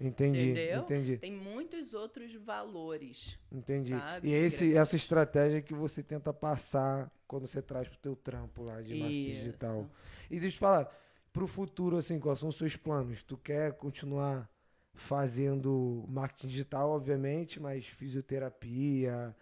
Speaker 1: Entendi,
Speaker 3: entendeu?
Speaker 1: entendi,
Speaker 3: Tem muitos outros valores.
Speaker 1: entendi.
Speaker 3: Sabe,
Speaker 1: e é esse,
Speaker 3: grande.
Speaker 1: essa estratégia que você tenta passar quando você traz pro teu trampo lá de marketing
Speaker 3: Isso.
Speaker 1: digital. E deixa eu te falar, pro futuro, assim, quais são os seus planos? Tu quer continuar fazendo marketing digital, obviamente, mas fisioterapia,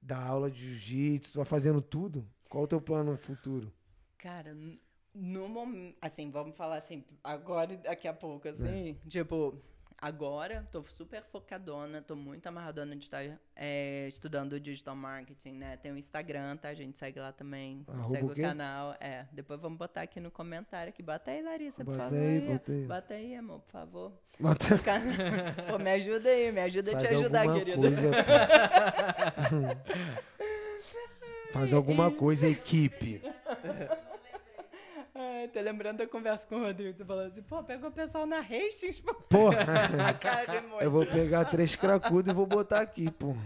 Speaker 1: dar aula de jiu-jitsu, tu vai fazendo tudo? Qual o teu plano futuro?
Speaker 3: Cara, n- no momento. Assim, vamos falar assim, agora e daqui a pouco, assim.
Speaker 1: É.
Speaker 3: Tipo, agora tô super focadona, tô muito amarradona de estar é, estudando digital marketing, né? Tem o Instagram, tá? A gente segue lá também.
Speaker 1: Arroba
Speaker 3: segue
Speaker 1: o
Speaker 3: o
Speaker 1: quê?
Speaker 3: canal. É, depois vamos botar aqui no comentário. Aqui. Bota aí, Larissa, por
Speaker 1: Bota
Speaker 3: favor.
Speaker 1: aí,
Speaker 3: aí.
Speaker 1: bota aí.
Speaker 3: Bota aí, amor, por favor. [laughs]
Speaker 1: Bota-
Speaker 3: Cara, Pô, me ajuda aí, me ajuda a
Speaker 1: Faz
Speaker 3: te ajudar,
Speaker 1: alguma
Speaker 3: querida. [laughs]
Speaker 1: coisa, pô. Faz alguma coisa, equipe.
Speaker 3: Ai, É, tô lembrando da conversa com o Rodrigo. Você falou assim, pô, pega o pessoal na Hastings, pô.
Speaker 1: Porra!
Speaker 3: [laughs]
Speaker 1: [laughs]
Speaker 3: A cara de
Speaker 1: Eu vou pegar três cracudos e vou botar aqui, pô.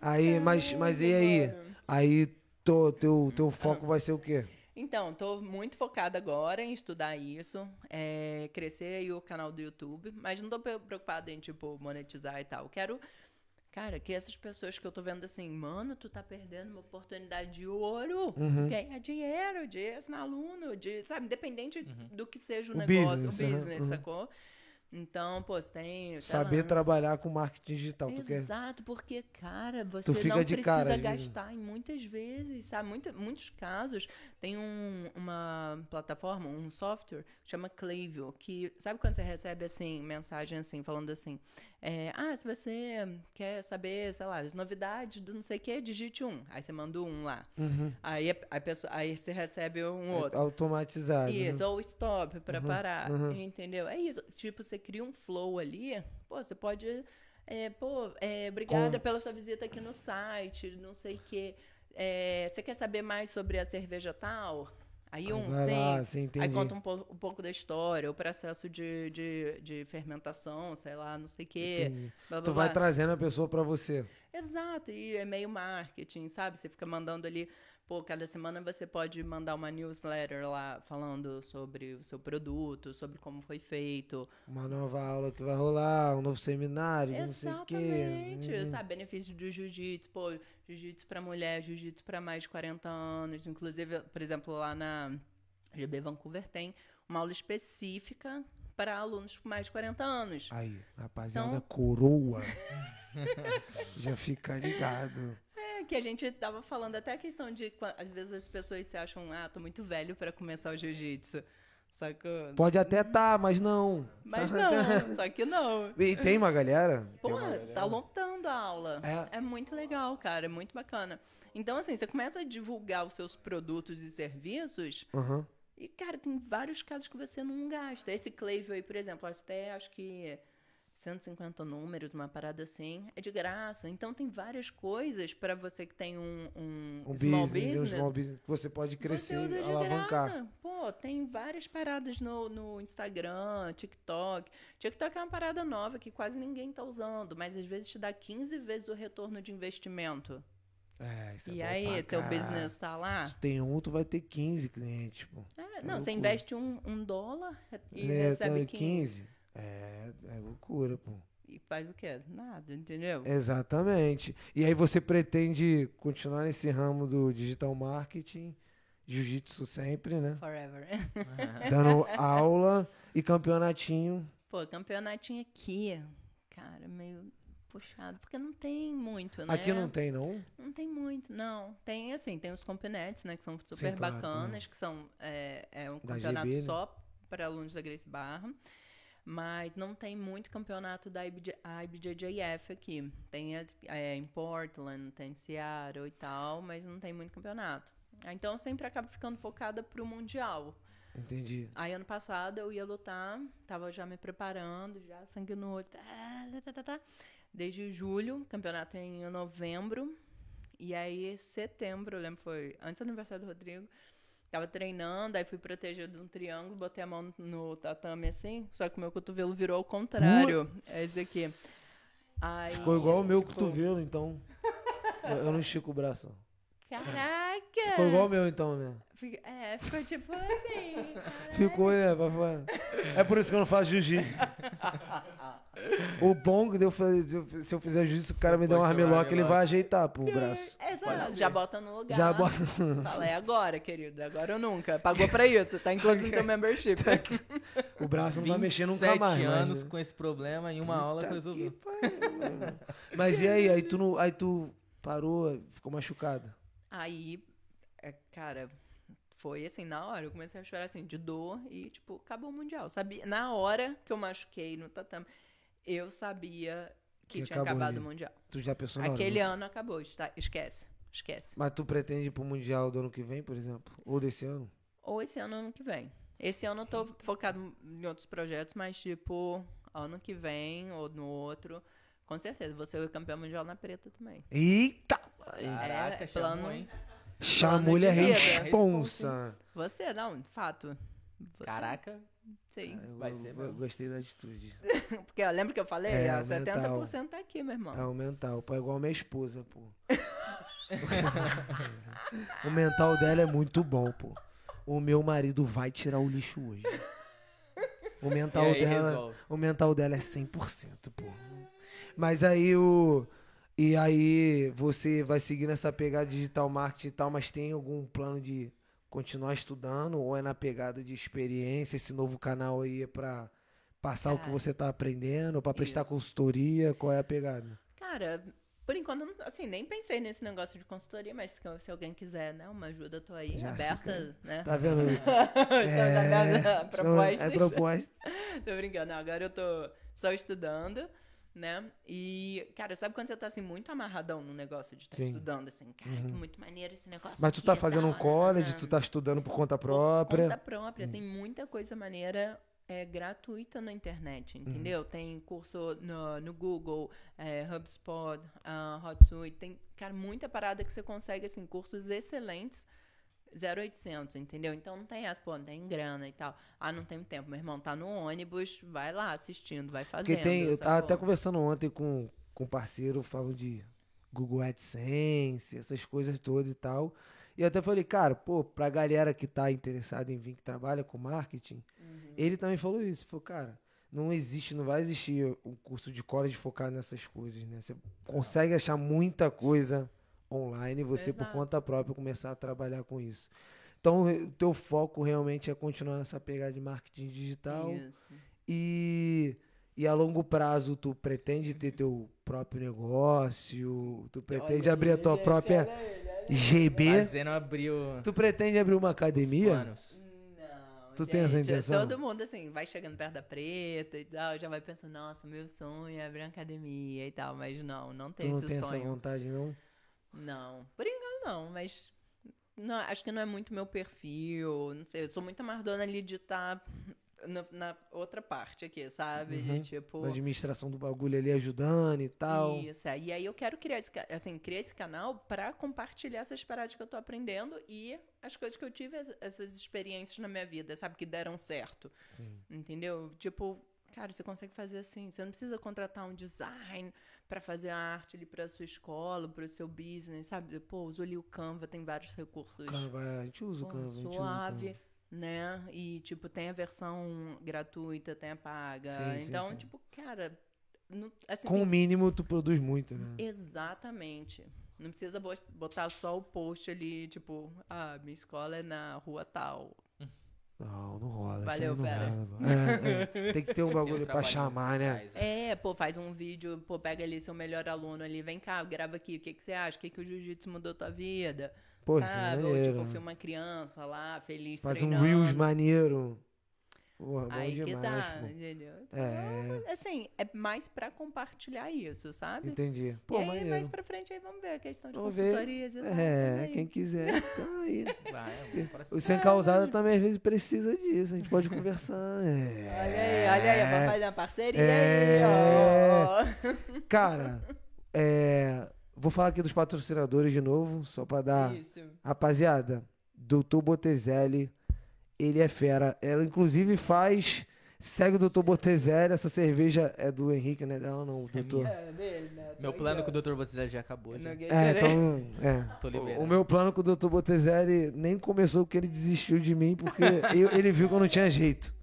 Speaker 1: Aí, mas, mas e aí? Aí tô, teu, teu foco vai ser o quê?
Speaker 3: Então, tô muito focada agora em estudar isso, é, crescer aí o canal do YouTube, mas não tô pre- preocupada em, tipo, monetizar e tal. Quero Cara, que essas pessoas que eu tô vendo assim, mano, tu tá perdendo uma oportunidade de ouro.
Speaker 1: Uhum.
Speaker 3: Ganhar dinheiro, de ensinar aluno, de, sabe, independente do que seja o,
Speaker 1: Uhum. O
Speaker 3: negócio,
Speaker 1: business,
Speaker 3: o
Speaker 1: aham,
Speaker 3: business,
Speaker 1: uhum.
Speaker 3: sacou? Então, pô, você tem. sei
Speaker 1: Saber
Speaker 3: lá,
Speaker 1: trabalhar com marketing digital. Tu quer...
Speaker 3: Exato, porque, cara, você
Speaker 1: fica
Speaker 3: não
Speaker 1: de
Speaker 3: precisa
Speaker 1: cara, às vezes.
Speaker 3: gastar em muitas vezes, sabe? Muita, muitos casos, tem um- uma plataforma, um software, chama Clavio, que sabe quando você recebe, assim, mensagem, assim, falando assim, é, ah, se você quer saber, sei lá, as novidades do não sei o que, digite um. Aí você manda um lá.
Speaker 1: Uhum.
Speaker 3: Aí, a, a pessoa, aí você recebe um
Speaker 1: É
Speaker 3: outro.
Speaker 1: Automatizado. né?
Speaker 3: Isso, ou stop pra parar,
Speaker 1: uhum.
Speaker 3: entendeu? É isso. Tipo, você cria um flow ali, pô, você pode. é, pô, é, obrigada pela sua visita aqui no site, não sei o quê. É, você quer saber mais sobre a cerveja tal? Aí
Speaker 1: Aí
Speaker 3: um,
Speaker 1: vai
Speaker 3: sim.
Speaker 1: lá, sim, entendi.
Speaker 3: Aí conta um, po- um pouco da história, o processo de, de, de fermentação, sei lá, não sei o quê.
Speaker 1: Entendi.
Speaker 3: Blá, blá,
Speaker 1: Tu vai
Speaker 3: blá.
Speaker 1: trazendo a pessoa pra você.
Speaker 3: Exato, e é meio marketing, sabe? Você fica mandando ali, pô, cada semana você pode mandar uma newsletter lá falando sobre o seu produto, sobre como foi feito.
Speaker 1: Uma nova aula que vai rolar, um novo seminário, não sei o quê.
Speaker 3: Exatamente,
Speaker 1: Hum.
Speaker 3: sabe? Benefício do jiu-jitsu, pô, jiu-jitsu pra mulher, jiu-jitsu pra mais de 40 anos. Inclusive, por exemplo, lá na GB Vancouver tem uma aula específica para alunos com mais de 40 anos.
Speaker 1: Aí, rapaziada,
Speaker 3: Então-
Speaker 1: coroa. [laughs] Já fica ligado.
Speaker 3: É, que a gente tava falando até a questão de qua- às vezes as pessoas se acham, ah, tô muito velho pra começar o jiu-jitsu. Só que.
Speaker 1: Pode até tá, mas não. [laughs]
Speaker 3: Mas não, só que não.
Speaker 1: E tem uma galera? tá. tem
Speaker 3: Pô,
Speaker 1: uma
Speaker 3: tá lotando a aula.
Speaker 1: É.
Speaker 3: É. muito legal, cara, é muito bacana. Então, assim, você começa a divulgar os seus produtos e serviços,
Speaker 1: Aham.
Speaker 3: e, cara, tem vários casos que você não gasta. Esse Clavio aí, por exemplo, até acho que 150 números, uma parada assim, é de graça. Então, tem várias coisas pra você que tem um, um,
Speaker 1: Um
Speaker 3: small
Speaker 1: business, um
Speaker 3: business
Speaker 1: small business que você pode
Speaker 3: você
Speaker 1: crescer,
Speaker 3: usa de
Speaker 1: alavancar.
Speaker 3: graça. Pô, tem várias paradas no, no Instagram, TikTok. TikTok é uma parada nova que quase ninguém tá usando, mas às vezes te dá 15 vezes o retorno de investimento.
Speaker 1: É, isso é
Speaker 3: e
Speaker 1: bom
Speaker 3: aí,
Speaker 1: pra
Speaker 3: teu
Speaker 1: caralho.
Speaker 3: business tá
Speaker 1: Se
Speaker 3: lá.
Speaker 1: tem um, tu vai ter 15 clientes, pô.
Speaker 3: É, não,
Speaker 1: loucura.
Speaker 3: você investe um, um dólar e
Speaker 1: É,
Speaker 3: recebe
Speaker 1: tem
Speaker 3: 15.
Speaker 1: 15. É, é loucura, pô.
Speaker 3: E faz o quê? Nada, entendeu?
Speaker 1: É. Exatamente. E aí você pretende continuar nesse ramo do digital marketing, jiu-jitsu sempre,
Speaker 3: [laughs]
Speaker 1: né?
Speaker 3: Forever.
Speaker 1: [laughs] Dando aula e campeonatinho.
Speaker 3: Pô, campeonatinho aqui, cara, meio puxado. Porque não tem muito, né?
Speaker 1: Aqui não tem, não?
Speaker 3: Não tem muito, não. Tem, assim, tem os compinetes, né? Que são super
Speaker 1: claro,
Speaker 3: bacanas, que são... É, é um
Speaker 1: Da
Speaker 3: campeonato
Speaker 1: GB, né?
Speaker 3: só para alunos da Grace Barra. Mas não tem muito campeonato da IBJ, a IBJJF aqui. Tem as- é, em Portland, tem em Seattle e tal, mas não tem muito campeonato. Ah, Então, eu sempre acabo ficando focada pro Mundial.
Speaker 1: Entendi.
Speaker 3: Aí ano passado eu ia lutar, tava já me preparando, já sangue no olho. tá, tá, tá, tá. Desde julho, campeonato em novembro. E aí setembro, eu lembro, foi antes do aniversário do Rodrigo. Tava treinando, aí fui proteger de um triângulo, botei a mão no tatame assim, só que o meu cotovelo virou ao contrário. É esse aqui. Aí,
Speaker 1: Ficou igual o meu
Speaker 3: tipo,
Speaker 1: cotovelo, então. Eu eu não estico o braço. não.
Speaker 3: Caraca!
Speaker 1: Ficou igual o meu, então, né?
Speaker 3: Fica- É, ficou tipo assim. caraca.
Speaker 1: [laughs] Ficou, né? Pra fora. É por isso que eu não faço jiu-jitsu. O bom que eu falei, se eu fizer jiu-jitsu, o cara me der um
Speaker 2: Depois do
Speaker 1: armlock, ele
Speaker 2: armlock.
Speaker 1: vai ajeitar pro braço.
Speaker 3: Exato, já bota no lugar.
Speaker 1: É Já bota.
Speaker 3: Fala, é agora, querido. é Agora ou nunca. Pagou pra isso. Tá incluso
Speaker 1: [laughs]
Speaker 3: no seu membership.
Speaker 1: Tá O braço não vai mexer nunca mais.
Speaker 2: 27
Speaker 1: um mas,
Speaker 2: anos
Speaker 1: né?
Speaker 2: com esse problema em uma aula
Speaker 1: Puta
Speaker 2: resolveu.
Speaker 1: que pariu, meu irmão. Mas e aí? Aí tu, não, aí tu parou, ficou machucada.
Speaker 3: Aí, é, cara, foi assim, na hora. Eu comecei a chorar assim, de dor. E, tipo, acabou o Mundial. Sabia, na hora que eu machuquei no tatame, eu sabia que,
Speaker 1: Que
Speaker 3: tinha
Speaker 1: acabou
Speaker 3: acabado
Speaker 1: ali.
Speaker 3: o Mundial.
Speaker 1: Tu já pensou na hora,
Speaker 3: Aquele
Speaker 1: né?
Speaker 3: ano acabou. está- Esquece. Esquece.
Speaker 1: Mas tu pretende ir pro Mundial do ano que vem, por exemplo? Ou desse ano?
Speaker 3: Ou esse ano, ano que vem. Esse ano eu tô focado em outros projetos, mas tipo, ano que vem ou no outro, com certeza. Vou ser o campeão mundial na preta também.
Speaker 1: Eita!
Speaker 2: Caraca,
Speaker 3: É,
Speaker 2: chamou,
Speaker 3: plano-
Speaker 2: hein?
Speaker 1: Chamulha
Speaker 3: de vida.
Speaker 1: responsa.
Speaker 3: Você, não, de fato. Você,
Speaker 2: Caraca.
Speaker 3: Sim.
Speaker 1: Eu,
Speaker 2: Vai ser
Speaker 1: eu
Speaker 2: mesmo.
Speaker 1: gostei da atitude.
Speaker 3: [laughs] Porque ó, lembra que eu falei?
Speaker 1: É,
Speaker 3: Ó,
Speaker 1: o
Speaker 3: 70% tá aqui, meu irmão.
Speaker 1: É o mental. Pô, é igual minha esposa, pô. [laughs] o mental dela é muito bom, pô. O meu marido vai tirar o lixo hoje. O mental
Speaker 2: E aí
Speaker 1: dela,
Speaker 2: resolve.
Speaker 1: o mental dela é 100%, pô. Mas aí o E aí você vai seguir nessa pegada digital marketing e tal, mas tem algum plano de continuar estudando ou é na pegada de experiência, esse novo canal aí é pra passar o que
Speaker 3: Cara,
Speaker 1: você tá aprendendo, pra prestar
Speaker 3: isso.
Speaker 1: consultoria, qual é a pegada?
Speaker 3: Cara, por enquanto, eu não- assim, nem pensei nesse negócio de consultoria, mas se- se alguém quiser, né, uma ajuda, eu tô aí,
Speaker 1: Já
Speaker 3: aberta,
Speaker 1: [laughs]
Speaker 3: né?
Speaker 1: Tá vendo?
Speaker 3: [laughs] Estamos
Speaker 1: [laughs]
Speaker 3: abertas a
Speaker 1: então é- É
Speaker 3: propostas.
Speaker 1: proposta.
Speaker 3: [laughs] Tô brincando, não, agora eu tô só estudando, né? E, cara, sabe quando você tá assim, muito amarradão no negócio de estar
Speaker 1: Sim. Uhum.
Speaker 3: estudando, assim, cara, que muito maneiro esse negócio.
Speaker 1: Mas tu
Speaker 3: aqui
Speaker 1: tá
Speaker 3: e
Speaker 1: fazendo um
Speaker 3: tal, né?"
Speaker 1: college,
Speaker 3: nananã.
Speaker 1: tu tá estudando por conta
Speaker 3: Por
Speaker 1: própria.
Speaker 3: Conta própria, tem muita coisa maneira é, gratuita na
Speaker 1: Hum.
Speaker 3: internet, entendeu? Tem curso no, no Google, é, HubSpot, ah, Hotsuite, tem, cara, muita parada que você consegue, assim, cursos excelentes, 0800, entendeu? Então não tem essa, pô, não tem grana e tal. Ah, não tem tempo, meu irmão tá no ônibus, vai lá assistindo, vai
Speaker 1: Porque
Speaker 3: fazendo.
Speaker 1: tem, eu tava
Speaker 3: sacou?
Speaker 1: até conversando ontem com, com um parceiro, falando de Google AdSense, essas coisas todas e tal. E eu até falei, cara, pô, pra galera que tá interessada em vir, que trabalha com marketing,
Speaker 3: Uhum.
Speaker 1: ele também falou isso. Falou, cara, não existe, não vai existir um curso de college focado nessas coisas, né? Você consegue achar muita coisa online e você, por
Speaker 3: Exato.
Speaker 1: conta própria, começar a trabalhar com isso. Então, o teu foco realmente é continuar nessa pegada de marketing digital.
Speaker 3: Isso.
Speaker 1: E, e a longo prazo, tu pretende ter teu próprio negócio? Tu pretende
Speaker 3: Olha
Speaker 1: abrir a
Speaker 3: aí,
Speaker 1: tua
Speaker 3: gente,
Speaker 1: própria
Speaker 3: olha aí, né? olha aí.
Speaker 1: GB?
Speaker 2: Fazendo abrir o-
Speaker 1: Tu pretende abrir uma
Speaker 2: os
Speaker 1: academia?
Speaker 2: planos.
Speaker 1: Tu
Speaker 3: Não,
Speaker 1: tem essa
Speaker 3: gente,
Speaker 1: intenção?
Speaker 3: Todo mundo, assim, vai chegando perto da preta e tal, já vai pensando, nossa, meu sonho é abrir uma academia e tal, mas não, não
Speaker 1: Tu
Speaker 3: tem
Speaker 1: não
Speaker 3: esse
Speaker 1: tem essa
Speaker 3: sonho.
Speaker 1: vontade, não?
Speaker 3: Não, por enquanto não, mas não, acho que não é muito meu perfil, não sei, eu sou muito amardona ali de estar na, na outra parte aqui, sabe?
Speaker 1: Uhum.
Speaker 3: De tipo...
Speaker 1: Na administração do bagulho ali ajudando e tal.
Speaker 3: Isso, é. e aí eu quero criar esse, ca- assim, criar esse canal pra compartilhar essas paradas que eu tô aprendendo e as coisas que eu tive, as- essas experiências na minha vida, sabe, que deram certo.
Speaker 1: Sim.
Speaker 3: Entendeu? Tipo, cara, você consegue fazer assim, você não precisa contratar um design pra fazer a arte ali pra sua escola, pro seu business, sabe? Pô, usa ali o Canva, tem vários recursos.
Speaker 1: Canva, a gente usa o
Speaker 3: Pô,
Speaker 1: Canva, a gente usa o
Speaker 3: suave,
Speaker 1: Canva.
Speaker 3: né? E, tipo, tem a versão gratuita, tem a paga.
Speaker 1: Sim, sim,
Speaker 3: então,
Speaker 1: sim.
Speaker 3: tipo, cara, não, assim,
Speaker 1: Com o mínimo, tu produz muito, né?
Speaker 3: Exatamente. Não precisa bo- botar só o post ali, tipo, ah, minha escola é na rua tal.
Speaker 1: Não, não rola. isso
Speaker 3: Valeu,
Speaker 1: aí não
Speaker 3: fera. [laughs]
Speaker 1: rola. É, é. Tem que ter um
Speaker 2: Tem um
Speaker 1: bagulho pra
Speaker 2: trabalho
Speaker 1: chamar,
Speaker 2: por
Speaker 1: né?
Speaker 2: trás,
Speaker 3: É, pô, faz um vídeo, pô, pega ali seu melhor aluno ali, vem cá, grava aqui, o que, que você acha? O que, que o jiu-jitsu mudou tua vida?
Speaker 1: Pô, isso é
Speaker 3: Sabe? Ou
Speaker 1: maneiro.
Speaker 3: tipo,
Speaker 1: né?
Speaker 3: filma uma criança lá, feliz
Speaker 1: Faz um
Speaker 3: treinando.
Speaker 1: Reels maneiro. Porra, bom
Speaker 3: Aí que tá.
Speaker 1: demais,
Speaker 3: dá,
Speaker 1: pô.
Speaker 3: entendeu?
Speaker 1: É,
Speaker 3: Assim, é mais pra compartilhar isso, sabe?
Speaker 1: entendi. Pô,
Speaker 3: e aí, é
Speaker 1: maneiro.
Speaker 3: mais né? pra frente, aí vamos ver a questão de
Speaker 1: Vamos ver.
Speaker 3: consultorias e tal.
Speaker 1: É,
Speaker 3: também.
Speaker 1: quem quiser. Então
Speaker 3: [laughs]
Speaker 1: aí.
Speaker 2: né? Vai, bora
Speaker 1: O
Speaker 2: sim.
Speaker 1: sem causada também às vezes precisa disso. A gente pode conversar. é.
Speaker 3: Olha aí, olha aí, vamos fazer uma parceria
Speaker 1: É.
Speaker 3: aí, ó.
Speaker 1: Cara, é, vou falar aqui dos patrocinadores de novo, só pra dar.
Speaker 3: Isso.
Speaker 1: Rapaziada, Doutor Botezelli, ele é fera. Ela, inclusive, faz. Segue o Doutor Botezelli. Essa cerveja é do Henrique, né? Dela não, doutor.
Speaker 3: É, dele, né?
Speaker 2: Meu
Speaker 3: Tá
Speaker 2: plano
Speaker 3: aqui,
Speaker 2: com o Dr. Botizelli já acabou,
Speaker 3: ó.
Speaker 2: já.
Speaker 3: Ninguém
Speaker 1: É,
Speaker 3: querer.
Speaker 1: então. É.
Speaker 2: Tô
Speaker 1: O-
Speaker 2: liberado.
Speaker 1: O meu plano com o Dr. Botezelli nem começou porque ele desistiu de mim, [laughs] porque eu- ele viu que eu não tinha jeito.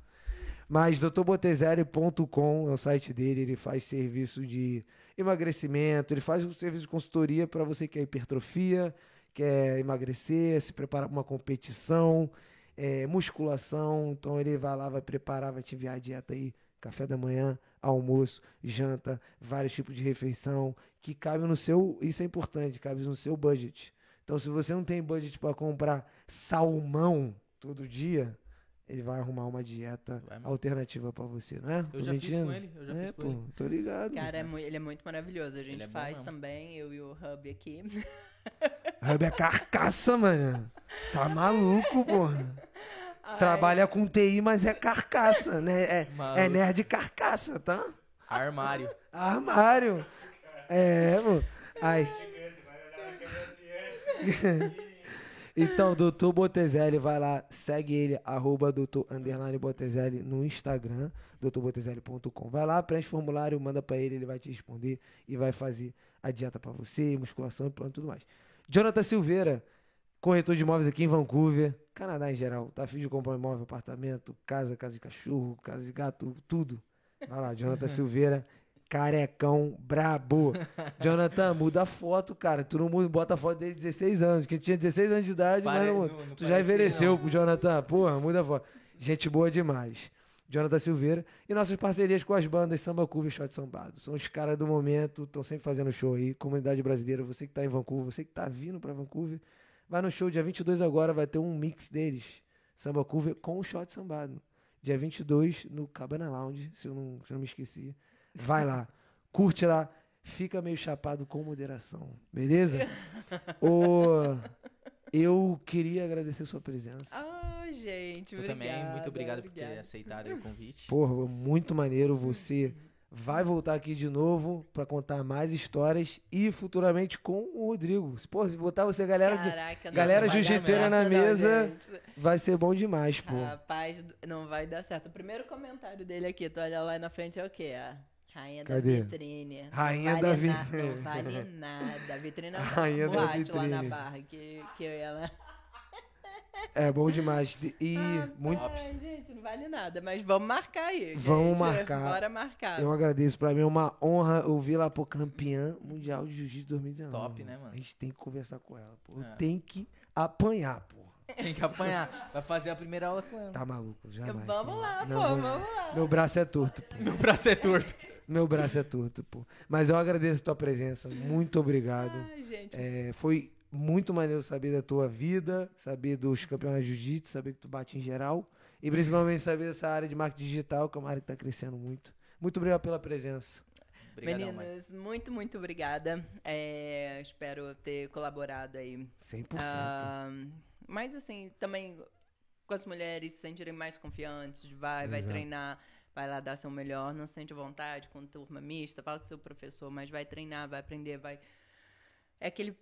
Speaker 1: Mas drbotezelli.com é o site dele, ele faz serviço de emagrecimento, ele faz um serviço de consultoria para você que quer hipertrofia, quer emagrecer, se preparar para uma competição, é, musculação. Então ele vai lá, vai preparar, vai te enviar a dieta aí, café da manhã, almoço, janta, vários tipos de refeição que cabe no seu, isso é importante, cabe no seu budget. Então, se você não tem budget para comprar salmão todo dia, ele vai arrumar uma dieta
Speaker 2: Vai mesmo.
Speaker 1: alternativa para você, não é? Tô
Speaker 2: Eu já fiz
Speaker 1: mentindo?
Speaker 2: com ele, eu já
Speaker 1: é,
Speaker 2: fiz com
Speaker 1: pô,
Speaker 2: ele.
Speaker 1: tô ligado.
Speaker 3: Cara, é mu- ele é muito maravilhoso. A gente
Speaker 2: Né? Ele é bom
Speaker 3: faz
Speaker 2: mesmo.
Speaker 3: também, eu e o Hub aqui. [laughs]
Speaker 1: Hub é carcaça, mano. Tá maluco, porra. Trabalha com TI, mas é carcaça, né? É, é
Speaker 2: Maluco.
Speaker 1: nerd carcaça, tá?
Speaker 2: Armário.
Speaker 1: Armário. É, pô. Ai. [laughs] então, doutor Botezelli, vai lá, segue ele, arroba doutor underline Botezelli no Instagram, doutorbotezelli.com. Vai lá, preenche o formulário, manda pra ele, ele vai te responder e vai fazer a dieta pra você, musculação e plano e tudo mais. Jonathan Silveira, corretor de imóveis aqui em Vancouver, Canadá em geral. Tá afim de comprar um imóvel,
Speaker 2: [laughs]
Speaker 1: apartamento, casa, casa de cachorro, casa de gato, tudo. Vai lá, Jonathan Silveira, carecão, brabo. Jonathan, muda a foto, cara. Todo mundo bota a foto dele de 16 anos, que tinha 16 anos de idade,
Speaker 2: Pare-
Speaker 1: mas não-
Speaker 2: não- não
Speaker 1: tu já
Speaker 2: parece,
Speaker 1: envelheceu,
Speaker 2: não.
Speaker 1: Jonathan. Porra, muda a foto. Gente boa demais. Jonathan Silveira e nossas parcerias com as bandas Samba Cuba e Shot Sambado. São os caras do momento, estão sempre fazendo show aí. Comunidade brasileira, você que tá em Vancouver, você que tá vindo pra Vancouver, vai no show dia 22 agora, vai ter um mix deles, Samba Cuba com o Shot Sambado. Dia 22 no Cabana Lounge, se eu não, se eu não me esqueci. Vai lá, [laughs] curte lá, fica meio chapado com moderação,
Speaker 3: [laughs]
Speaker 1: beleza? Ô, eu queria agradecer sua presença.
Speaker 3: Ah, gente,
Speaker 2: Eu
Speaker 3: obrigada.
Speaker 2: também, muito obrigado por ter
Speaker 3: obrigada.
Speaker 2: aceitado o convite.
Speaker 1: Porra, muito maneiro. Você
Speaker 3: Uhum.
Speaker 1: vai voltar aqui de novo pra contar mais histórias e futuramente com o Rodrigo. Se- Pô, se botar você, galera, que
Speaker 3: Caraca, não,
Speaker 1: galera
Speaker 3: não vai dar
Speaker 1: jiu-jiteira na
Speaker 3: merda, não,
Speaker 1: mesa.
Speaker 3: gente.
Speaker 1: vai ser bom demais, pô.
Speaker 3: Rapaz, não vai dar certo. O primeiro comentário dele aqui, tu olha lá na frente, é o quê? A rainha
Speaker 1: Cadê?
Speaker 3: da vitrine. Não
Speaker 1: Rainha da
Speaker 3: vale na-
Speaker 1: vitrine.
Speaker 3: não vale nada. A vitrine é
Speaker 1: Rainha
Speaker 3: uma
Speaker 1: da
Speaker 3: boate lá na
Speaker 1: vitrine.
Speaker 3: barra que, que eu ia lá.
Speaker 1: É bom demais. De- E
Speaker 3: Ah, tá.
Speaker 1: muito.
Speaker 3: Ai, gente, não vale nada. Mas vamos marcar aí.
Speaker 1: Vamos
Speaker 3: gente.
Speaker 1: marcar.
Speaker 3: Bora marcar.
Speaker 1: Eu agradeço, pra mim é uma honra ouvir lá pro campeã mundial de jiu-jitsu 2019.
Speaker 2: Top, né, mano?
Speaker 1: A gente tem que conversar com ela, pô.
Speaker 2: É.
Speaker 1: Tem que apanhar, pô.
Speaker 2: Tem que apanhar. Vai fazer a primeira aula com ela.
Speaker 1: Tá maluco, jamais.
Speaker 3: Vamos lá,
Speaker 1: Não
Speaker 3: pô,
Speaker 1: vou-
Speaker 3: vamos lá.
Speaker 1: Meu braço é torto, pô.
Speaker 2: Meu braço é torto.
Speaker 1: Meu braço é torto, pô. Mas eu agradeço a tua presença. Muito obrigado.
Speaker 3: Ai, gente,
Speaker 1: É, foi muito maneiro saber da tua vida, saber dos campeonatos de jiu-jitsu, saber que tu bate em geral. E principalmente saber dessa área de marketing digital, que é uma área que tá crescendo muito. Muito obrigado pela presença.
Speaker 2: Obrigadão, mano.
Speaker 3: meninos, muito, muito obrigada. É, espero ter colaborado aí
Speaker 1: 100%.
Speaker 3: Ah, mas assim, também com as mulheres se sentirem mais confiantes, vai, vai
Speaker 1: Exato.
Speaker 3: treinar, vai lá dar seu melhor, não sente vontade com turma mista, fala com seu professor, mas vai treinar, vai aprender, vai. É aquele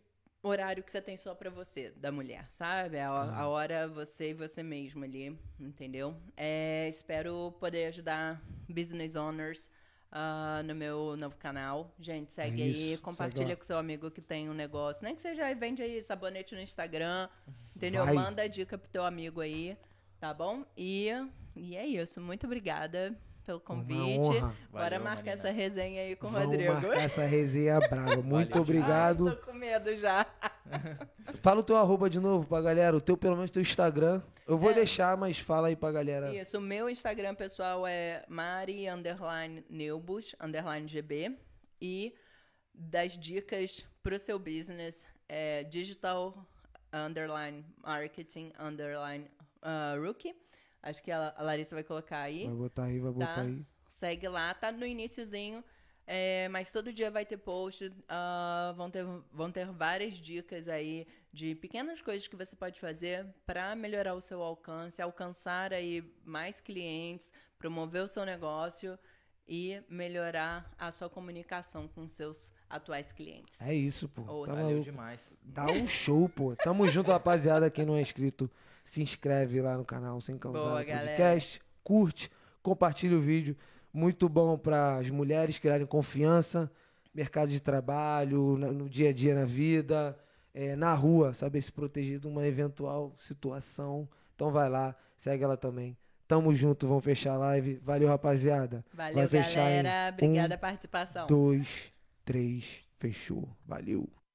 Speaker 3: horário que você tem só pra você, da mulher, sabe? É a, a
Speaker 1: Claro.
Speaker 3: hora você e você mesmo ali, entendeu? É, espero poder ajudar business owners ah, no meu novo canal. Gente, segue
Speaker 1: É
Speaker 3: aí,
Speaker 1: isso,
Speaker 3: compartilha
Speaker 1: segue lá.
Speaker 3: com seu amigo que tem um negócio. Nem que você já vende aí sabonete no Instagram, entendeu?
Speaker 1: Vai.
Speaker 3: Manda a dica pro teu amigo aí, tá bom? E, e é isso. Muito obrigada pelo
Speaker 1: Uma
Speaker 3: convite.
Speaker 1: honra.
Speaker 3: Bora
Speaker 2: Valeu,
Speaker 3: marcar
Speaker 2: Marina.
Speaker 3: essa resenha aí com o
Speaker 1: Vamos
Speaker 3: Rodrigo.
Speaker 1: marcar essa resenha brava. Muito
Speaker 2: Valeu,
Speaker 1: obrigado.
Speaker 3: [laughs] Ai, tô com medo já.
Speaker 1: Fala o teu arroba de novo pra galera. O teu, pelo menos, teu Instagram. Eu vou deixar, mas fala aí pra galera.
Speaker 3: É. Isso, o meu Instagram pessoal é Mari underline Neubus, underline GB. E das dicas pro seu business é digital underline marketing underline ah, rookie. Acho que a a Larissa vai colocar aí.
Speaker 1: Vai botar aí, vai botar
Speaker 3: Tá.
Speaker 1: aí.
Speaker 3: Segue lá, tá no iniciozinho. é, mas todo dia vai ter post, ah, vão, ter, vão ter várias dicas aí de pequenas coisas que você pode fazer para melhorar o seu alcance, alcançar aí mais clientes, promover o seu negócio e melhorar a sua comunicação com seus atuais clientes.
Speaker 1: É isso, pô.
Speaker 3: Ô,
Speaker 1: Tá
Speaker 3: valeu
Speaker 1: maluco.
Speaker 2: Valeu demais.
Speaker 1: Dá um show, pô. Tamo junto, rapaziada. Quem não é inscrito, se inscreve lá no canal Sem Causar
Speaker 3: Boa,
Speaker 1: no Podcast. Curte, compartilha o vídeo. Muito bom para as mulheres criarem confiança, mercado de trabalho, na- no dia a dia, na vida, eh, na rua, saber se proteger de uma eventual situação. Então vai lá, segue ela também. Tamo junto, vamos fechar a live. Valeu, rapaziada.
Speaker 3: Valeu,
Speaker 1: vai fechar em
Speaker 3: galera.
Speaker 1: um,
Speaker 3: Obrigada a participação.
Speaker 1: Dois, três, fechou. Valeu.